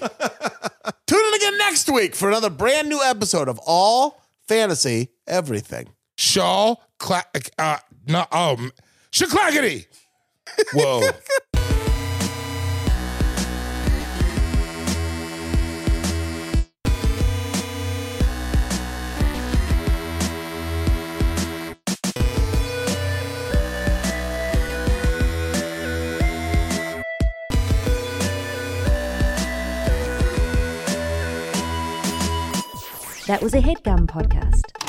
S2: tune in again next week for another brand new episode of All Fantasy Everything.
S4: Shaw Clack. Uh, no, um, Shaklackety. Whoa.
S7: That was a headgum podcast.